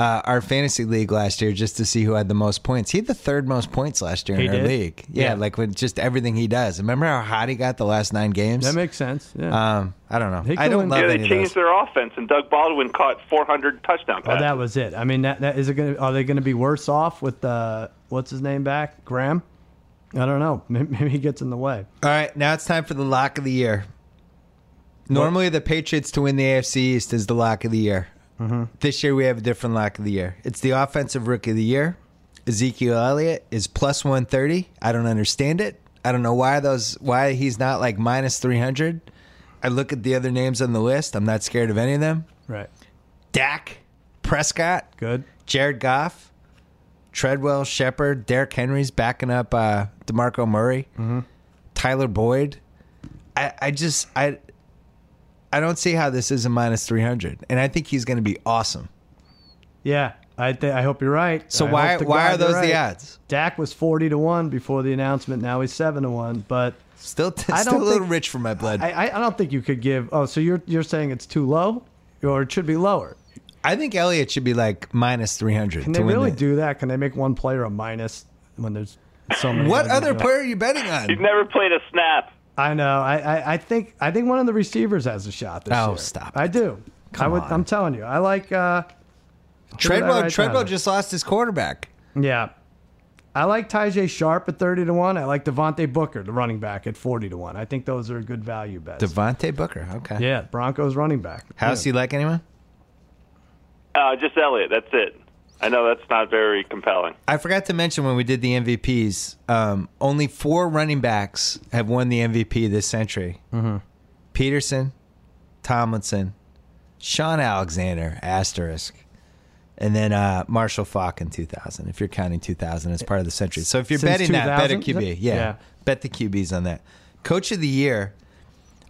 Speaker 1: uh, our fantasy league last year just to see who had the most points. He had the third most points last year
Speaker 3: He
Speaker 1: in our
Speaker 3: did?
Speaker 1: league. Yeah,
Speaker 3: Yeah.
Speaker 1: like with just everything he does. Remember how hot he got the last nine games?
Speaker 3: That makes sense. Yeah.
Speaker 1: um, I don't know.
Speaker 3: He
Speaker 1: I don't
Speaker 3: could-
Speaker 1: love
Speaker 5: Yeah,
Speaker 1: any
Speaker 5: they
Speaker 1: of
Speaker 5: changed
Speaker 1: those.
Speaker 5: their offense, and Doug Baldwin caught 400 touchdown
Speaker 3: Oh,
Speaker 5: passes.
Speaker 3: that was it. I mean, that, that is it. Gonna, are they going to be worse off with uh, what's his name back, Graham? I don't know. Maybe, maybe he gets in the way.
Speaker 1: All right, now it's time for the lock of the year. Normally, the Patriots to win the AFC East is the lock of the year. This year, we have a different lock of the year. It's the offensive rookie of the year. Ezekiel Elliott is plus one thirty. I don't understand it. I don't know why those why he's not like minus three hundred. I look at the other names on the list. I'm not scared of any of them.
Speaker 3: Right.
Speaker 1: Dak, Prescott,
Speaker 3: Good.
Speaker 1: Jared Goff, Treadwell, Shepard, Derrick Henry's backing up uh, DeMarco Murray,
Speaker 3: Mm-hmm.
Speaker 1: Tyler Boyd. I, I just I I don't see how this isn't minus three hundred, and I think he's going to be awesome.
Speaker 3: Yeah. I th- I hope you're right.
Speaker 1: So
Speaker 3: I
Speaker 1: why
Speaker 3: hope to
Speaker 1: why
Speaker 3: God
Speaker 1: are
Speaker 3: you're
Speaker 1: those the
Speaker 3: right.
Speaker 1: odds?
Speaker 3: Dak was forty to one before the announcement. Now he's seven to one. But
Speaker 1: Still, t-
Speaker 3: I
Speaker 1: still a
Speaker 3: don't
Speaker 1: little
Speaker 3: think-
Speaker 1: rich for my blood. I,
Speaker 3: I, I, I don't think you could give. Oh, so you're you're saying it's too low, or it should be lower?
Speaker 1: think Elliott should be like minus three hundred.
Speaker 3: Can they really do that? Can they make one player a minus when there's so many?
Speaker 1: What
Speaker 3: other
Speaker 1: other
Speaker 3: guys?
Speaker 1: player are you betting
Speaker 5: He's
Speaker 1: on?
Speaker 5: never played a snap.
Speaker 3: I know. I, I, I think I think one of the receivers has a shot this
Speaker 1: Oh,
Speaker 3: year.
Speaker 1: stop
Speaker 3: I
Speaker 1: it.
Speaker 3: do. I would,
Speaker 1: on.
Speaker 3: I'm telling you. I like. Uh,
Speaker 1: Treadwell,
Speaker 3: right
Speaker 1: Treadwell
Speaker 3: now.
Speaker 1: just lost his quarterback.
Speaker 3: yeah. I like Tajay Sharp at thirty to one. I like Devontae Booker, the running back, at forty to one. I think those are good value bets.
Speaker 1: Devontae Booker. Okay.
Speaker 3: yeah, Broncos running back.
Speaker 1: House,
Speaker 3: yeah.
Speaker 1: you like anyone?
Speaker 5: Uh, just Elliott. That's it. I know that's not very compelling.
Speaker 1: I forgot to mention when we did the MVPs, um, only four running backs have won the MVP this century
Speaker 3: Mm-hmm.
Speaker 1: Peterson, Tomlinson, Sean Alexander, asterisk, and then uh, Marshall Falk in 2000, if you're counting 2000 as part of the century. So if you're
Speaker 3: Since
Speaker 1: betting that, bet a
Speaker 3: 2000?
Speaker 1: QB. Yeah,
Speaker 3: Yeah.
Speaker 1: Bet the QBs on that. Coach of the year.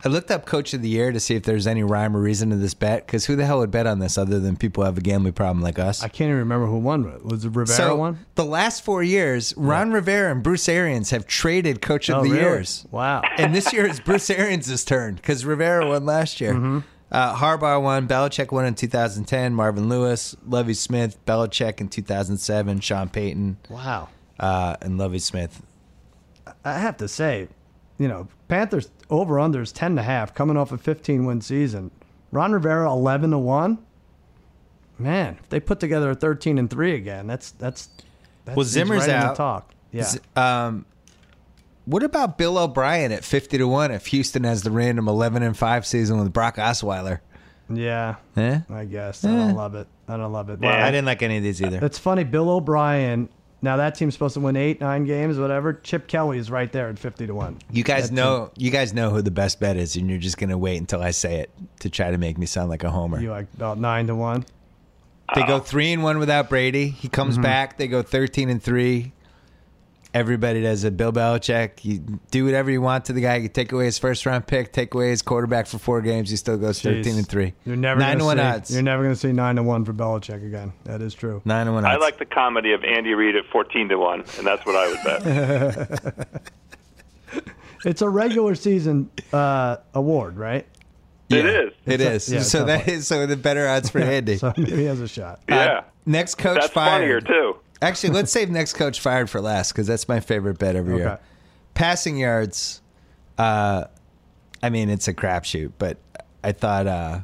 Speaker 1: I looked up Coach of the Year to see if there's any rhyme or reason to this bet, because who the hell would bet on this other than people who have a gambling problem like us?
Speaker 3: I can't even remember who won. Was it Rivera
Speaker 1: so
Speaker 3: one?
Speaker 1: the last four years, Ron Rivera and Bruce Arians have traded coach of
Speaker 3: Oh,
Speaker 1: the
Speaker 3: really?
Speaker 1: years,
Speaker 3: Wow.
Speaker 1: and this year is Bruce Arians' turn because Rivera won last year.
Speaker 3: Mm-hmm.
Speaker 1: Uh, Harbaugh won, Belichick won in 2010, Marvin Lewis, Lovey Smith, Belichick in 2007, Sean Payton,
Speaker 3: Wow.
Speaker 1: uh, and Lovey Smith.
Speaker 3: I have to say, you know, Panthers over under is 10 and a half coming off a 15 win season. Ron Rivera 11 to 1. Man, if they put together a 13 and 3 again, that's that's that's
Speaker 1: Well, Zimmer's
Speaker 3: right in the
Speaker 1: out.
Speaker 3: talk. Yeah.
Speaker 1: Z- Um, what about Bill O'Brien at 50 to one if Houston has the random 11 and five season with Brock Osweiler?
Speaker 3: yeah.
Speaker 1: Eh?
Speaker 3: I guess. I
Speaker 1: Eh.
Speaker 3: don't love it. I don't love it. Wow.
Speaker 1: I didn't like any of these either.
Speaker 3: That's funny. Bill O'Brien. Now that team's supposed to win eight, nine games, whatever. Chip Kelly is right there at 50 to 1.
Speaker 1: You guys know you guys know who the best bet is, and you're just gonna wait until I say it to try to make me sound like a homer.
Speaker 3: You like about 9 to 1. Mm-hmm.
Speaker 1: They go three and one without Brady. He comes back. They go thirteen and three. everybody does it. Bill Belichick, you do whatever you want to the guy. You take away his first round pick, take away his quarterback for four games, he still goes
Speaker 3: Jeez.
Speaker 1: thirteen and three.
Speaker 3: You're never
Speaker 1: nine
Speaker 3: gonna
Speaker 1: to one
Speaker 3: see,
Speaker 1: odds.
Speaker 3: You're never going to see nine to one for Belichick again. That is true.
Speaker 1: nine to one
Speaker 5: I
Speaker 1: odds.
Speaker 5: like the comedy of Andy Reid at fourteen to one, and that's what I would bet.
Speaker 3: It's a regular season uh, award, right?
Speaker 5: It is.
Speaker 1: It
Speaker 3: It's
Speaker 1: is.
Speaker 3: a- yeah, it's
Speaker 1: so
Speaker 3: not
Speaker 1: that is so the better odds for Andy.
Speaker 3: So maybe he has a shot.
Speaker 5: Yeah,
Speaker 1: Next coach
Speaker 5: that's
Speaker 1: fired.
Speaker 5: funnier too.
Speaker 1: Actually, let's save next coach fired for last because that's my favorite bet every year.
Speaker 3: Okay.
Speaker 1: Passing yards, uh, I mean, it's a crapshoot, but I thought uh,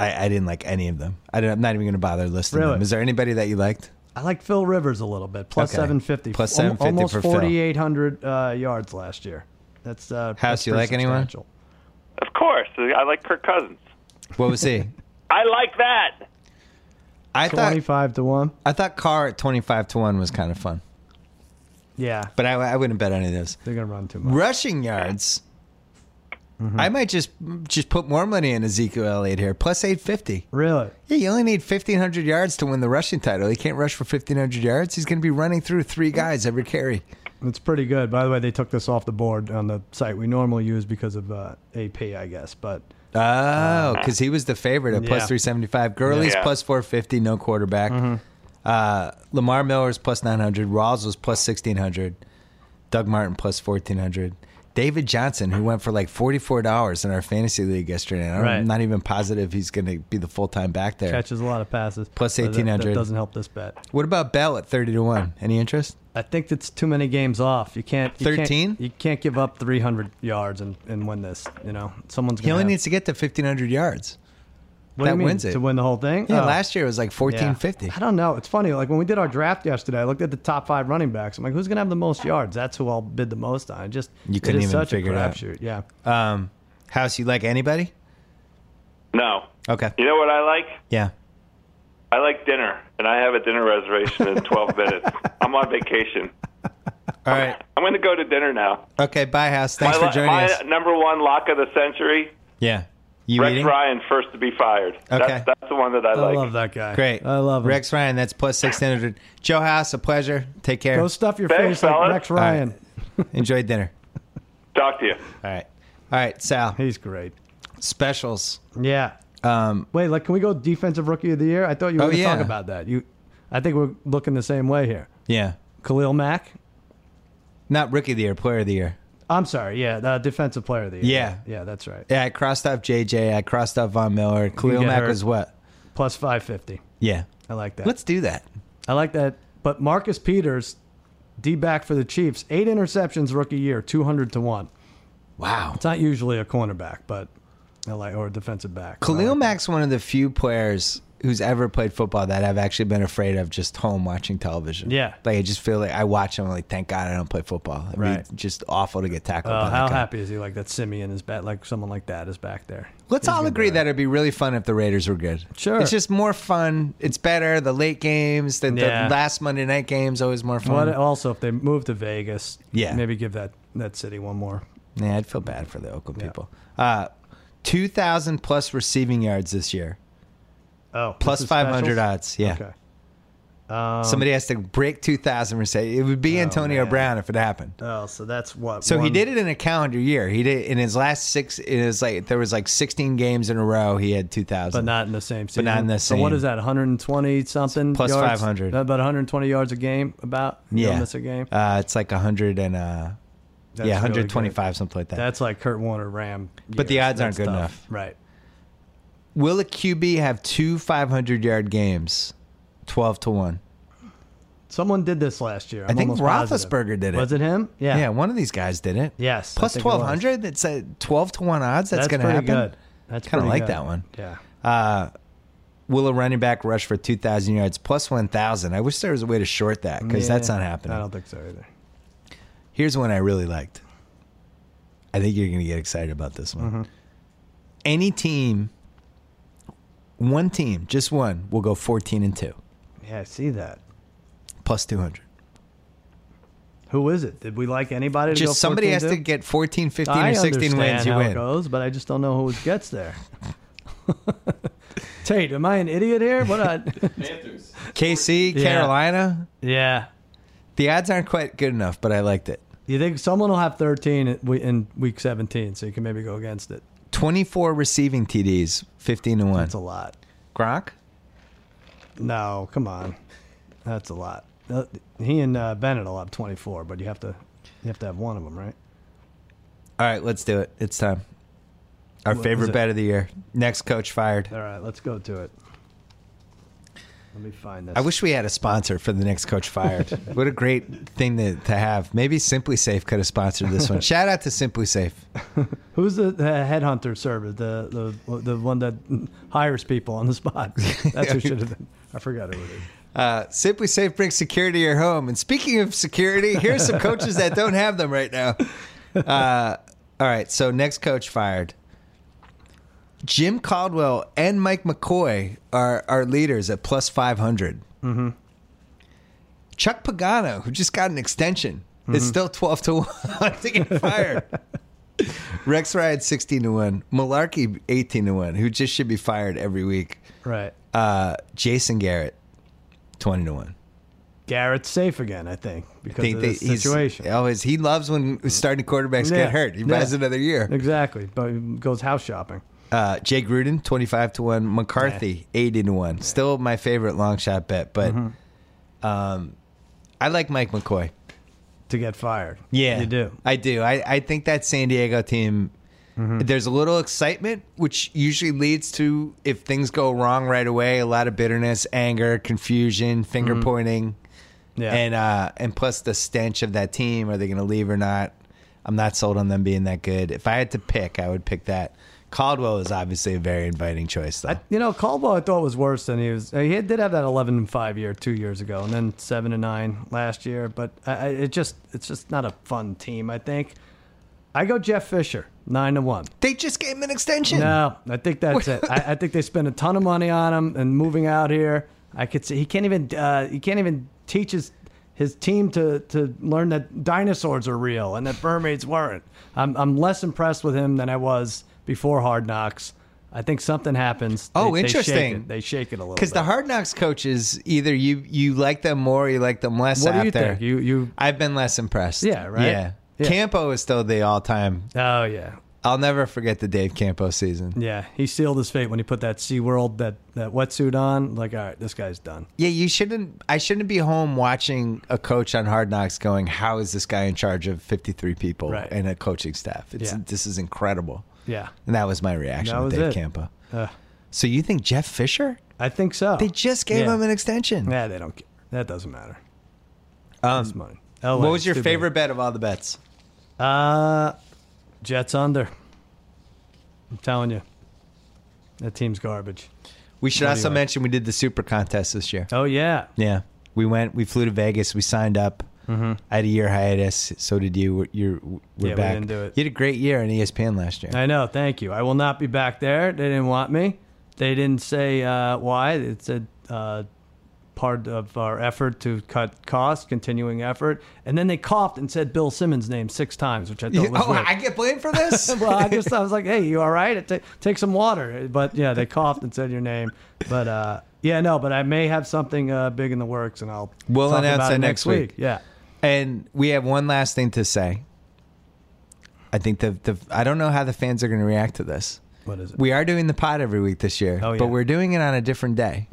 Speaker 1: I, I didn't like any of them. I don't, I'm not even going to bother listing
Speaker 3: Really?
Speaker 1: them. Is there anybody that you liked?
Speaker 3: I like Phil Rivers a little bit, plus
Speaker 1: Okay.
Speaker 3: 750.
Speaker 1: Plus
Speaker 3: Al-
Speaker 1: 750
Speaker 3: Almost
Speaker 1: for Phil.
Speaker 3: 4,800 uh, yards last year. That's uh, that's
Speaker 1: you
Speaker 3: pretty
Speaker 1: like anyone?
Speaker 3: substantial.
Speaker 5: Of course, I like Kirk Cousins.
Speaker 1: What was he?
Speaker 5: I like that.
Speaker 1: I thought
Speaker 3: 25 to 1.
Speaker 1: I thought Carr at 25 to one was kind of fun,
Speaker 3: Yeah,
Speaker 1: but I, I wouldn't bet any of those.
Speaker 3: they're going to run too much.
Speaker 1: Rushing yards.
Speaker 3: Mm-hmm.
Speaker 1: I might just just put more money in Ezekiel Elliott here, plus 850.
Speaker 3: Really?
Speaker 1: Yeah, you only need 1,500 yards to win the rushing title. He can't rush for 1,500 yards. He's going to be running through three guys every carry.
Speaker 3: It's pretty good. By the way, they took this off the board on the site we normally use because of uh, AP, I guess. But
Speaker 1: Oh, because he was the favorite at plus
Speaker 3: Yeah. Mm-hmm.
Speaker 1: 375. Gurley's
Speaker 5: Yeah.
Speaker 1: plus 450, no quarterback. Uh, Lamar Miller's plus 900. Rawls was plus 1,600. Doug Martin plus 1,400. David Johnson, who went for like $44 in our fantasy league yesterday. And I'm
Speaker 3: Right.
Speaker 1: not even positive he's going to be the full time back there.
Speaker 3: catches a lot of passes.
Speaker 1: Plus
Speaker 3: So that-
Speaker 1: 1,800.
Speaker 3: That doesn't help this bet.
Speaker 1: What about Bell at 30 to 1? Any interest?
Speaker 3: I think that's too many games off. You can't. you can't-
Speaker 1: 13?
Speaker 3: You can't give up 300 yards and, and win this. You know, someone's
Speaker 1: He
Speaker 3: going
Speaker 1: only
Speaker 3: to.
Speaker 1: needs to get to 1,500 yards.
Speaker 3: What do
Speaker 1: that
Speaker 3: you mean?
Speaker 1: wins it.
Speaker 3: to win the whole thing.
Speaker 1: Yeah,
Speaker 3: Oh.
Speaker 1: last year it was like
Speaker 3: Yeah.
Speaker 1: fourteen fifty.
Speaker 3: I don't know. It's funny. Like when we did our draft yesterday, I looked at the top five running backs. I'm like, who's gonna have the most yards? That's who I'll bid the most on. It Just
Speaker 1: You
Speaker 3: it
Speaker 1: couldn't
Speaker 3: is
Speaker 1: even
Speaker 3: such
Speaker 1: figure
Speaker 3: a
Speaker 1: it out.
Speaker 3: crapshoot. Yeah,
Speaker 1: Um, House, you like anybody?
Speaker 5: No,
Speaker 1: Okay.
Speaker 5: you know what I like?
Speaker 1: Yeah.
Speaker 5: I like dinner, and I have a dinner reservation in twelve minutes. I'm on vacation.
Speaker 1: All right.
Speaker 5: I'm going to go to dinner now.
Speaker 1: Okay. Bye, House. Thanks
Speaker 5: my
Speaker 1: for
Speaker 5: lo-
Speaker 1: joining
Speaker 5: my
Speaker 1: us.
Speaker 5: number one lock of the century,
Speaker 1: Yeah. You
Speaker 5: Rex
Speaker 1: eating?
Speaker 5: Ryan, first to be fired.
Speaker 1: Okay.
Speaker 5: That's, that's the one that I,
Speaker 3: I
Speaker 5: like.
Speaker 3: love that guy.
Speaker 1: Great.
Speaker 3: I love him.
Speaker 1: Rex Ryan. That's plus sixteen hundred. Joe House, a pleasure. Take care.
Speaker 3: Go stuff your
Speaker 5: Thanks,
Speaker 3: face like
Speaker 5: fellas.
Speaker 3: Rex
Speaker 1: right.
Speaker 3: Ryan.
Speaker 1: Enjoy dinner.
Speaker 5: Talk to you.
Speaker 1: All right. All right, Sal.
Speaker 3: He's great.
Speaker 1: Specials.
Speaker 3: Yeah.
Speaker 1: Um,
Speaker 3: Wait, like, can we go defensive rookie of the year? I thought you were
Speaker 1: Oh,
Speaker 3: going to
Speaker 1: yeah.
Speaker 3: talk about that. You, I think we're looking the same way here.
Speaker 1: yeah.
Speaker 3: Khalil Mack.
Speaker 1: Not rookie of the year, player of the year.
Speaker 3: I'm sorry. Yeah, the defensive player of the year.
Speaker 1: Yeah.
Speaker 3: Yeah, that's right.
Speaker 1: Yeah, I crossed off JJ. I crossed off Von Miller. Khalil
Speaker 3: get
Speaker 1: Mack
Speaker 3: hurt.
Speaker 1: was what?
Speaker 3: Plus 550.
Speaker 1: Yeah.
Speaker 3: I like that.
Speaker 1: Let's do that.
Speaker 3: I like that. But Marcus Peters, D back for the Chiefs, eight interceptions rookie year, 200 to 1.
Speaker 1: Wow.
Speaker 3: It's not usually a cornerback, but I like, or a defensive back. I
Speaker 1: Khalil
Speaker 3: like
Speaker 1: Mack's one of the few players who's ever played football that I've actually been afraid of just home watching television.
Speaker 3: Yeah.
Speaker 1: Like I just feel like I watch him like thank God I don't play football. It'd be
Speaker 3: Right.
Speaker 1: just awful to get tackled.
Speaker 3: Uh,
Speaker 1: by that
Speaker 3: how
Speaker 1: guy.
Speaker 3: happy is he like that Simeon is back, like someone like that is back there?
Speaker 1: Let's
Speaker 3: He's
Speaker 1: all
Speaker 3: gonna
Speaker 1: agree
Speaker 3: be all
Speaker 1: that it'd be really fun if the Raiders were good.
Speaker 3: Sure.
Speaker 1: It's just more fun. It's better. The late games, the,
Speaker 3: Yeah.
Speaker 1: the last Monday night game's always more fun.
Speaker 3: But also, if they move to Vegas,
Speaker 1: Yeah.
Speaker 3: maybe give that, that city one more.
Speaker 1: yeah, I'd feel bad for the Oakland people. Uh, 2,000 plus receiving yards this year,
Speaker 3: Oh,
Speaker 1: plus
Speaker 3: this is
Speaker 1: 500
Speaker 3: specials?
Speaker 1: odds. Yeah.
Speaker 3: Okay. Um,
Speaker 1: Somebody has to break 2,000 receiving. It would be Antonio
Speaker 3: Oh, man.
Speaker 1: Brown if it happened.
Speaker 3: oh, so that's what.
Speaker 1: So he
Speaker 3: one-
Speaker 1: did it in a calendar year. He did in his last six. It was like there was like sixteen games in a row. He had two
Speaker 3: but
Speaker 1: thousand.
Speaker 3: not in the same season.
Speaker 1: not in the
Speaker 3: So what
Speaker 1: same.
Speaker 3: is that? 120 something
Speaker 1: Plus
Speaker 3: yards?
Speaker 1: 500.
Speaker 3: About 120 yards a game. About you don't
Speaker 1: yeah,
Speaker 3: miss a game.
Speaker 1: Uh, it's like hundred and uh, yeah,
Speaker 3: really good.
Speaker 1: hundred twenty-five, something like that.
Speaker 3: That's like Kurt Warner Ram.
Speaker 1: But the
Speaker 3: years.
Speaker 1: odds aren't
Speaker 3: That's
Speaker 1: good
Speaker 3: tough.
Speaker 1: enough.
Speaker 3: right?
Speaker 1: Will a QB have two five hundred yard games? Twelve to one.
Speaker 3: Someone did this last year. i
Speaker 1: think Roethlisberger did it.
Speaker 3: Was it him? Yeah.
Speaker 1: Yeah. one of these guys did it.
Speaker 3: Yes, I
Speaker 1: plus
Speaker 3: think it was.
Speaker 1: twelve hundred. It's a twelve to one odds. That's,
Speaker 3: That's,
Speaker 1: going to
Speaker 3: pretty
Speaker 1: happen.
Speaker 3: good. That's
Speaker 1: Kinda
Speaker 3: pretty
Speaker 1: like
Speaker 3: good.
Speaker 1: that one.
Speaker 3: Yeah.
Speaker 1: Will a running back rush for two thousand yards plus one thousand? I wish there was a way to short that because
Speaker 3: Yeah.
Speaker 1: that's not happening.
Speaker 3: I don't think so either.
Speaker 1: Here's one I really liked. I think you're going to get excited about this one.
Speaker 3: Mm-hmm.
Speaker 1: Any team, one team, just one, will go 14 and 2,
Speaker 3: Yeah, I see that.
Speaker 1: plus 200.
Speaker 3: Who is it? Did we like anybody? to go
Speaker 1: Just somebody has
Speaker 3: 14-2?
Speaker 1: to get 14, 15,
Speaker 3: I
Speaker 1: or 16
Speaker 3: understand
Speaker 1: wins, you
Speaker 3: how It
Speaker 1: win.
Speaker 3: goes, but I just don't know who gets there. Tate, am I an idiot here? What? I,
Speaker 4: Panthers.
Speaker 1: KC,
Speaker 3: Yeah.
Speaker 1: Carolina,
Speaker 3: yeah.
Speaker 1: The odds aren't quite good enough, but I liked it.
Speaker 3: You think someone will have 13 at- we- in week 17, so you can maybe go against it.
Speaker 1: 24 receiving TDs, 15 to 1.
Speaker 3: That's a lot.
Speaker 1: Gronk?
Speaker 3: No, come on, that's a lot. Uh, He and uh, Bennett will have 24, but you have to you have to have one of them, right?
Speaker 1: All right, let's do it. It's time. Our
Speaker 3: What was
Speaker 1: favorite
Speaker 3: it?
Speaker 1: bet of the year. Next coach fired.
Speaker 3: All right, let's go to it. Let me find this.
Speaker 1: I wish we had a sponsor for the next coach fired. what a great thing to, to have. Maybe Simply Safe could have sponsored this one. Shout out to Simply Safe.
Speaker 3: Who's the, the headhunter service? The, the the one that hires people on the spot. That's who should have been. I forgot who it is.
Speaker 1: Uh, Simply Safe brings security to your home. And speaking of security, here's some coaches that don't have them right now. Uh, all right, so next coach fired. Jim Caldwell and Mike McCoy are our leaders at plus 500. Mm-hmm. Chuck Pagano, who just got an extension, is still 12 to 1 to get fired. Rex Ryan 16 to 1. Malarkey 18 to 1, who just should be fired every week.
Speaker 3: Right.
Speaker 1: Uh, Jason Garrett 20 to 1.
Speaker 3: Garrett's safe again, I think, because
Speaker 1: think
Speaker 3: of
Speaker 1: that
Speaker 3: this
Speaker 1: he's-
Speaker 3: situation.
Speaker 1: Always, he loves when starting quarterbacks
Speaker 3: Yeah,
Speaker 1: get hurt. He
Speaker 3: yeah.
Speaker 1: buys another year.
Speaker 3: Exactly, but he goes house shopping.
Speaker 1: Uh, Jay Gruden, twenty-five to one. McCarthy, eighty to one. Still my favorite long shot bet, but
Speaker 3: Mm-hmm.
Speaker 1: um, I like Mike McCoy.
Speaker 3: to get fired. you do.
Speaker 1: I do. I, I think that San Diego team.
Speaker 3: Mm-hmm.
Speaker 1: There's a little excitement, which usually leads to, if things go wrong right away, a lot of bitterness, anger, confusion, finger
Speaker 3: Mm-hmm.
Speaker 1: pointing.
Speaker 3: Yeah,
Speaker 1: And uh, and plus the stench of that team. Are they going to leave or not? I'm not sold on them being that good. If I had to pick, I would pick that. Caldwell is obviously a very inviting choice, though.
Speaker 3: you know Caldwell, I thought was worse than he was. He did have that eleven and five year two years ago, and then seven and nine last year. But I, I, it just it's just not a fun team. I think I go Jeff Fisher nine to one.
Speaker 1: they just gave him an extension.
Speaker 3: No, I think that's it. I, I think they spent a ton of money on him and moving out here. I could see he can't even uh, he can't even teach his his team to to learn that dinosaurs are real and that mermaids weren't. I'm I'm less impressed with him than I was before Hard Knocks. I think something happens.
Speaker 1: Oh,
Speaker 3: They- they shake
Speaker 1: interesting.
Speaker 3: it. They shake it a little.
Speaker 1: Because the
Speaker 3: bit.
Speaker 1: hard knocks coaches, either you you like them more, or you like them less.
Speaker 3: what do you
Speaker 1: after.
Speaker 3: think? You you
Speaker 1: I've been less impressed.
Speaker 3: Yeah, right?
Speaker 1: Yeah.
Speaker 3: Yeah.
Speaker 1: Campo is still the all time.
Speaker 3: oh yeah
Speaker 1: I'll never forget the Dave Campo season.
Speaker 3: yeah he sealed his fate when he put that SeaWorld that that wetsuit on. Like all right, this guy's done.
Speaker 1: Yeah, you shouldn't. I shouldn't be home watching a coach on Hard Knocks going, "How is this guy in charge of fifty three people
Speaker 3: Right.
Speaker 1: and a coaching staff? It's,
Speaker 3: Yeah.
Speaker 1: This is incredible."
Speaker 3: Yeah,
Speaker 1: And that was my reaction
Speaker 3: That
Speaker 1: with
Speaker 3: was
Speaker 1: Dave
Speaker 3: it.
Speaker 1: Campo.
Speaker 3: Uh,
Speaker 1: So you think Jeff Fisher?
Speaker 3: I think so.
Speaker 1: They just gave
Speaker 3: Yeah.
Speaker 1: him an extension.
Speaker 3: Yeah, they don't care. That doesn't matter. It's
Speaker 1: Um,
Speaker 3: money. LA,
Speaker 1: what was your
Speaker 3: too big.
Speaker 1: favorite bet of all the bets?
Speaker 3: Uh, Jets under. I'm telling you, that team's garbage.
Speaker 1: We should
Speaker 3: What do
Speaker 1: also
Speaker 3: you like?
Speaker 1: mention we did the Super Contest this year.
Speaker 3: Oh yeah,
Speaker 1: Yeah, we went. We flew to Vegas. We signed up. I had a year hiatus. So did you. We're, you're, we're
Speaker 3: Mm-hmm. Yeah, we
Speaker 1: back.
Speaker 3: didn't do it.
Speaker 1: You had a great year on E ESPN last year.
Speaker 3: I know. Thank you. I will not be back there. They didn't want me. They didn't say uh, why. It said uh, part of our effort to cut costs, continuing effort. And then they coughed and said Bill Simmons' name six times, which I thought
Speaker 1: Yeah,
Speaker 3: was
Speaker 1: oh,
Speaker 3: weird.
Speaker 1: I get blamed for this.
Speaker 3: well, I just I was like, hey, you all right? It ta- take some water. But yeah, they coughed and said your name. But uh, yeah, no, but I may have something uh, big in the works, and I'll
Speaker 1: We'll
Speaker 3: talk
Speaker 1: announce
Speaker 3: about
Speaker 1: that
Speaker 3: it
Speaker 1: next week.
Speaker 3: Yeah,
Speaker 1: And we have one last thing to say. I think the, the I don't know how the fans are going to react to this.
Speaker 3: what is it?
Speaker 1: We are doing the pod every week this year,
Speaker 3: Oh, yeah. Mm-hmm.
Speaker 1: but we're doing it on a different day.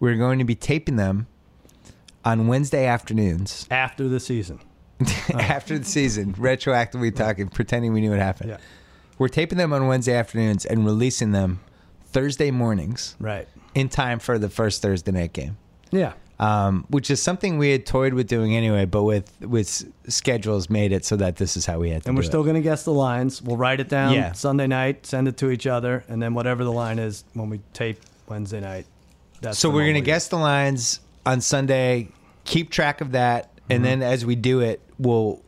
Speaker 1: We're going to be taping them on Wednesday afternoons
Speaker 3: After the season, Oh.
Speaker 1: after the season, retroactively talking, pretending we knew what happened.
Speaker 3: yeah,
Speaker 1: We're taping them on Wednesday afternoons and releasing them Thursday mornings
Speaker 3: right,
Speaker 1: in time for the first Thursday night game.
Speaker 3: yeah,
Speaker 1: um, which is something we had toyed with doing anyway, but with with s- schedules made it so that this is how we had to.
Speaker 3: and we're
Speaker 1: do it.
Speaker 3: still gonna guess the lines. We'll write it down
Speaker 1: Yeah.
Speaker 3: Sunday night, send it to each other, and then whatever the line is when we tape Wednesday night. That's
Speaker 1: so
Speaker 3: the
Speaker 1: we're
Speaker 3: one
Speaker 1: gonna
Speaker 3: we-
Speaker 1: guess the lines on Sunday. Keep track of that,
Speaker 3: Mm-hmm.
Speaker 1: and then as we do it, we'll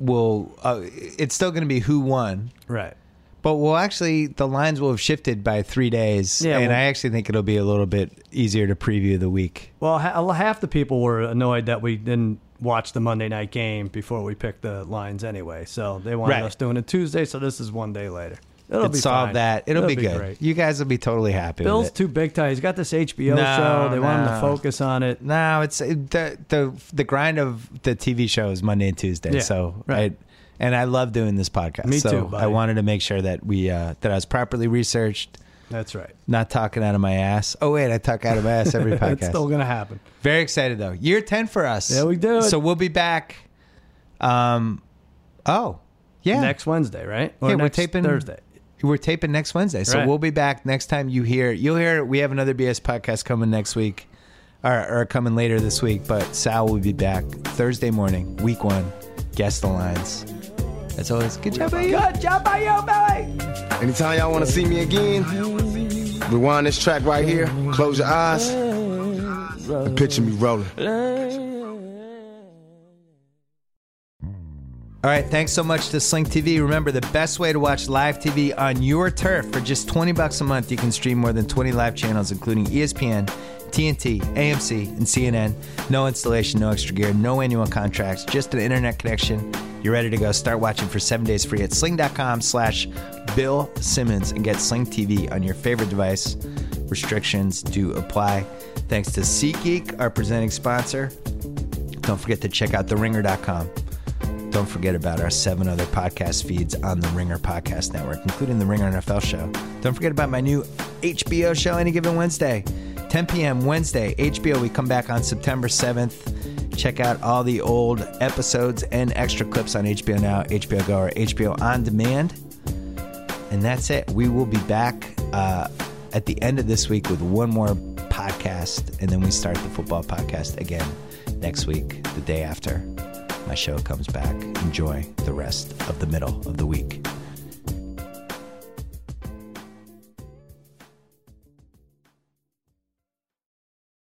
Speaker 1: we'll uh, it's still gonna be who won,
Speaker 3: right.
Speaker 1: but we'll actually the lines will have shifted by three days,
Speaker 3: Yeah,
Speaker 1: and
Speaker 3: well-
Speaker 1: I actually think it'll be a little bit easier to preview the week.
Speaker 3: Well, ha- half the people were annoyed that we didn't watch the Monday night game before we picked the lines anyway. So they wanted
Speaker 1: Right.
Speaker 3: us doing it Tuesday, so this is one day later. It'll
Speaker 1: it's
Speaker 3: be
Speaker 1: all
Speaker 3: fine.
Speaker 1: that. It'll,
Speaker 3: It'll
Speaker 1: be,
Speaker 3: be
Speaker 1: good.
Speaker 3: great.
Speaker 1: You guys will be totally happy.
Speaker 3: Bill's
Speaker 1: with it.
Speaker 3: too big time. He's got this HBO
Speaker 1: No,
Speaker 3: show. They want him
Speaker 1: no.
Speaker 3: to focus on it.
Speaker 1: No, it's it- the the the grind of the TV show is Monday and Tuesday.
Speaker 3: Yeah,
Speaker 1: so
Speaker 3: right.
Speaker 1: I and I love doing this podcast.
Speaker 3: Me
Speaker 1: so
Speaker 3: too, buddy.
Speaker 1: I wanted to make sure that we uh, that I was properly researched,
Speaker 3: That's right.
Speaker 1: not talking out of my ass. Oh wait, I talk out of my ass every
Speaker 3: It's
Speaker 1: podcast.
Speaker 3: still gonna happen.
Speaker 1: Very excited though. Year ten for us.
Speaker 3: Yeah, we do it.
Speaker 1: So we'll be back. Um, oh yeah,
Speaker 3: Next Wednesday, right? Or
Speaker 1: Yeah, we're
Speaker 3: next
Speaker 1: taping-
Speaker 3: Thursday.
Speaker 1: We're taping next Wednesday, so
Speaker 3: Right.
Speaker 1: we'll be back next time you hear. You'll hear we have another BS podcast coming next week, or, or coming later this week. But Sal will be back Thursday morning, week one. Guess the lines. As always, good job, buddy.
Speaker 3: Good job by you, Billy.
Speaker 2: Anytime y'all want to see me again, rewind this track right here. Close your eyes. And picture me rolling.
Speaker 1: All right, thanks so much to Sling TV. Remember, the best way to watch live TV on your turf for just 20 bucks a month, you can stream more than 20 live channels, including E ESPN, TNT, AMC, and CNN. No installation, no extra gear, no annual contracts, just an internet connection. You're ready to go. Start watching for seven days free at sling.com slash Bill Simmons and get Sling TV on your favorite device. Restrictions do apply. Thanks to SeatGeek, our presenting sponsor. Don't forget to check out theringer.com. Don't forget about our seven other podcast feeds on the Ringer Podcast Network, including the Ringer NFL show. Don't forget about my new HBO show, Any Given Wednesday, 10 p.m. Wednesday. HBO, we come back on September 7th. Check out all the old episodes and extra clips on HBO Now, HBO Go, or HBO On Demand. And that's it. We will be back uh, at the end of this week with one more podcast, and then we start the football podcast again next week, the day after my show comes back. Enjoy the rest of the middle of the week.